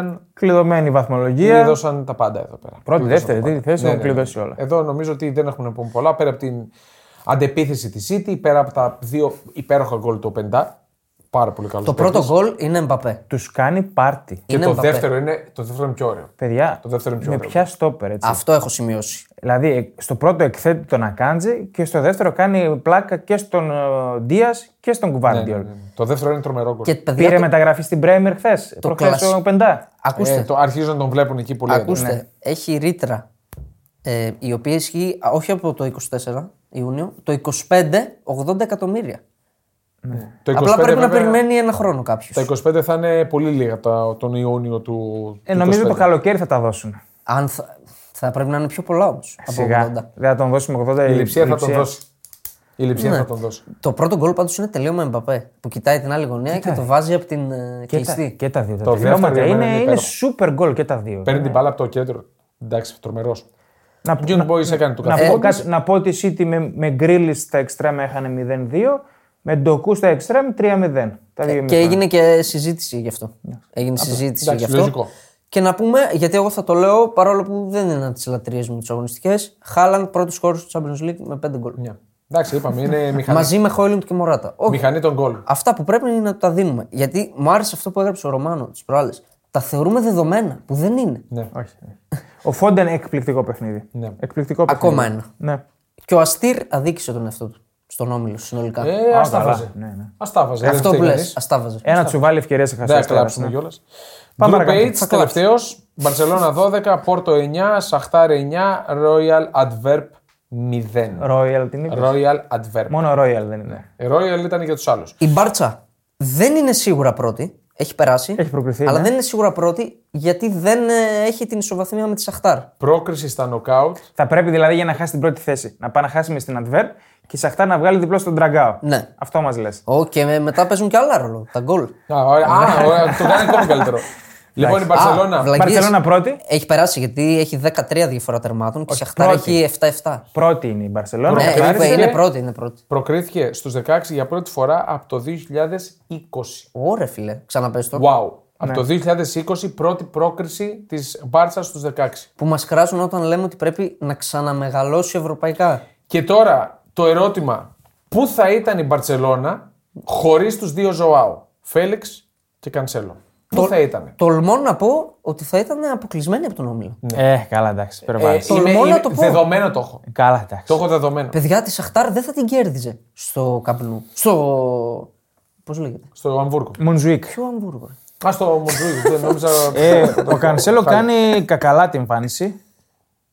A: 1.
C: Κλειδωμένη η βαθμολογία.
A: Κλείδωσαν τα πάντα εδώ πέρα.
C: Ναι. Πρώτη,
A: Κλείδωσαν
C: δεύτερη,
A: τα πάντα. Ναι,
C: τρίτη θέση, έχουν κλειδώσει όλα.
A: Εδώ νομίζω ότι δεν έχουμε να πούμε πολλά πέρα από την αντεπίθεση της City, πέρα από τα δύο υπέροχα γκολ του 50. Πάρα πολύ καλός.
B: Το πρώτο γκολ είναι Μπαπέ.
C: Τους κάνει πάρτι.
A: Και
B: είναι
A: το
B: Mbappé.
A: δεύτερο, είναι, το δεύτερο είναι πιο ωραίο.
C: Παιδιά,
A: Ναι. Το δεύτερο είναι πιο
C: με
A: ωραίο.
C: ποια στόπερ έτσι.
B: Αυτό έχω σημειώσει.
C: Δηλαδή, ε, στο πρώτο εκθέτει τον Ακάντζη και στο δεύτερο κάνει πλάκα και στον Ντία και στον
A: Ναι,
C: Κουβάρντιολ.
A: Το δεύτερο είναι τρομερό γκολ.
B: Και παιδιά,
C: Πήρε
B: το-
C: μεταγραφή στην Πρέμιερ χθες. Το
B: Δηλαδή, κλασ-
C: κλασικό πεντά.
B: ακούστε,
A: Ε, το αρχίζουν να τον βλέπουν εκεί πολύ. έντονα.
B: ακούστε έχει ρήτρα ε, η οποία ισχύει α, όχι από το 24 Ιούνιο, το 25 80 εκατομμύρια.
A: Το 25,
B: Απλά πρέπει
A: βέβαια,
B: να περιμένει ένα χρόνο κάποιος.
A: Τα 25 θα είναι πολύ λίγα τα, τον Ιούνιο του.
C: Ε,
A: του
C: νομίζω
A: 25.
C: το καλοκαίρι θα τα δώσουν.
B: Αν θα, θα πρέπει να είναι πιο πολλά όμως.
C: Σιγά.
B: Από 80.
C: Δεν θα τον δώσουμε 80
A: Η λειψία θα τον δώσει. Η λειψία
C: Ναι.
A: θα τον δώσει.
B: Το πρώτο γκολ πάντως είναι τελείωμα Μπαπέ που κοιτάει την άλλη γωνία και το βάζει από την ε,
C: Και τα,
B: κλειστή.
C: και τα δύο.
A: Το
C: Το
A: δεύτερο για μένα
C: είναι,
A: είναι
C: είναι
A: υπέροχο.
C: super goal και τα δύο.
A: Παίρνει την μπάλα από το κέντρο. Εντάξει, τρομερός.
C: Να, πω-
A: Young Boys έκανε το
C: να,
B: Ε,
A: καθένα.
C: πω, κάτι- να πω ότι η City με, με Grealish στα εξτρέμ έχανε 0-2, με Ντοκού στα εξτρέμ 3-0. Τα δύο
B: Ε, Και
C: ημίχρονα.
B: έγινε και συζήτηση γι' αυτό. Έγινε συζήτηση
A: Ναι. εντάξει,
B: γι' αυτό.
A: λογικό.
B: Και να πούμε, γιατί εγώ θα το λέω παρόλο που δεν είναι τις λατρείες μου τις αγωνιστικές. Χάλαν πρώτος χώρος του Champions League με 5 γκολ.
A: Μια. Ναι. Εντάξει, είπαμε, είναι μηχανή,
B: Μαζί με Χόιλουντ και Μωράτα. Όχι.
A: μηχανή των γκολ.
B: Αυτά που πρέπει είναι να τα δίνουμε. Γιατί μου άρεσε αυτό που έγραψε ο Ρωμάνο τις προάλλες. Τα θεωρούμε δεδομένα που δεν είναι.
A: Ναι.
C: Όχι. Ο Φόντεν εκπληκτικό παιχνίδι.
A: Ναι.
C: Εκπληκτικό παιχνίδι.
B: Ακόμα ένα.
C: Ναι.
B: Και ο Αστήρ αδίκησε τον εαυτό του στον όμιλο συνολικά.
A: Ε, α τα
C: καλά.
A: βάζει.
C: Ναι, ναι.
A: Ας τα βάζει.
B: Αυτό
A: δεν Ε,
B: που λε,
A: φταίει
B: ας τα βάζε.
C: Ένα τσουβάλι ευκαιρίας σε
A: Δεν θα
C: χασίσει.
A: κλάψουμε κιόλα.
C: ναι. Πάμε
A: Group
C: παρακάτω.
A: 8, τελευταίος. Μπαρσελόνα 12, Πόρτο 9, Σαχτάρ 9, Royal Adverb 0.
C: Royal την είπε.
A: Royal Adverb.
C: Μόνο Royal δεν είναι.
A: Royal ήταν Ε, για τους άλλους.
B: Η Μπάρτσα δεν είναι σίγουρα πρώτη. Έχει περάσει.
C: Έχει προκληθεί,
B: Αλλά
C: ναι.
B: δεν είναι σίγουρα πρώτη γιατί δεν ε, έχει την ισοβαθμία με τη Σαχτάρ.
A: Πρόκριση στα νοκάουτ.
C: Θα πρέπει δηλαδή για να χάσει την πρώτη θέση να πάει να χάσει με στην Αντβέρ και η Σαχτάρ να βγάλει διπλό στον Τραγκάο.
B: Ναι.
C: Αυτό μας λες.
B: Ω, και με- μετά παίζουν και άλλα ρόλο. Τα γκολ.
A: Α, ωραία. Α, ωραία. Το κάνει ακόμη καλύτερο. Λοιπόν, η
B: Α,
A: Μπαρσελόνα.
B: βλα- Λαγκίες.
C: Μπαρσελόνα πρώτη.
B: Έχει περάσει γιατί έχει 13 διαφορά τερμάτων και η Σαχτάρ
C: πρώτη.
B: έχει 7-7.
C: Πρώτη είναι η Μπαρσελόνα.
B: Ναι,
A: Προκρίθηκε.
B: είπε, είναι πρώτη, είναι πρώτη.
A: Προκρίθηκε στους 16 για πρώτη φορά από το 2020.
B: Ωρε φίλε, ξαναπες το.
A: Wow. Από
B: Ναι.
A: το 2020 πρώτη πρόκριση της Μπάρτσα στου 16.
B: Που μας κράζουν όταν λέμε ότι πρέπει να ξαναμεγαλώσει ευρωπαϊκά.
A: Και τώρα το ερώτημα. Πού θα ήταν η Μπαρσελόνα χωρίς τους δύο Ζωάου, Φέληξ και Κανσέλο. Πού θα ήταν.
B: Τολμώ να πω ότι θα ήταν αποκλεισμένη από τον όμιλο.
C: Ε, καλά εντάξει.
A: Ε,
C: Υπερβάλλεις.
B: τολμώ να το πω.
A: Δεδομένο το έχω.
C: Καλά εντάξει.
A: Το έχω δεδομένο.
B: Παιδιά τη Σαχτάρ δεν θα την κέρδιζε στο καπνού. Στο. Πώς λέγεται.
A: Στο Αμβούργο.
C: Μοντζουίκ.
B: Ποιο Αμβούργο. ρε.
A: Α, στο Μοντζούι. Δεν νόμιζα.
C: Ε, ο Κανσέλο κάνει κακαλά την εμφάνιση.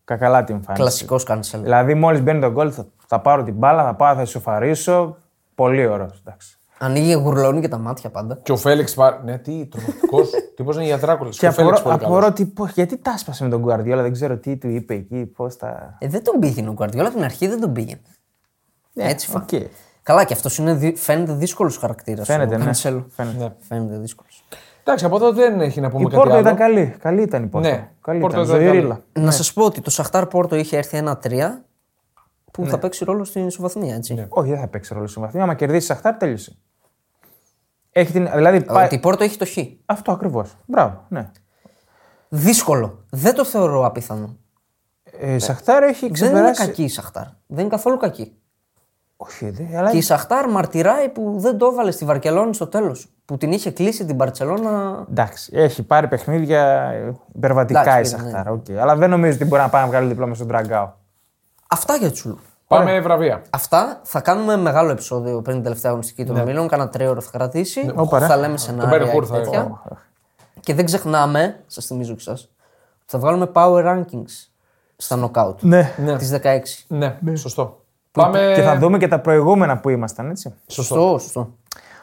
C: Κακαλά την εμφάνιση.
B: Κλασικός Κανσέλο.
C: Δηλαδή, μόλις μπαίνει τον γκολ, θα, θα πάρω την μπάλα, θα πάω, θα ισοφαρίσω. Πολύ ωραίος. εντάξει.
B: Ανοίγει γουρλώνει και τα μάτια πάντα.
A: Και ο Φέληξ. πα- Ναι, τι τρομακτικός. Τι πώ είναι για Δράκουλα.
C: Και
A: ο Φέληξ
C: απορώ,
A: πολύ καλός.
C: απορώ τι, πώς, γιατί τα άσπασε με τον Γκουαρδιόλα, δεν ξέρω τι του είπε εκεί, πώς τα.
B: Ε, δεν τον πήγαινε ο Γκουαρδιόλα από την αρχή, δεν τον πήγαινε. Έτσι φάνηκε.
C: οκ.
B: Καλά, και αυτός είναι, δι- φαίνεται δύσκολος χαρακτήρας.
C: Φαίνεται,
B: ο
C: ναι.
B: Κανσέλο.
C: Φαίνεται.
B: Φαίνεται δύσκολος.
A: Εντάξει, από εδώ δεν έχει να πούμε
C: Η
A: κάτι άλλο.
C: Πόρτο ήταν καλή. Καλή ήταν η Πόρτο.
A: Ναι,
C: καλή
A: Πόρτο
C: ήταν.
A: ήταν καλή.
C: Ζωηρίλα.
B: Να σας πω ότι το Σαχτάρ Πόρτο είχε έρθει 1-3 που
C: Ναι.
B: θα παίξει ρόλο στην ισοβαθμία. Έτσι.
C: Όχι, δεν θα παίξει ρόλο στη βαθμία. Άμα κερδίσει η Σαχτάρ, τέλειωσε. Έχει την. Δηλαδή,
B: Αλλά
C: πάει...
B: ότι η Πόρτο έχει το χ.
C: Αυτό ακριβώς. Μπράβο. Ναι.
B: Δύσκολο. Δεν το θεωρώ απίθανο.
A: Ναι.
C: Ε, η Σαχτάρ έχει
B: Δεν είναι
C: ξεπεράσει.
B: κακή η Σαχτάρ. Δεν είναι καθόλου κακή.
C: Ναι. Όχι, δεν. Αλλά
B: Και η Σαχτάρ μαρτυράει που δεν το έβαλε στη Βαρκελόνη στο τέλος. Που την είχε κλείσει την Παρσελώνα.
C: Εντάξει, έχει πάρει παιχνίδια υπερβατικά η
B: Εντάξει,
A: ναι.
B: πήρε,
C: Σαχτάρ. οκ. Αλλά δεν νομίζω ότι μπορεί να πάει να βγάλει διπλό με στον Τραγκάο.
B: Αυτά για Τσούλου.
A: Πάμε βραβεία.
B: Αυτά θα κάνουμε μεγάλο επεισόδιο πριν την τελευταία αγωνιστική των ομίλων. Κάνα τρία ώρα θα κρατήσει.
C: Ναι. όπα,
B: θα
C: ρε.
B: λέμε
A: Μπέρι
B: σενάρια
A: Χουρ
B: και
A: θα
B: τέτοια. Και δεν ξεχνάμε, σας θυμίζω και σας, ότι θα βγάλουμε power rankings στα knockout.
C: Ναι.
B: Τις 16.
A: Ναι, σωστό. Πάμε.
C: Και θα δούμε και τα προηγούμενα που ήμασταν, έτσι.
B: Σωστό, σωστό.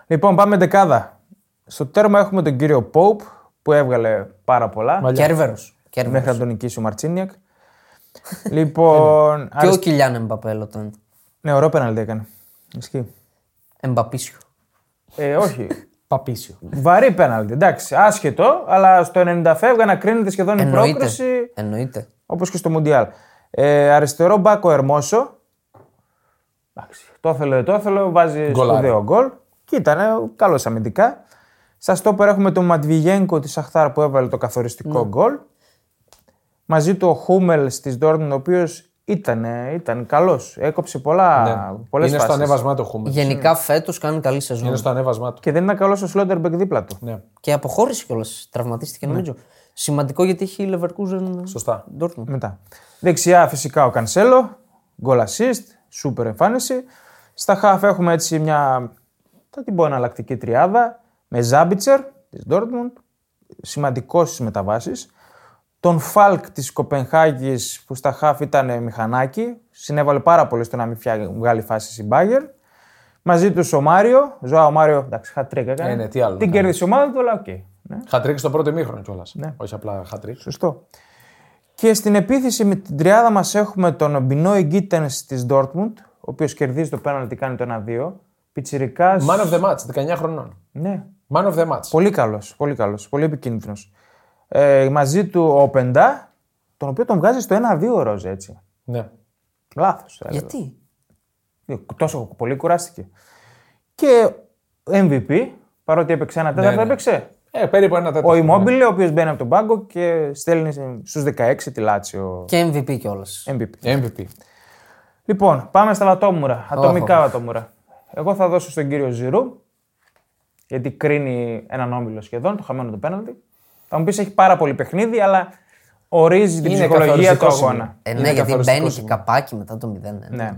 C: Λοιπόν, πάμε δεκάδα. Στο τέρμα έχουμε τον κύριο Πόπ που έβγαλε πάρα πολλά.
B: Κέρβερος. Κέρβερος.
C: Μέχρι να τον νικήσει ο Μαρτσίνιακ. λοιπόν.
B: Και
C: αρισ...
B: ο Κιλιάν Εμπαπέ Λοτέν.
C: Ναι, ωραίο πέναλτι έκανε. Ισχύει.
B: Εμπαπίσιο.
C: Ε, όχι.
A: Παπίσιο.
C: Βαρύ πέναλτι. Εντάξει, άσχετο, αλλά στο 90 φεύγα να κρίνεται σχεδόν η
B: Εννοείται.
C: πρόκριση. Ναι.
B: Εννοείται.
C: Όπως και στο Μουντιάλ. Ε, αριστερό μπάκο Ερμόσο. Εντάξει, το ήθελε, το ήθελε, βάζει
A: Γκολάρα.
C: σπουδαίο γκολ. Και ήταν καλό αμυντικά. Στα στόπερ έχουμε τον Ματβιγένκο τη Αχτάρ που έβαλε το καθοριστικό γκολ. Μαζί του ο Χούμελ τη Ντόρντον, ο οποίος ήταν, ήταν καλός. Έκοψε πολλά, πολλές
A: Ναι. Είναι στο
C: φάσεις.
A: ανέβασμά του έχουμε.
B: Γενικά φέτος κάνει καλή σεζόν.
C: Ναι.
A: Είναι στο ανέβασμά του.
C: Και δεν ήταν καλός ο Σλόντερμπεκ δίπλα του.
A: Ναι,
B: Και αποχώρησε κιόλας. Τραυματίστηκε
C: Ναι.
B: νομίζω. Σημαντικό γιατί έχει η Leverkusen.
A: σωστά.
B: Dortmund.
C: Μετά. Δεξιά φυσικά ο Κανσέλο, γκολ assist, σούπερ εμφάνιση. Στα χαφ έχουμε έτσι μια, θα την πω εναλλακτική τριάδα, με Ζάμπιτσερ της Dortmund, σημαντικός στις μεταβάσεις. Τον Φάλκ της Κοπενχάγης που στα χαφ ήταν μηχανάκι, συνέβαλε πάρα πολύ στο να μην φιά- βγάλει φάση η Μπάγκερ. Μαζί του ο Μάριο, Ζωά ο Μάριο, εντάξει, χατρίκ έκανε.
A: Ε, ναι, τι άλλο
C: την
A: να κάνει.
C: κέρδισε η ομάδα του, αλλά οκ. Ναι.
A: Χατρίκ στο πρώτο ημίχρονο κιόλας. Όχι απλά χατρίκ.
C: Σωστό. Και στην επίθεση με την τριάδα μας έχουμε τον Μπινόι Γκίτεν της Ντόρτμουντ, ο οποίος κερδίζει το πέναλτι, κάνει το 1-2. Πιτσυρικά.
A: Man of the match, 19 χρονών.
C: Ναι.
A: Man of the match.
C: Πολύ καλός, πολύ καλός, πολύ επικίνδυνος. Ε, μαζί του ο Πεντά, τον οποίο τον βγάζει στο 1-2 ο Ροζ, έτσι.
A: Ναι.
C: Λάθος.
B: Γιατί.
C: Ε, Τόσο πολύ κουράστηκε. Και MVP, παρότι έπαιξε ένα τέταρτο,
A: ναι.
C: έπαιξε.
A: Ε, περίπου ένα τέταρτο.
C: Ο Immobile, ο οποίος μπαίνει από τον πάγκο και στέλνει στους 16 τη Λάτσιο
B: Και MVP κιόλα.
C: MVP.
A: MVP.
C: Λοιπόν, πάμε στα βατόμουρα. Ατομικά
B: Όχο.
C: βατόμουρα. Εγώ θα δώσω στον κύριο Ζηρού, γιατί κρίνει έναν όμιλο σχεδόν, το χαμένο του πέναλτι. Θα μου πεις έχει πάρα πολύ παιχνίδι, αλλά ορίζει την
A: Είναι
C: ψυχολογία του
A: καθοριστικός σημείο.
C: αγώνα.
B: Ε,
A: Είναι
B: ναι, γιατί
A: καθοριστικό
B: μπαίνει και
A: σημείο.
B: καπάκι μετά το 0. ε.
C: Ναι.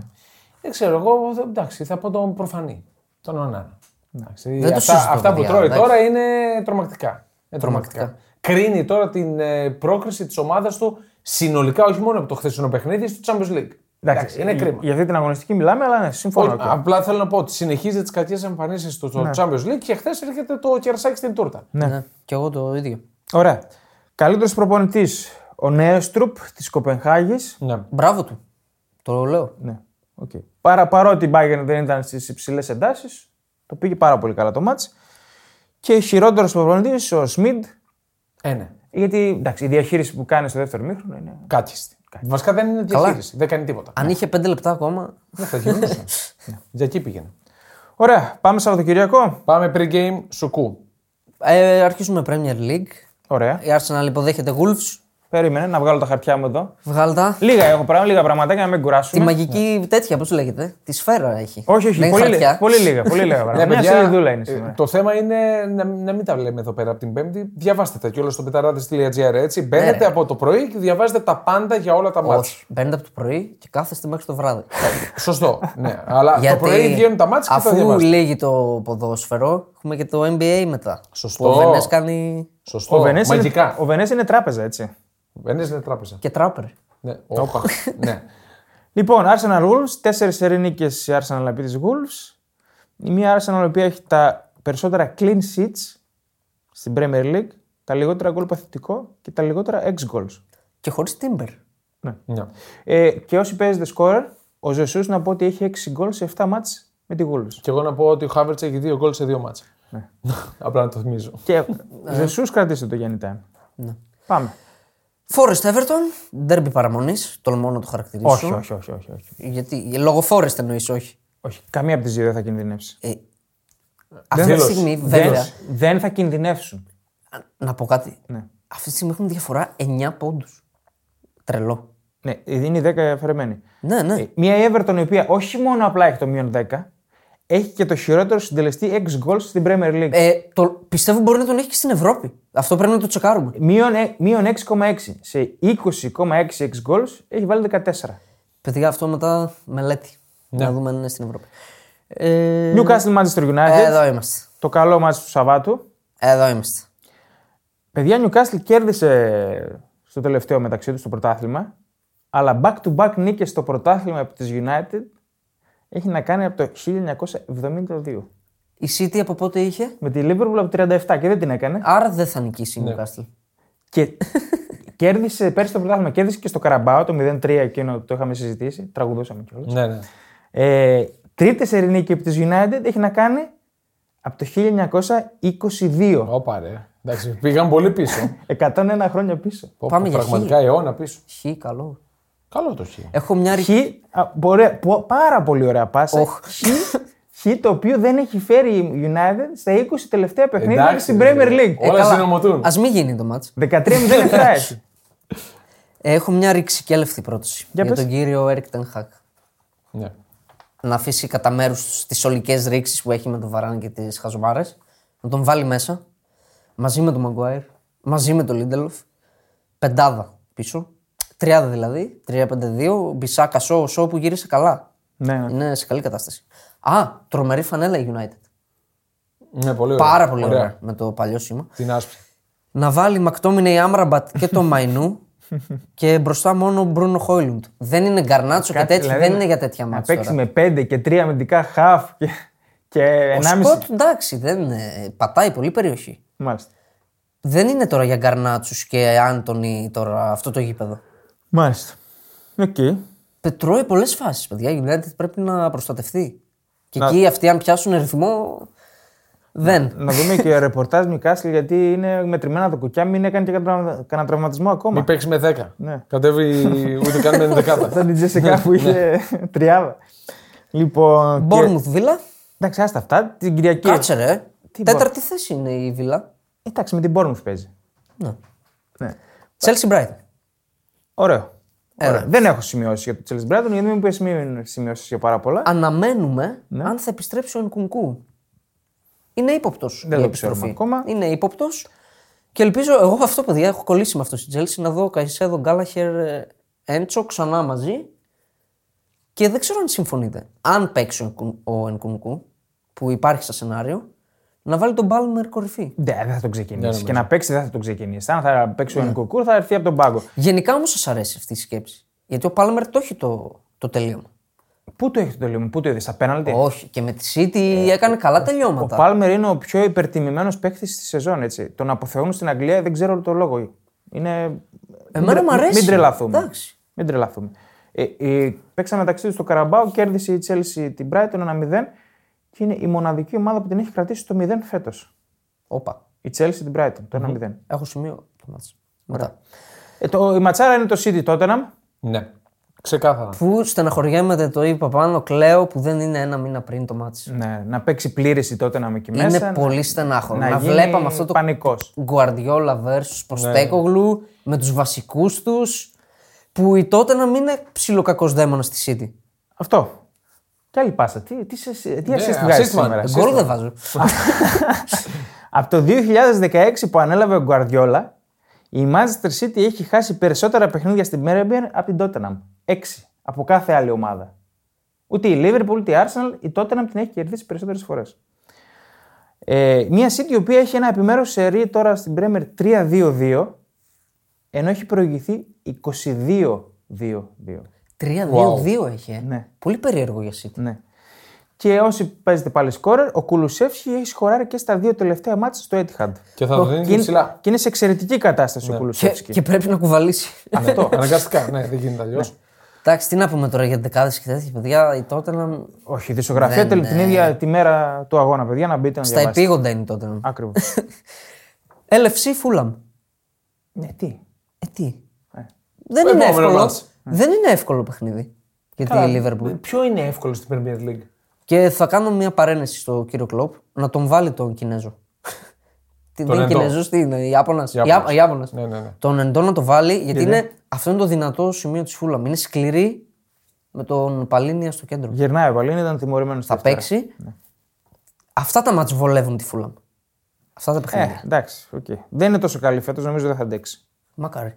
A: Δεν ξέρω, εγώ εντάξει, θα πω τον προφανή. Τον Ονάνα. Εντάξει,
B: Δεν το
A: αυτά,
B: συζητώ,
A: αυτά που
B: παιδιά,
A: τρώει
B: εντάξει.
A: τώρα είναι τρομακτικά. Είναι τρομακτικά.
B: Τρομακτικά.
A: Κρίνει τώρα την ε, πρόκριση της ομάδας του συνολικά, όχι μόνο από το χθεσινό παιχνίδι, στο Champions League. Εντάξει, είναι κρίμα.
C: Για αυτή την αγωνιστική μιλάμε, αλλά ναι, συμφωνώ.
A: Όχι,
C: και.
A: Απλά θέλω να πω ότι συνεχίζει τις κακές εμφανίσεις στο στο Champions League και χθες έρχεται το κερσάκι στην τούρτα.
C: Ναι.
B: Ναι. Και εγώ το ίδιο.
C: Ωραία. Καλύτερος προπονητής, ο Νέστρουπ της Κοπενχάγης.
A: Ναι.
B: Μπράβο του. Το λέω.
C: Ναι. Okay. Παρα, παρότι η Bayern δεν ήταν στις υψηλές εντάσεις, το πήγε πάρα πολύ καλά το μάτς. Και χειρότερος προπονητής, ο Σμιντ,
A: Ε, ναι.
C: γιατί εντάξει, η διαχείριση που κάνει στο δεύτερο μήχρονο είναι.
A: Κάκιστη. Βασικά δεν είναι διαχείριση. Δεν κάνει τίποτα.
B: Αν είχε πέντε λεπτά ακόμα.
A: Δεν θα γινόταν. Για εκεί πήγαινε.
C: Ωραία, πάμε Σαββατοκυριακό.
A: Πάμε pre-game σουκού.
B: Ε, αρχίζουμε Premier League.
C: Ωραία.
B: Η Arsenal υποδέχεται Wolves.
C: Περίμενε να βγάλω τα χαρτιά μου εδώ.
B: Βγάλ τα.
C: Λίγα έχω πράγμα, λίγα πραγματάκια να μην
B: Τη
A: Ναι.
C: κουράσουμε.
B: μαγική τέτοια, πώς λέγεται. Τη σφαίρα έχει.
C: Όχι, όχι,
B: Δεν είναι
C: πολύ,
B: χαρτιά.
C: λίγα, πολύ λίγα. Πολύ λίγα πράγματα. Ναι, Μια σελίδουλα είναι
A: ε,
C: σήμερα.
A: το θέμα είναι να, να μην τα λέμε εδώ πέρα από την Πέμπτη. Διαβάστε τα κιόλας στο πεταράδε.gr. Έτσι. Μπαίνετε
B: ρε.
A: από το πρωί και διαβάζετε τα πάντα για όλα τα μάτια.
B: Όχι. Μπαίνετε από το πρωί και κάθεστε μέχρι το βράδυ.
A: Σωστό. ναι. Αλλά το πρωί βγαίνουν τα μάτια και τα
B: Αφού
A: διαβάζετε.
B: λύγει το ποδόσφαιρο, έχουμε και το NBA μετά.
A: Σωστό.
B: Που Ο Βενές κάνει
A: Σωστό.
C: Ο Βενές είναι,
A: Μαγικά.
C: ο Βενές είναι τράπεζα, έτσι.
A: Ο Βενές είναι τράπεζα.
B: και τράπερ.
A: Ναι. Όπα. ναι.
C: Λοιπόν, Arsenal Wolves, τέσσερις σερή νίκε η Arsenal επί τη Wolves. Η μία Arsenal η οποία έχει τα περισσότερα clean sheets στην Premier League, τα λιγότερα γκολ παθητικό και τα λιγότερα ex goals.
B: Και χωρίς Τίμπερ.
A: ναι.
C: Ε, και όσοι παίζετε scorer, ο Ζεσού να πω ότι έχει 6 γκολ σε 7 μάτς με τη Wolves.
A: Και εγώ να πω ότι ο Χάβερτ έχει δύο γκολ σε δύο μάτσα. Απλά να το θυμίζω.
C: Και
B: Ναι.
C: Ζεσού κρατήστε το Γιάννη Time. Πάμε.
B: Φόρεστ Εύερτον, ντέρμπι παραμονής. Τολμώ να το χαρακτηρίσω.
C: Όχι, όχι, όχι, όχι, όχι.
B: Γιατί λόγω Φόρεστ εννοείς, όχι.
C: όχι. Καμία από τις δύο δεν θα κινδυνεύσει.
B: Ε, αυτή τη
A: δήλωσες.
B: στιγμή,
C: Δεν,
B: βέβαια,
C: δεν θα κινδυνεύσουν.
B: να πω κάτι.
C: Ναι.
B: Αυτή τη στιγμή έχουν διαφορά 9 πόντους. Τρελό.
C: Ναι, είναι οι 10 αφαιρεμένοι.
B: Ναι, ναι.
C: Ε, Μια Everton η οποία όχι μόνο απλά έχει το μείον 10, έχει και το χειρότερο συντελεστή 6 goals στην Premier League.
B: Ε, το, πιστεύω μπορεί να τον έχει και στην Ευρώπη. Αυτό πρέπει να το τσεκάρουμε.
C: Μείον, ε- μείον 6,6. Σε 20,6 6 goals έχει βάλει 14.
B: Παιδιά, αυτό μετά μελέτη.
C: Ναι.
B: Να δούμε αν είναι στην Ευρώπη. Ε,
C: Newcastle Manchester United.
B: εδώ είμαστε.
C: Το καλό μάτς του Σαββάτου.
B: Εδώ είμαστε.
C: Παιδιά, Newcastle κέρδισε στο τελευταίο μεταξύ τους το πρωτάθλημα. Αλλά back-to-back νίκες στο πρωτάθλημα από της United έχει να κάνει από το 1972.
B: Η City από πότε είχε,
C: Με τη Liverpool από 37 και δεν την έκανε.
B: άρα δεν θα νικήσει
C: Ναι.
B: η Newcastle.
C: Και κέρδισε πέρσι το πρωτάθλημα, κέρδισε και στο Καραμπάο το 0-3 εκείνο το είχαμε συζητήσει. Τραγουδούσαμε κιόλας.
A: ναι, ναι.
C: Ε, τρίτη σερή νίκη από της United έχει να κάνει από το 1922.
A: Όπα ρε. Εντάξει, πήγαν πολύ πίσω.
C: 101 χρόνια πίσω.
A: Πω,
B: Πάμε
A: πω,
B: για
A: Πραγματικά αιώνα πίσω.
B: Χ, καλό.
A: Καλό το χ.
B: Έχω μια ρι...
C: Χ, α, μπορεί- πο- πάρα πολύ ωραία πάσα.
B: Οχ.
C: Χ, χ, το οποίο δεν έχει φέρει η United στα 20 τελευταία παιχνίδια
A: Εντάξει,
C: στην
A: ρε.
C: Premier League.
A: όλα συνομωτούν.
B: Α Ε, μην γίνει το μάτσο.
C: 13-07 έτσι.
B: Έχω μια ρηξικέλευτη πρόταση για,
C: πες.
B: τον κύριο Έρικ Τενχάκ.
A: Ναι.
B: Να αφήσει κατά μέρους τις ολικές ρήξεις που έχει με τον Βαράν και τις Χαζομάρες, να τον βάλει μέσα μαζί με τον Μαγκουάιρ, μαζί με τον Λίντελοφ. Πεντάδα πίσω. Τριάδα δηλαδή. 3-5-2. Μπισάκα, Σο, Σο που γύρισε καλά.
C: ναι, ναι.
B: Είναι σε καλή κατάσταση. Α, τρομερή φανέλα η United.
A: ναι, πολύ ωραία.
B: Πάρα πολύ ωραία με το παλιό σήμα.
A: Την άσπρη.
B: να βάλει Μακτόμινε η Άμραμπατ και το Μαϊνού και μπροστά μόνο ο Μπρούνο Χόιλουντ. Δεν είναι Γκαρνάτσο και
C: Κάτι,
B: τέτοιοι,
C: δηλαδή,
B: δεν είναι για τέτοια
C: Να
B: μάτια.
C: παίξει με 5 και 3 αμυντικά χαφ και, και
B: Ο
C: 1,5.
B: Σκότ, εντάξει, δεν, ε, πατάει πολύ περιοχή.
C: Μάλιστα.
B: Δεν είναι τώρα για Γκαρνάτσους και Άντωνη τώρα αυτό το γήπεδο.
C: Μάλιστα. Οκ.
B: Πετρώει πολλές φάσεις, παιδιά. Η United πρέπει να προστατευτεί. Και εκεί αυτοί, αν πιάσουν ρυθμό. Δεν.
C: Να δούμε και ρεπορτάζ Νιουκάσλ γιατί είναι μετρημένα τα κουκιά, μην έκανε και κανένα κανένα τραυματισμό ακόμα.
A: Μην παίξεις με 10.
C: Ναι.
A: Κατέβει ούτε καν με
C: Σαν
A: 11.
C: την Τζεσικά που είχε τριάδα. Λοιπόν. και-
B: Μπόρμουθ Βίλα.
C: Εντάξει, άστα αυτά. Την Κυριακή.
B: Κάτσε ρε.
C: Τι
B: Τέταρτη θέση είναι η Βίλα.
C: Εντάξει, με την Bournemouth παίζει.
B: Ναι.
C: Ναι.
B: Chelsea Brighton.
C: Ωραίο. Ωραίο. Δεν έχω σημειώσεις για το Chelsea Brighton γιατί μου είπες μην σημειώσεις για πάρα πολλά.
B: αναμένουμε
C: Ναι.
B: αν θα επιστρέψει ο Ενκουνκού. Είναι ύποπτος.
C: Δεν το ξέρουμε ακόμα.
B: Είναι ύποπτος. Και ελπίζω, εγώ αυτό παιδιά έχω κολλήσει με αυτό στην Τζέλση να δω Καϊσέδο Γκάλαχερ ε, Έντσο ξανά μαζί. Και δεν ξέρω αν συμφωνείτε. Αν παίξει ο Ενκουν- ο Ενκουνκού, που υπάρχει σαν σενάριο, να βάλει τον Μπάλμερ κορυφή.
C: Ναι, δεν θα τον ξεκινήσει. και να παίξει δεν θα τον ξεκινήσει. Αν θα παίξει ο Νικοκούρ θα έρθει από τον πάγκο.
B: Γενικά όμως σας αρέσει αυτή η σκέψη. Γιατί ο Πάλμερ το έχει το, το τελείωμα.
C: Πού το έχει το τελείωμα, πού το είδες, στα πέναλτι.
B: Όχι, και με τη City έκανε καλά
C: Ε. Ο
B: τελειώματα.
C: Πάλμερ είναι ο πιο υπερτιμημένος παίκτης στη σεζόν. Έτσι. Τον αποθεώνουν στην Αγγλία, δεν ξέρω το λόγο. Είναι...
B: Εμένα μου αρέσει.
C: Μην τρελαθούμε.
B: Εντάξει.
C: Μην τρελαθούμε. Ε, ε, παίξαν μεταξύ τους στο Καραμπάο, κέρδισε η Chelsea την Brighton 1-0 και είναι η μοναδική ομάδα που την έχει κρατήσει το 0 φέτος.
B: Όπα.
C: Η Chelsea την Brighton, το 1-0.
B: Έχω σημείο το μάτς. Μετά.
C: Ε, το, η ματσάρα είναι το City Tottenham.
A: Ναι. Ξεκάθαρα.
B: Που στεναχωριέμαι το είπα πάνω, κλαίω που δεν είναι ένα μήνα πριν το μάτς.
C: Ναι, να παίξει πλήρης η Tottenham εκεί μέσα.
B: Είναι
C: να-
B: πολύ στενάχωρο. Να,
C: γίνει Ναι.
B: βλέπαμε αυτό το
C: πανικός.
B: Γκουαρδιόλα versus Ποστέκογλου με τους βασικούς τους που η τότε να μην είναι ψιλοκακός δαίμονας στη City.
C: Αυτό. Και άλλη πάσα. Τι, τι, σε- τι assist
A: Ναι, assist
C: βγάζεις
A: man.
C: σήμερα.
A: Assist.
B: Γκολ δεν βάζω.
C: Από το 2016 που ανέλαβε ο Γκουαρδιόλα, η Manchester City έχει χάσει περισσότερα παιχνίδια στην Premier από την Tottenham. Έξι. Από κάθε άλλη ομάδα. Ούτε η Liverpool, ούτε η Arsenal, η Tottenham την έχει κερδίσει περισσότερες φορές. Ε, μια City η οποία έχει ένα επιμέρους σερί τώρα στην Premier 3-2-2, ενώ έχει προηγηθεί 22-2-2.
B: 3-2-2 έχει. ε.
C: Ναι.
B: Πολύ περίεργο για City.
C: Ναι. Και όσοι παίζετε πάλι σκόρερ, ο Κουλουσεύσκι έχει σκοράρει και στα δύο τελευταία μάτια στο Etihad.
A: Και θα το δίνει και
C: είναι-
A: ψηλά.
C: Και είναι σε εξαιρετική κατάσταση ο
B: Ναι. Και,
C: Κουλουσεύσκι.
B: και πρέπει να κουβαλήσει.
A: Αυτό. Αναγκαστικά. Ναι, δεν γίνεται αλλιώς.
B: Εντάξει, τι να πούμε τώρα για δεκάδες και τέτοια παιδιά. Η τότε να.
C: Όχι, η δισογραφία
B: Δεν,
C: τελ- την ίδια τη μέρα του αγώνα, παιδιά, να μπείτε να
B: Ναι, Στα
C: διαβάσετε.
B: επίγοντα είναι τότε να.
C: Ακριβώ.
B: LFC Fulham.
C: ναι, τι.
B: Ε, τι. Δεν, είναι
A: Ε, Επόμενο
B: εύκολο,
A: μάτς. Ναι.
B: δεν είναι εύκολο παιχνίδι για τη Liverpool.
A: Ποιο είναι εύκολο στην Premier League.
B: Και θα κάνω μια παρένεση στο κύριο Κλοπ να τον βάλει τον Κινέζο. Τι δεν είναι
A: Εντό.
B: Κινέζος, τι είναι, Ιάπωνας.
A: Ιάπωνας.
B: Ιάπωνας.
A: Ναι, ναι, ναι.
B: Τον εντό να το βάλει, γιατί είναι, αυτό είναι το δυνατό σημείο της Φούλαμ. Είναι σκληρή με τον Παλίνια στο κέντρο.
A: Ναι,
C: Γυρνάει ο Βαλίνη, ήταν τιμωρημένο.
B: θα παίξει. Αυτά τα μάτς βολεύουν τη Φούλαμ. Αυτά τα
C: Ε,
B: παιχνίδια.
C: εντάξει, οκ. Δεν είναι τόσο καλή φέτος, νομίζω δεν θα αντέξει.
B: Μακάρι.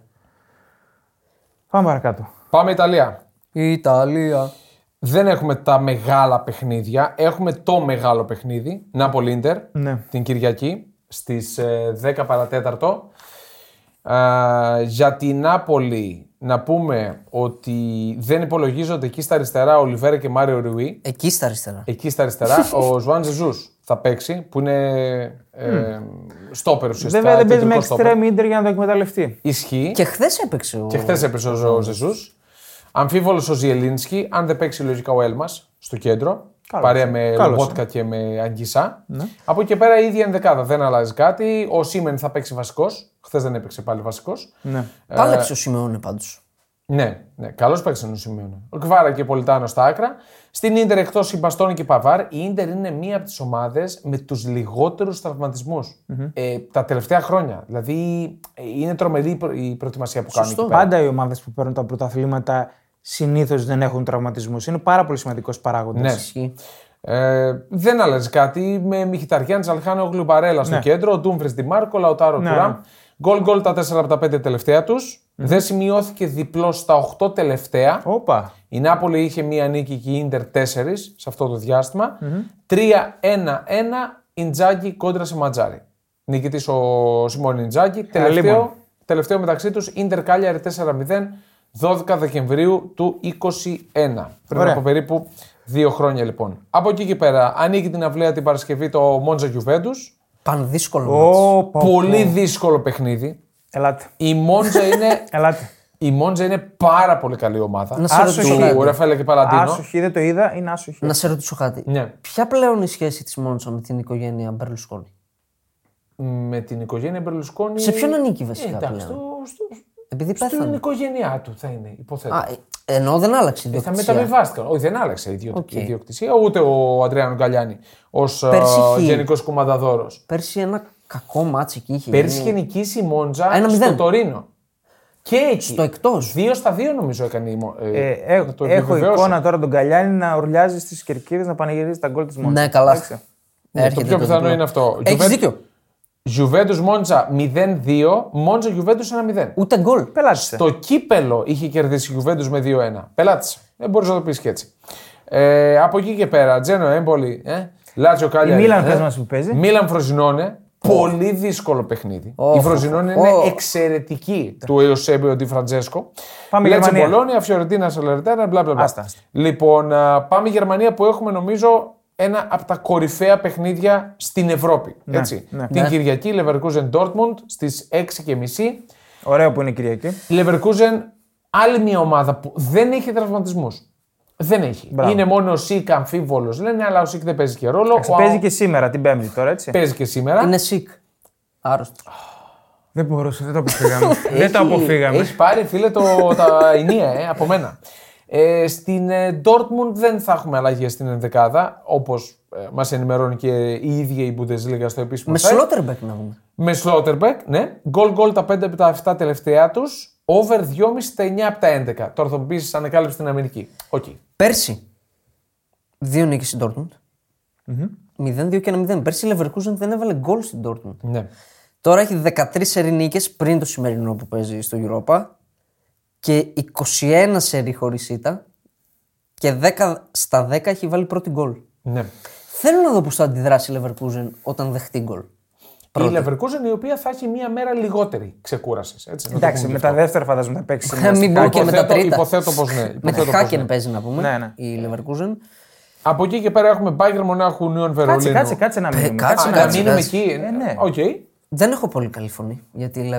C: Πάμε παρακάτω.
A: Πάμε Ιταλία.
B: Η Ιταλία.
A: Δεν έχουμε τα μεγάλα παιχνίδια. Έχουμε το μεγάλο παιχνίδι. Νάπολ Ίντερ
C: Ναι.
A: την Κυριακή στις 10 παρατέταρτο. Α, για την Νάπολη να πούμε ότι δεν υπολογίζονται εκεί στα αριστερά ο Λιβέρα και Μάριο Ρουί.
B: Εκεί στα αριστερά.
A: Εκεί στα αριστερά ο Ζουάν Ζεζούς θα παίξει που είναι ε, στόπερ ουσιαστικά.
C: Βέβαια δεν παίζει με
A: κεντρικό στόπερ.
C: εξτρέμ ίντερ για να το εκμεταλλευτεί.
A: Ισχύει.
B: Και χθες έπαιξε ο.
A: Και χθες έπαιξε ο Ζεζούς. Αμφίβολος ο Ζιελίνσκι, αν δεν παίξει λογικά ο Έλμας στο κέντρο. παρέα με
C: Καλός
A: Λομπότκα και με Αγγισά.
C: Ναι.
A: Από εκεί και πέρα η ίδια ενδεκάδα δεν αλλάζει κάτι. Ο Σίμεν θα παίξει βασικός. Χθες δεν έπαιξε πάλι βασικός.
C: Ναι.
A: Ε.
B: Πάλεψε ο Σιμεώνε πάντως.
A: Ναι, ναι. Καλό παίξαν ο Σιμεώνε. Ο Κβάρα και ο Πολιτάνος στα άκρα. Στην ντερ εκτός η Μπαστόνη και η Παβάρ. Η ντερ είναι μία από τις ομάδες με τους λιγότερους Ε, τα τελευταία χρόνια. Δηλαδή ε, είναι τρομερή η προ- η προετοιμασία που κάνουν. εκεί πέρα.
C: Πάντα οι ομάδες που παίρνουν τα πρωταθλήματα συνήθως δεν έχουν τραυματισμούς. Είναι πάρα πολύ σημαντικός παράγοντας.
A: Ναι.
B: Ισχύει.
A: Ε, δεν άλλαζε κάτι. Με Μιχιταριάν, Τζαλχάνο, Γλουμπαρέλα στο κέντρο, ο Ντούμφρε Δημάρκο, Λαουτάρο ναι. Τουράμ. Γκολ γκολ τα 4 από τα 5 τελευταία τους. Δεν σημειώθηκε διπλό στα 8 τελευταία.
C: Όπα.
A: Η Νάπολη είχε μία νίκη και η Ίντερ 4 σε αυτό το διαστημα 3-1-1 Ιντζάκη κόντρα σε Ματζάρι. Νικητής ο Σιμών Ιντζάκη. Τελευταίο,
C: Αλίμον.
A: τελευταίο μεταξύ τους Ίντερ Κάλιαρη 4-0 12 Δεκεμβρίου του 2021. Πριν
C: Ωραία.
A: από περίπου δύο χρόνια λοιπόν. Από εκεί και πέρα ανοίγει την αυλαία την Παρασκευή το Μόντζα Γιουβέντου.
B: Πανδύσκολο μάτς.
C: Όπα.
A: Πολύ δύσκολο παιχνίδι.
C: Ελάτε.
A: Η Μόντζα είναι,
C: Ελάτε.
A: η Μόντζα είναι πάρα πολύ καλή ομάδα.
B: Να σε
C: Άσοχη.
B: ρωτήσω
A: Του
B: κάτι.
A: Ραφαέλα και Παλαντίνο.
C: Άσοχη, δεν το είδα, είναι άσοχη.
B: Να σε ρωτήσω κάτι.
A: Ναι.
B: Ποια πλέον είναι η σχέση της Μόντσα με την οικογένεια Μπερλουσκόνη.
A: με την οικογένεια Μπερλουσκόνη.
B: Σε ποιον ανήκει
A: Ε,
B: βασικά
A: εντάξει,
B: πλέον.
A: στο, στο,
B: Επειδή
A: στην
B: πέθανε.
A: οικογένειά του θα είναι, υποθέτω.
B: Α, ε, ενώ δεν άλλαξε η
A: θα
B: ιδιοκτησία.
A: μεταβιβάστηκαν. Όχι, δεν άλλαξε η ιδιο-
B: Οκ.
A: η ιδιοκτησία, ούτε ο Αντρέα Γκαλιάνη ε, ω
B: Πέρσι είχε-
A: γενικός κουμανταδόρο.
B: Πέρσι ένα κακό μάτσο εκεί είχε.
A: Πέρσι
B: γίνει.
A: είχε νικήσει η Μόντζα
B: Ένα
A: στο
B: μηδέν.
A: Τωρίνο. Και εκεί.
B: Το εκτός.
A: Δύο στα δύο νομίζω έκανε η Μόντζα.
C: Ε, έχω, έχω εικόνα τώρα τον Καλιάνη να ορλιάζει στις κερκίδες να πανηγυρίζει τα γκολ της Μόντσα.
B: Ναι, καλά.
C: Εντάξει.
B: Έρχεται
A: πιο πιθανό
B: διπλό.
A: είναι αυτό.
B: Έχεις
A: Juventus-
B: δίκιο.
A: Γιουβέντου Μόντζα 0-2, Μόντζα Γιουβέντου 1-0.
B: Ούτε γκολ.
C: Πελάτησε.
A: Το κύπελο είχε κερδίσει η Γιουβέντου με 2-1. Πελάτη. Δεν μπορείς να το πεις και έτσι. Ε, από εκεί και πέρα, Τζένο, Έμπολη, ε, Λάτσιο
C: Η
A: Κάλια. ε,
C: Μίλαν, πε μα που παίζει.
A: Μίλαν Φροζινόνε. πολύ δύσκολο παιχνίδι.
B: Ω,
A: Η Φροζινόν
B: ω,
A: είναι
B: ω.
A: εξαιρετική του Ιωσέμπιο Ντι Φραντζέσκο.
C: Πάμε
A: Λέτσε
C: Γερμανία.
A: Πολώνια, Φιωρεντίνα, Σαλερτάνα, μπλα μπλα μπλα.
C: Άστα, άστα.
A: Λοιπόν, α, πάμε Γερμανία που έχουμε νομίζω ένα από τα κορυφαία παιχνίδια στην Ευρώπη. έτσι.
C: ναι.
A: Την
B: Ναι.
A: Κυριακή, Leverkusen Dortmund στις 6.30.
C: Ωραίο που είναι η Κυριακή.
A: Η Leverkusen, άλλη μια ομάδα που δεν έχει τραυματισμούς. Δεν έχει.
C: Μπράβο.
A: Είναι μόνο ο Σικ αμφίβολος, λένε, αλλά ο Σικ δεν παίζει και ρόλο. Ο
C: Παίζει
A: Αο-
C: και σήμερα την Πέμπτη τώρα, έτσι.
A: παίζει και σήμερα.
B: Είναι sick. Άρρωστο.
C: Δεν μπορούσα, δεν το αποφύγαμε. δεν το
A: Έχει-
C: αποφύγαμε.
A: Έχει πάρει, φίλε, το, Ναι, τα ενία ε, από μένα. Ε, στην ε, Dortmund δεν θα έχουμε αλλαγές στην ενδεκάδα, όπως ε, μας ενημερώνει και η ίδια η Bundesliga στο επίσημο
B: Με
A: site.
B: Σλότερμπεκ να δούμε.
A: Με Slotterbeck, ναι. Γκολ γκολ τα 5 από τα 7 τελευταία τους. Over 2,5 τα 9 από τα 11. Τώρα θα μου πεις ανακάλυψη στην Αμερική. Οκ.
B: Πέρσι, δύο νίκες στην Dortmund. 0-2 και 1-0. Πέρσι η Leverkusen δεν έβαλε γκολ στην Dortmund.
A: Ναι.
B: Τώρα έχει 13 σερί νίκες πριν το σημερινό που παίζει στο Europa και 21 σερί χωρίς ήττα και 10 στα 10 έχει βάλει πρώτη γκολ.
A: ναι.
B: Θέλω να δω πώς θα αντιδράσει η Leverkusen όταν δεχτεί γκολ.
A: Η Leverkusen η οποία θα έχει μία μέρα λιγότερη ξεκούραση.
C: Εντάξει, με τα δεύτερα φαντάζομαι θα παίξει σήμερα.
B: Μην
C: στην
B: πω
C: Κάκη.
B: και με τα τρίτα.
A: Υποθέτω πως ναι.
B: Με τη
A: υποθέτω πως ναι.
B: Χάκεν παίζει να πούμε
C: Ναι, ναι.
B: η Leverkusen.
A: Από εκεί και πέρα έχουμε Bayern Μονάχου, Νιόν
C: Κάτσε,
A: Βερολίνου.
C: κάτσε, κάτσε να μείνουμε.
B: Ε, κάτσε,
C: Κάτσε
A: Α,
C: να
A: να
B: κάτσε.
A: μείνουμε εκεί. Ε,
C: ναι.
A: Οκ.
B: Δεν έχω πολύ καλή φωνή για τη Lever.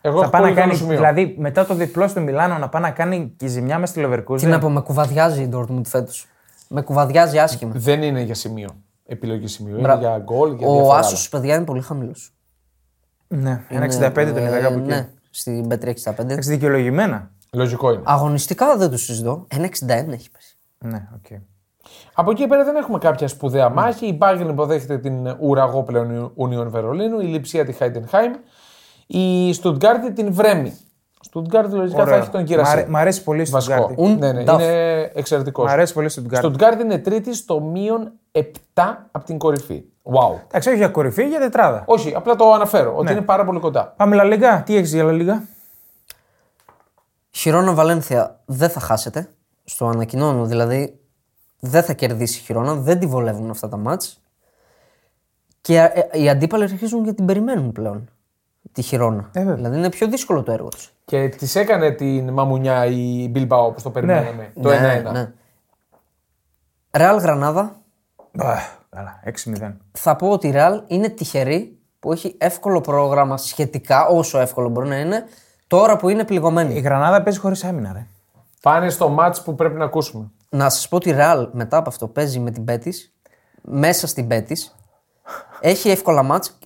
A: Εγώ
C: Θα
A: έχω
C: πάει να
A: πολύ καλό
C: κάνει,
A: σημείο.
C: δηλαδή μετά το διπλό στο Μιλάνο, να πάει να κάνει και ζημιά μες στη
A: Ναι.
B: Τι να
C: Λεβερκούζα.
B: πω, με κουβαδιάζει η Dortmund φέτος. Με κουβαδιάζει άσχημα.
A: Δεν είναι για σημείο. Επιλογή σημείου. Είναι
B: Μπράβο.
A: για γκολ, για
B: Ο
A: διάφορα
B: Άσος παιδιά είναι πολύ χαμηλός.
C: Ναι, ένα 65 τον είδα
B: Ε,
C: κάπου εκεί.
B: Ναι, στην Πέτρια 65.
C: Εντάξει, δικαιολογημένα.
A: άλλα. Λογικό είναι.
B: Αγωνιστικά δεν το συζητώ. 1,61 έχει πέσει.
C: Ναι, οκ.
A: Από εκεί πέρα δεν έχουμε κάποια σπουδαία
C: Ναι.
A: μάχη. Η Bayern υποδέχεται την ουραγό πλέον Union Βερολίνου, η Λιψία τη Heidenheim, η Stuttgart την Βρέμη. Stuttgart λογικά θα
C: Ωραίο.
A: έχει τον
C: Μ' αρέ-
A: Κύραση.
C: Μ' αρέσει πολύ στον
A: Βασικό.
C: Κάρτη.
B: Un
A: Ναι, ναι,
B: Duff.
A: είναι εξαιρετικός.
C: Μ' αρέσει πολύ στον Κάρτη.
A: Stuttgart είναι τρίτη στο μείον 7 από την κορυφή. Wow.
C: Εντάξει, όχι για κορυφή, για τετράδα.
A: Όχι, απλά το αναφέρω
C: Ναι.
A: ότι είναι πάρα πολύ κοντά.
C: Πάμε Λαλίγκα, τι έχεις για Λαλίγκα.
B: Χιρόνα Βαλένθια δεν θα χάσετε. Στο ανακοινώνω δηλαδή. Δεν θα κερδίσει η Χιρόνα. Δεν τη βολεύουν αυτά τα μάτς. Και ε, οι αντίπαλοι αρχίζουν και την περιμένουν πλέον. Τη Χιρόνα.
C: βέβαια.
B: δηλαδή είναι πιο δύσκολο το έργο του.
A: Και της έκανε την μαμουνιά η Μπιλμπάο όπως το
C: Ναι.
A: περιμέναμε. Το 1-1.
B: Ναι, Ρεάλ Γρανάδα.
C: Καλά, 6-0.
B: Θα πω ότι η Ρεάλ είναι τυχερή που έχει εύκολο πρόγραμμα σχετικά, όσο εύκολο μπορεί να είναι, τώρα που είναι πληγωμένη.
C: Η Γρανάδα παίζει χωρίς άμυνα, ρε.
A: Πάνε στο μάτς που πρέπει να ακούσουμε.
B: Να σας πω ότι η Ρεάλ μετά από αυτό παίζει με την Πέτη, μέσα στην Πέτη. Έχει εύκολα μάτς.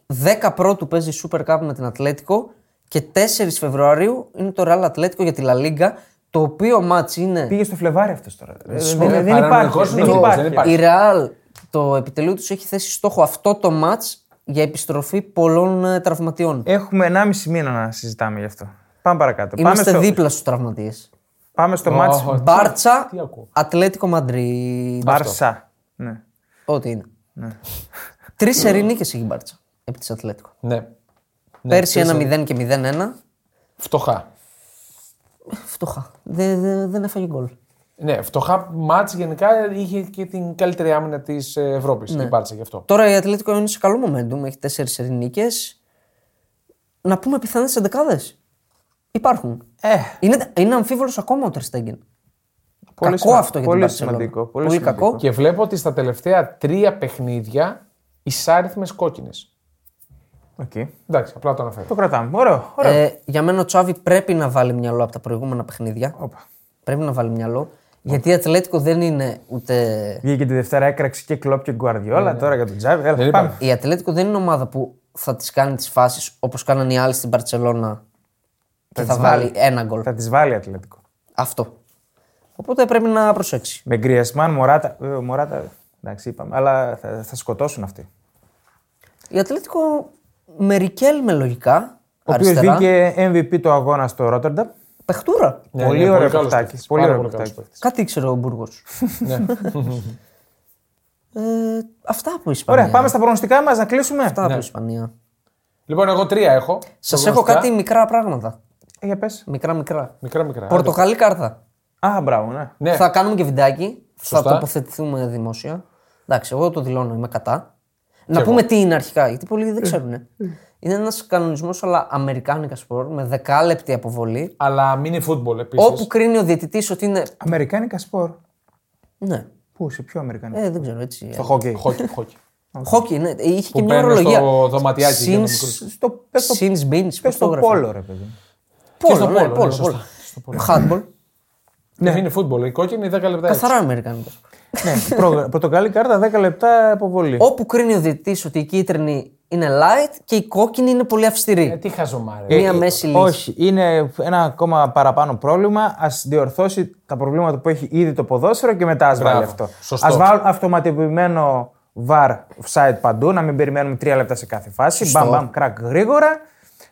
B: 10 πρώτου παίζει η Super Cup με την Ατλέτικο και 4 Φεβρουαρίου είναι το Real Ατλέτικο για τη La Liga. Το οποίο μάτς είναι.
C: Πήγε στο Φλεβάρι αυτός τώρα. Ε, Δεν
A: ε,
C: δεν
A: παρανοϊκός
C: υπάρχει.
A: είναι
C: Δεν
A: ο λόγος, δεν υπάρχει.
C: υπάρχει.
B: Η Real το επιτελείο τους έχει θέσει στόχο αυτό το μάτς για επιστροφή πολλών ε, τραυματιών.
C: Έχουμε 1,5 μήνα να συζητάμε γι' αυτό. Πάμε παρακάτω. Πάμε
B: Είμαστε
C: στο,
B: δίπλα στους τραυματίες.
C: πάμε στο
A: Ω,
C: μάτς
A: τι-
B: Μπάρτσα,
A: τι ακούω.
B: Ατλέτικο Μαντρί.
C: Μπάρσα. Ναι.
B: Ό,τι είναι. Τρεις ερηνίκες έχει η Μπάρτσα επί της Ατλέτικο.
A: Ναι.
B: Πέρσι
A: τρεις-
B: 1-0 και 0-1.
A: Φτωχά.
B: Φτωχά. Δε, δε, δεν έφαγε γκολ.
A: Ναι, φτωχά μάτς γενικά είχε και την καλύτερη άμυνα της ε, Ευρώπης. Η Μπάρτσα γι' αυτό.
B: Τώρα η Ατλέτικο είναι σε καλό momentum. Έχει τέσσερις ελληνικέ. Να πούμε πιθανές εντεκάδες. Υπάρχουν.
C: Ε,
B: Είναι, είναι αμφίβολος ακόμα ο Τερστέγγεν. Κακό
C: σημα-
B: αυτό για την
C: πολύ
B: Barcelona.
C: σημαντικό, πολύ
B: πολύ
C: σημαντικό.
B: κακό.
A: Και βλέπω ότι στα τελευταία τρία παιχνίδια ισάριθμες κόκκινες.
C: οκ.
A: Εντάξει, απλά το αναφέρω.
C: Το κρατάμε. Ωραίο. ωραίο.
B: Ε, για μένα ο Τσάβη πρέπει να βάλει μυαλό από τα προηγούμενα παιχνίδια.
C: Όπα.
B: Πρέπει να βάλει μυαλό. Γιατί η Ατλέτικο δεν είναι ούτε.
C: Βγήκε τη Δευτέρα, έκραξε και κλοπ και γκουαρδιόλα. Τώρα για τον Τζάβι. Έλα,
A: Δεν
C: πάμε.
A: υπάρχει.
B: Η Ατλέτικο δεν είναι ομάδα που θα τη κάνει τις φάσεις όπως κάνανε οι άλλοι στην Παρσελώνα και θα,
C: τις
B: βάλει ένα γκολ.
C: Θα τη βάλει Ατλαντικό.
B: Αυτό. Οπότε πρέπει να προσέξει.
C: Με Γκριασμάν, Μωράτα. Βέβαια, Μωράτα. Εντάξει, είπαμε. Αλλά θα, θα σκοτώσουν αυτοί.
B: Η Ατλέτικο με Ρικέλ με λογικά.
C: Ο οποίος
B: αριστερά.
C: βγήκε MVP το αγώνα στο Ρότερνταμ.
B: Παιχτούρα.
A: Ναι,
C: πολύ
A: ναι,
C: ωραίο
A: καλός
C: παιχτάκι,
A: παίκτης.
C: πολύ
A: Πάρα
C: ωραίο
A: καλός
C: παιχτάκι.
A: παίκτης. Ναι.
B: Κάτι ήξερε ο Μπούργος. ε, αυτά από Ισπανία.
C: Ωραία, Ναι. πάμε στα προγνωστικά μας να κλείσουμε.
B: Ναι. Αυτά από Ισπανία.
A: Λοιπόν, εγώ τρία έχω.
B: Σας έχω
A: Προγνωστικά.
B: κάτι μικρά πράγματα.
C: Ε, για πες.
B: Μικρά-μικρά.
A: Μικρά, μικρά.
B: Πορτοκαλί κάρτα.
C: Α, μπράβο, ναι.
A: Ναι.
B: Θα κάνουμε και βιντεάκι.
A: Σωστά.
B: Θα τοποθετηθούμε δημόσια. Εντάξει, εγώ το δηλώνω, είμαι κατά. Να πούμε τι είναι αρχικά, γιατί πολλοί
A: Ε,
B: δεν ξέρουν. Είναι ένας κανονισμός, αλλά αμερικάνικα σπορ, με δεκάλεπτη αποβολή,
A: Αλλά mini football επίσης.
B: όπου κρίνει ο διαιτητής ότι είναι.
C: Αμερικάνικα σπορ.
B: Ναι,
C: Πού, σε ποιο Αμερικάνικα.
B: ε, δεν ξέρω έτσι.
C: Το χόκι.
A: Χόκι, χόκι.
B: Χόκι, ναι. Είχε και
A: Που
B: μια
A: μπαίνουν
B: ορολογία.
A: στο δωματιάκι για να
B: Since-
C: Στο πες το-
B: Since Beans,
C: πες
B: πώς το
C: το
B: γράφει.
C: πόλο, ρε παιδί.
A: Και στο
B: Πόλο, ναι,
A: πόλο, ναι,
B: πόλο,
A: σωστά.
B: πόλο.
A: Στο πόλο.
B: Handball,
A: Ναι. Mini football. Η κόκκινη 10 λεπτά. έτσι.
B: καθαρά αμερικάνικα.
C: ναι, προ- πορτοκαλί κάρτα 10 λεπτά αποβολή.
B: Όπου κρίνει ο διαιτητής ότι η κίτρινη είναι light και η κόκκινη είναι πολύ
A: Ε,
B: αυστηρή.
A: τι χαζομάρες.
B: Μία μέση λύση.
C: Ε, Όχι, είναι ένα ακόμα παραπάνω πρόβλημα. Ας διορθώσει τα προβλήματα που έχει ήδη το ποδόσφαιρο και μετά ας βάλει
A: Μπράβο.
C: αυτό.
A: Σωστό.
C: Ας βάλει αυτοματοποιημένο VAR offside παντού, να μην περιμένουμε τρία λεπτά σε κάθε φάση. Μπαμ, μπαμ, κρακ γρήγορα.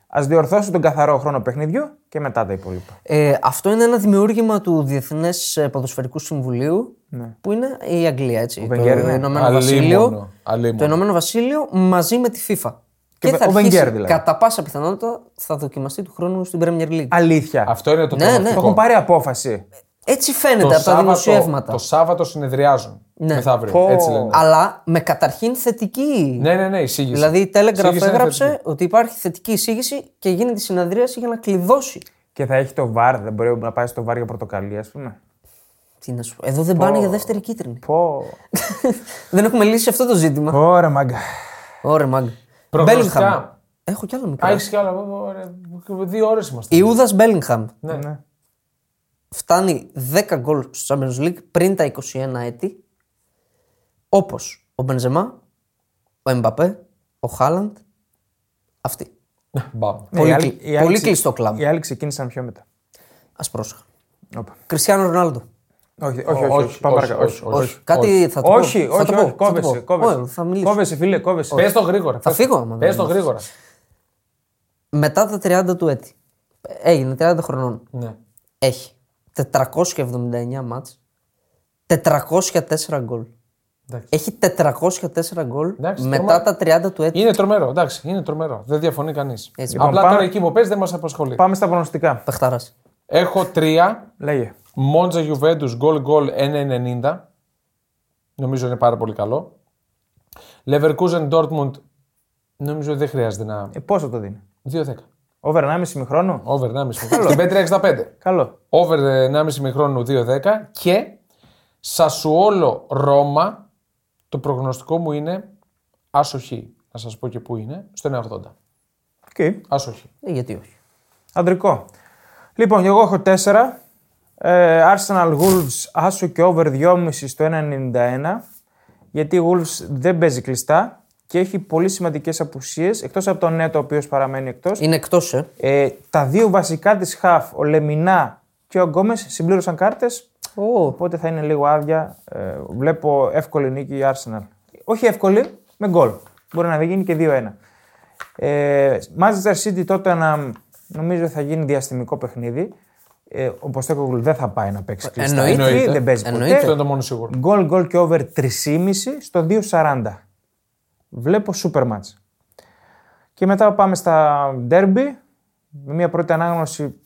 C: Ας διορθώσει τον καθαρό χρόνο παιχνιδιού και μετά τα υπόλοιπα.
B: Ε, αυτό είναι ένα δημιούργημα του Διεθνές Ποδοσφαιρικού Συμβουλίου, που είναι η Αγγλία, έτσι. Το
C: Ναι. Βενγκέρ, ναι.
B: Ηνωμένο
A: Αλίμονο,
B: Βασίλειο.
A: αλίμονο.
B: Το Ηνωμένο Βασίλειο μαζί με τη FIFA. Και,
C: ο
B: θα
C: Βενγκέρ,
B: αρχίσει,
C: δηλαδή.
B: κατά πάσα πιθανότητα, θα δοκιμαστεί του χρόνου στην Premier League.
C: Αλήθεια.
A: Αυτό είναι το
B: Ναι, ναι.
C: Το
A: τρομακτικό.
C: έχουν πάρει απόφαση.
B: Έτσι φαίνεται
A: Το
B: από τα
A: Σάββατο-
B: δημοσιεύματα.
A: Το Σάββατο συνεδριάζουν.
B: Ναι.
A: Μεθαύριο.
C: Πω.
A: Έτσι λένε.
B: Αλλά με καταρχήν θετική.
A: Ναι, ναι, ναι, εισήγηση.
B: Δηλαδή η Telegraph
A: Εισήγηση είναι
B: έγραψε
A: θετική.
B: ότι υπάρχει θετική εισήγηση και γίνεται συναδρίαση για να κλειδώσει.
C: Και θα έχει το VAR, δεν μπορεί να πάει στο VAR για πορτοκαλί, ας πούμε.
B: Τι να σου πω. Εδώ δεν πάνε για δεύτερη κίτρινη.
C: Πω.
A: Ναι.
B: δεν έχουμε λύσει αυτό το ζήτημα.
C: Ωραία, μάγκα.
B: Ωραία, μάγκα.
A: Προγνωστικά.
B: Bellingham. Έχω κι άλλο μικρό.
A: Α, έχεις κι άλλα. ωραία. Δύο ώρες είμαστε.
B: Ιούδας Μπέλιγχαμ
A: Ναι.
C: Ναι.
B: φτάνει 10 γκολ στο Champions League πριν τα 21 έτη. Όπως ο Μπενζεμά, ο Εμπαπέ, ο Χάλαντ. Αυτοί.
A: Ναι, Μπαμ.
B: Πολύ
C: οι άλλοι-
B: κλει-
C: οι
B: πολύ
C: άλλοι ξε-
B: κλειστό κλαμπ.
C: Οι άλλοι ξεκίνησαν πιο μετά.
B: Ας πρόσεχα.
C: Όπα.
B: Κριστιανό Ρονάλντο.
C: Όχι, όχι, όχι. όχι, πάμε παρακάτω, όχι, όχι.
A: όχι.
B: Κάτι θα το πω.
C: Όχι,
B: θα το πω,
C: όχι, όχι,
B: θα το
C: κόβεσαι,
B: πω.
C: κόβεσαι.
B: Όχι, θα μιλήσω.
C: Κόβεσαι, φίλε, κόβεσαι.
A: Πες το γρήγορα. πες το.
B: φύγω, άμα
A: Πες
B: δεν
A: το γρήγορα.
B: Μετά τα 30 του έτη. Έγινε 30 χρονών.
A: Ναι.
B: Έχει 479 μάτς, 404 γκολ.
A: Εντάξει.
B: Έχει 404 γκολ
A: Εντάξει,
B: μετά
A: τρομερό.
B: τα 30 του έτη.
A: Είναι τρομερό, εντάξει, είναι τρομερό. Δεν διαφωνεί κανείς.
B: Λοιπόν,
A: Απλά
C: πάμε-
A: τώρα εκεί που παίζει δεν μας απασχολεί.
C: Πάμε στα προγνωστικά.
B: Πεχταράς.
A: Έχω τρία
C: Λέγε.
A: Μόντζα Γιουβέντους γκολ γκολ 1,90. Νομίζω είναι πάρα πολύ καλό. Leverkusen Dortmund. Νομίζω δεν χρειάζεται να.
C: Ε, πόσο το δίνει.
A: 2-10.
C: Over 1,5 μηχρόνο.
A: Over 1,5 χρόνο. Στην Πέτρια 65.
C: Καλό.
A: Over 1,5 μηχρόνου 2-10. Και Σασουόλο Ρώμα. Το προγνωστικό μου είναι άσοχη. Να σας πω και πού είναι. Στο 1,80.
C: Okay.
A: Άσοχη.
B: Ε, γιατί όχι.
C: Αντρικό. Λοιπόν, εγώ έχω 4. Ε, Arsenal Wolves άσο και over 2,5 στο 1,91. Γιατί η Wolves δεν παίζει κλειστά και έχει πολύ σημαντικές απουσίες εκτός από τον Νέτο, ο οποίος παραμένει εκτός.
B: Είναι εκτός, ε.
C: Ε, τα δύο βασικά της χαφ, ο Λεμινά και ο Γκόμε, συμπλήρωσαν κάρτες. Οπότε θα είναι λίγο άδεια. Ε, βλέπω εύκολη νίκη η Arsenal. Όχι εύκολη, με γκολ. Μπορεί να γίνει και 2-1. Ε, Manchester City τότε να, νομίζω θα γίνει διαστημικό παιχνίδι. Ε, ο Ποστέκογλου δεν θα πάει να παίξει κλειστά.
B: Εννοείται.
C: εκεί, Δεν παίζει
B: Εννοείται.
A: Αυτό
C: ποτέ.
A: είναι το μόνο σίγουρο.
C: Γκολ, γκολ και over 3,5 στο 2,40. Βλέπω σούπερ μάτς. Και μετά πάμε στα ντέρμπι. Με μια πρώτη ανάγνωση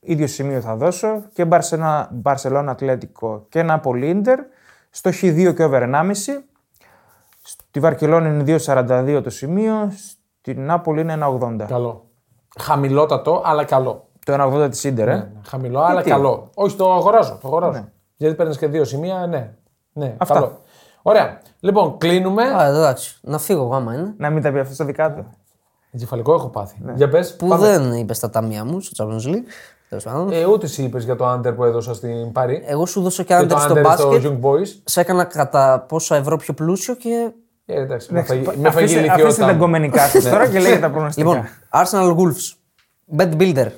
C: ίδιο σημείο θα δώσω. Και Μπαρσελόνα Ατλέτικο και Νάπολη Ίντερ. Στο Χ2 και over 1,5. Στη Βαρκελόνη είναι 2,42 το σημείο. Στην Νάπολη είναι 1,80.
A: Καλό. Χαμηλότατο, αλλά καλό.
C: Το 1,80 της Ίντερ, ε. Ναι.
A: Χαμηλό, αλλά καλό. Όχι, το αγοράζω. Το αγοράζω. Γιατί παίρνεις και δύο σημεία, ναι. ναι
C: Αυτά.
A: Καλό. Ωραία. Λοιπόν, κλείνουμε.
B: Α, εντάξει. Να φύγω εγώ άμα είναι.
C: Να μην τα πει αυτό στα δικά του.
A: Εγκεφαλικό έχω πάθει.
C: Ναι.
A: Για πες.
B: Που
A: πάμε.
B: δεν είπες στα ταμεία μου στο Champions League. Τέλος πάντων.
A: Ε, ούτε εσύ είπες για το άντερ που έδωσα στην
C: Ε,
A: Πάρη.
B: Εγώ σου δώσα και
A: και το
B: άντερ στο
A: άντερ στο
B: μπάσκετ.
A: Young Boys.
B: Σε έκανα κατά πόσα ευρώ πιο πλούσιο και.
A: Ε, εντάξει, με φαγη- με φαγή
C: Αφήστε, αφήστε τα
A: λιθιότητα. μου.
C: γκομενικά σας τώρα και λέγε τα προγνωστικά.
B: Λοιπόν, Arsenal Wolves. Bet Builder.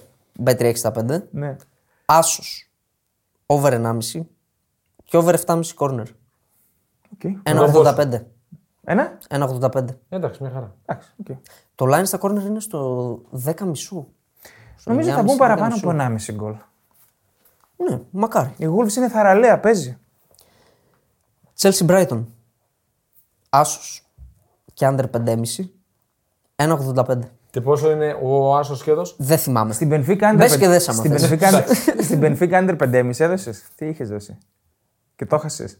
B: Bet 365.
C: Ναι.
B: Άσος. Over 1,5 και over 7,5 corner.
C: Okay.
B: 1,85.
C: Ένα.
B: 1,85.
A: Ε, Εντάξει, μια χαρά.
C: Εντάξει, οκ.
B: Το line στα corner είναι στο 10,5. Στο
C: Νομίζω θα
B: 9,5,
C: μπουν παραπάνω
B: 10,5.
C: από 1,5 γκολ.
B: Ναι, μακάρι.
C: Η Wolves είναι θαραλέα, παίζει.
B: Chelsea Brighton. Άσος και under 5,5. 1,85.
A: Και πόσο είναι ο Άσος σχέδο.
B: Δεν θυμάμαι.
C: Στην Benfica Under
B: Μπες
C: πεν-
B: και δες άμα
C: στην
B: θες.
C: Benfica Under- Στην Benfica Under 5,5 έδωσες. Τι είχες δώσει. Και το έχασες.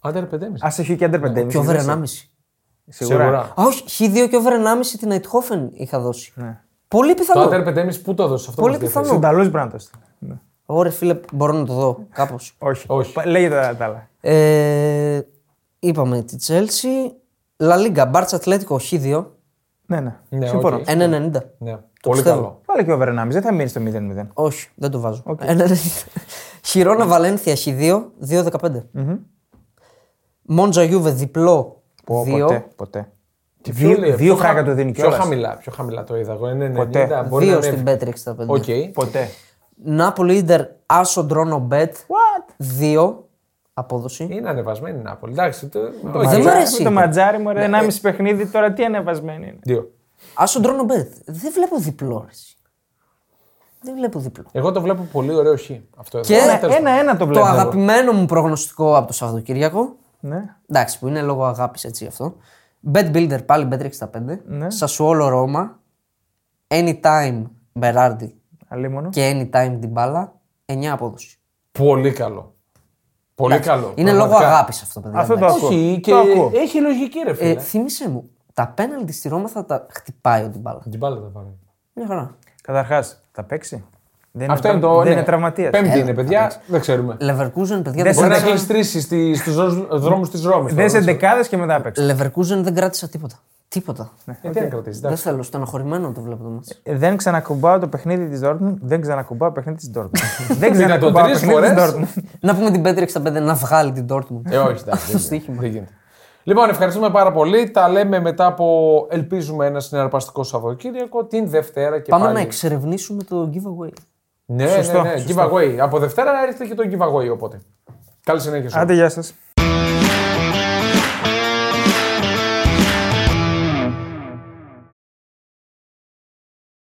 A: Άντερ 5,5.
C: Α έχει και Under 5,5.
B: Και over
C: έδωσες.
B: 1,5.
C: Σίγουρα.
A: Σίγουρα.
B: Α, όχι, χ2 και over 1,5 την Αιτχόφεν είχα δώσει.
C: Ναι.
B: Πολύ
A: Το
B: πιθανό.
A: Άντερ 5,5 πού το έδωσε αυτό.
B: Πολύ
A: μας
B: πιθανό.
A: διαφέρει.
C: Συνταλό πρέπει να το στείλει. Ναι.
B: Ωραία, φίλε, μπορώ να το δω κάπως.
C: Όχι.
A: Όχι.
C: Πα- Λέγεται τα- τα άλλα.
B: ε, είπαμε τη Chelsea. Λα Λίγκα, Μπάρτσα Ατλέτικο, Χ2,
C: Ναι, ναι.
A: Ναι,
C: Συμφωνώ.
A: οκ.
B: 1,90.
A: Ναι, πολύ
B: πιστεύω.
A: καλό.
C: Βάλε και over 1,5. Δεν θα μείνεις στο 0-0.
B: Όχι, δεν το βάζω. 1,90. Χιρόνα Βαλένθια, Χ2, 2,15. Μόντζα Γιούβε, διπλό,
C: Πω,
B: 2.
C: Ποτέ. ποτέ.
A: Και
C: Δύο-
A: πιο-
C: δύο
A: πιο
C: φράγκα
A: χα-
C: το δίνει
A: Πιο
C: κιόλας.
A: χαμηλά, πιο χαμηλά το είδα εγώ. Ε, Είναι 90,
C: Ποτέ.
A: μπορεί να
B: 2
A: ανέβει.
B: στην Πέτρη 65.
A: Οκ.
C: Ποτέ.
B: Νάπολη Ιντερ, Άσο Ντρόνο Μπέτ, 2, απόδοση.
A: Είναι ανεβασμένη η Νάπολη. Εντάξει, το... οκ.
B: Δεν μ'
C: Ματζάρι
B: αρέσει. Ναι, ε.
C: με Το ματζάρι μου, ρε. 1,5 παιχνίδι τώρα τι ανεβασμένη είναι.
A: Δύο.
B: Άσο Ντρόνο Μπέτ, δεν βλέπω διπλό. ρε, εσύ. Δεν βλέπω διπλό.
A: Εγώ το βλέπω πολύ ωραίο χ. Αυτό εδώ.
B: Και
A: Αλλά
B: ένα-
A: τέλος πάντων.
C: Ε, Ένα-ένα το
B: Το
C: βλέπω. εγώ.
B: αγαπημένο μου προγνωστικό από το Σαββατοκύριακο.
C: Ναι.
B: Εντάξει, που είναι λόγω αγάπης έτσι αυτό. Bet Builder πάλι Bet365.
A: Ναι.
B: Σασουόλο Ρώμα. Anytime Μπεράρντι
C: Αλίμονο.
B: και Anytime Ντιμπάλα. 9 απόδοση.
A: Πολύ καλό. Πολύ καλό.
B: Είναι λόγω
A: πραγματικά.
B: αγάπης αυτό, παιδιά.
C: Αυτό το
B: εντάξει.
C: ακούω.
A: Όχι, και
C: Το ακούω.
A: έχει λογική ρε φίλε.
B: ε, θύμισε μου, τα πέναλτι στη Ρώμα θα τα χτυπάει ο Ντιμπάλα.
A: Την πάλι θα πάμε.
B: Μια χαρά.
C: Καταρχάς, θα παίξει. Δεν
A: Αυτό
C: είναι,
A: είναι το.
C: δεν
A: ναι.
C: είναι Ε, τραυματίας.
A: Πέμπτη
B: Ε,
A: είναι, παιδιά. Δεν ξέρουμε.
B: Λεβερκούζεν, παιδιά, δεν
C: Δεν
A: Μπορεί να
B: κράτησα...
A: έχει τρίσει στους δρόμους της Ρώμης.
C: Δεν σε δεκάδες και μετά παίξει.
B: Leverkusen δεν κράτησα τίποτα.
A: Ναι,
B: Τίποτα.
A: Γιατί Ε, να κρατήσεις.
B: Δεν θέλω, στεναχωρημένο το βλέπω το μάτς.
C: Δεν ξανακουμπάω το παιχνίδι της Dortmund. Δεν ξανακουμπάω παιχνίδι της Dortmund. δεν
A: το
C: ξανακουμπάω
A: τρεις
C: παιχνίδι της
A: φορές.
C: Dortmund.
B: να πούμε την Bet365 να βγάλει την Dortmund.
A: Ε, όχι, εντάξει. δεν
B: στοίχημα.
A: γίνεται. Δεν γίνεται. Λοιπόν, ευχαριστούμε πάρα πολύ. Τα λέμε μετά από, ελπίζουμε, ένα συναρπαστικό Σαββατοκύριακο την Δευτέρα και
B: Πάμε
A: πάλι.
B: να εξερευνήσουμε το giveaway.
A: Ναι,
C: Σωστό,
A: ναι, ναι.
C: σωστό.
A: Giveaway. Από Δευτέρα έρχεται και το giveaway, οπότε. Καλή συνέχεια σου.
C: Άντε, γεια σας.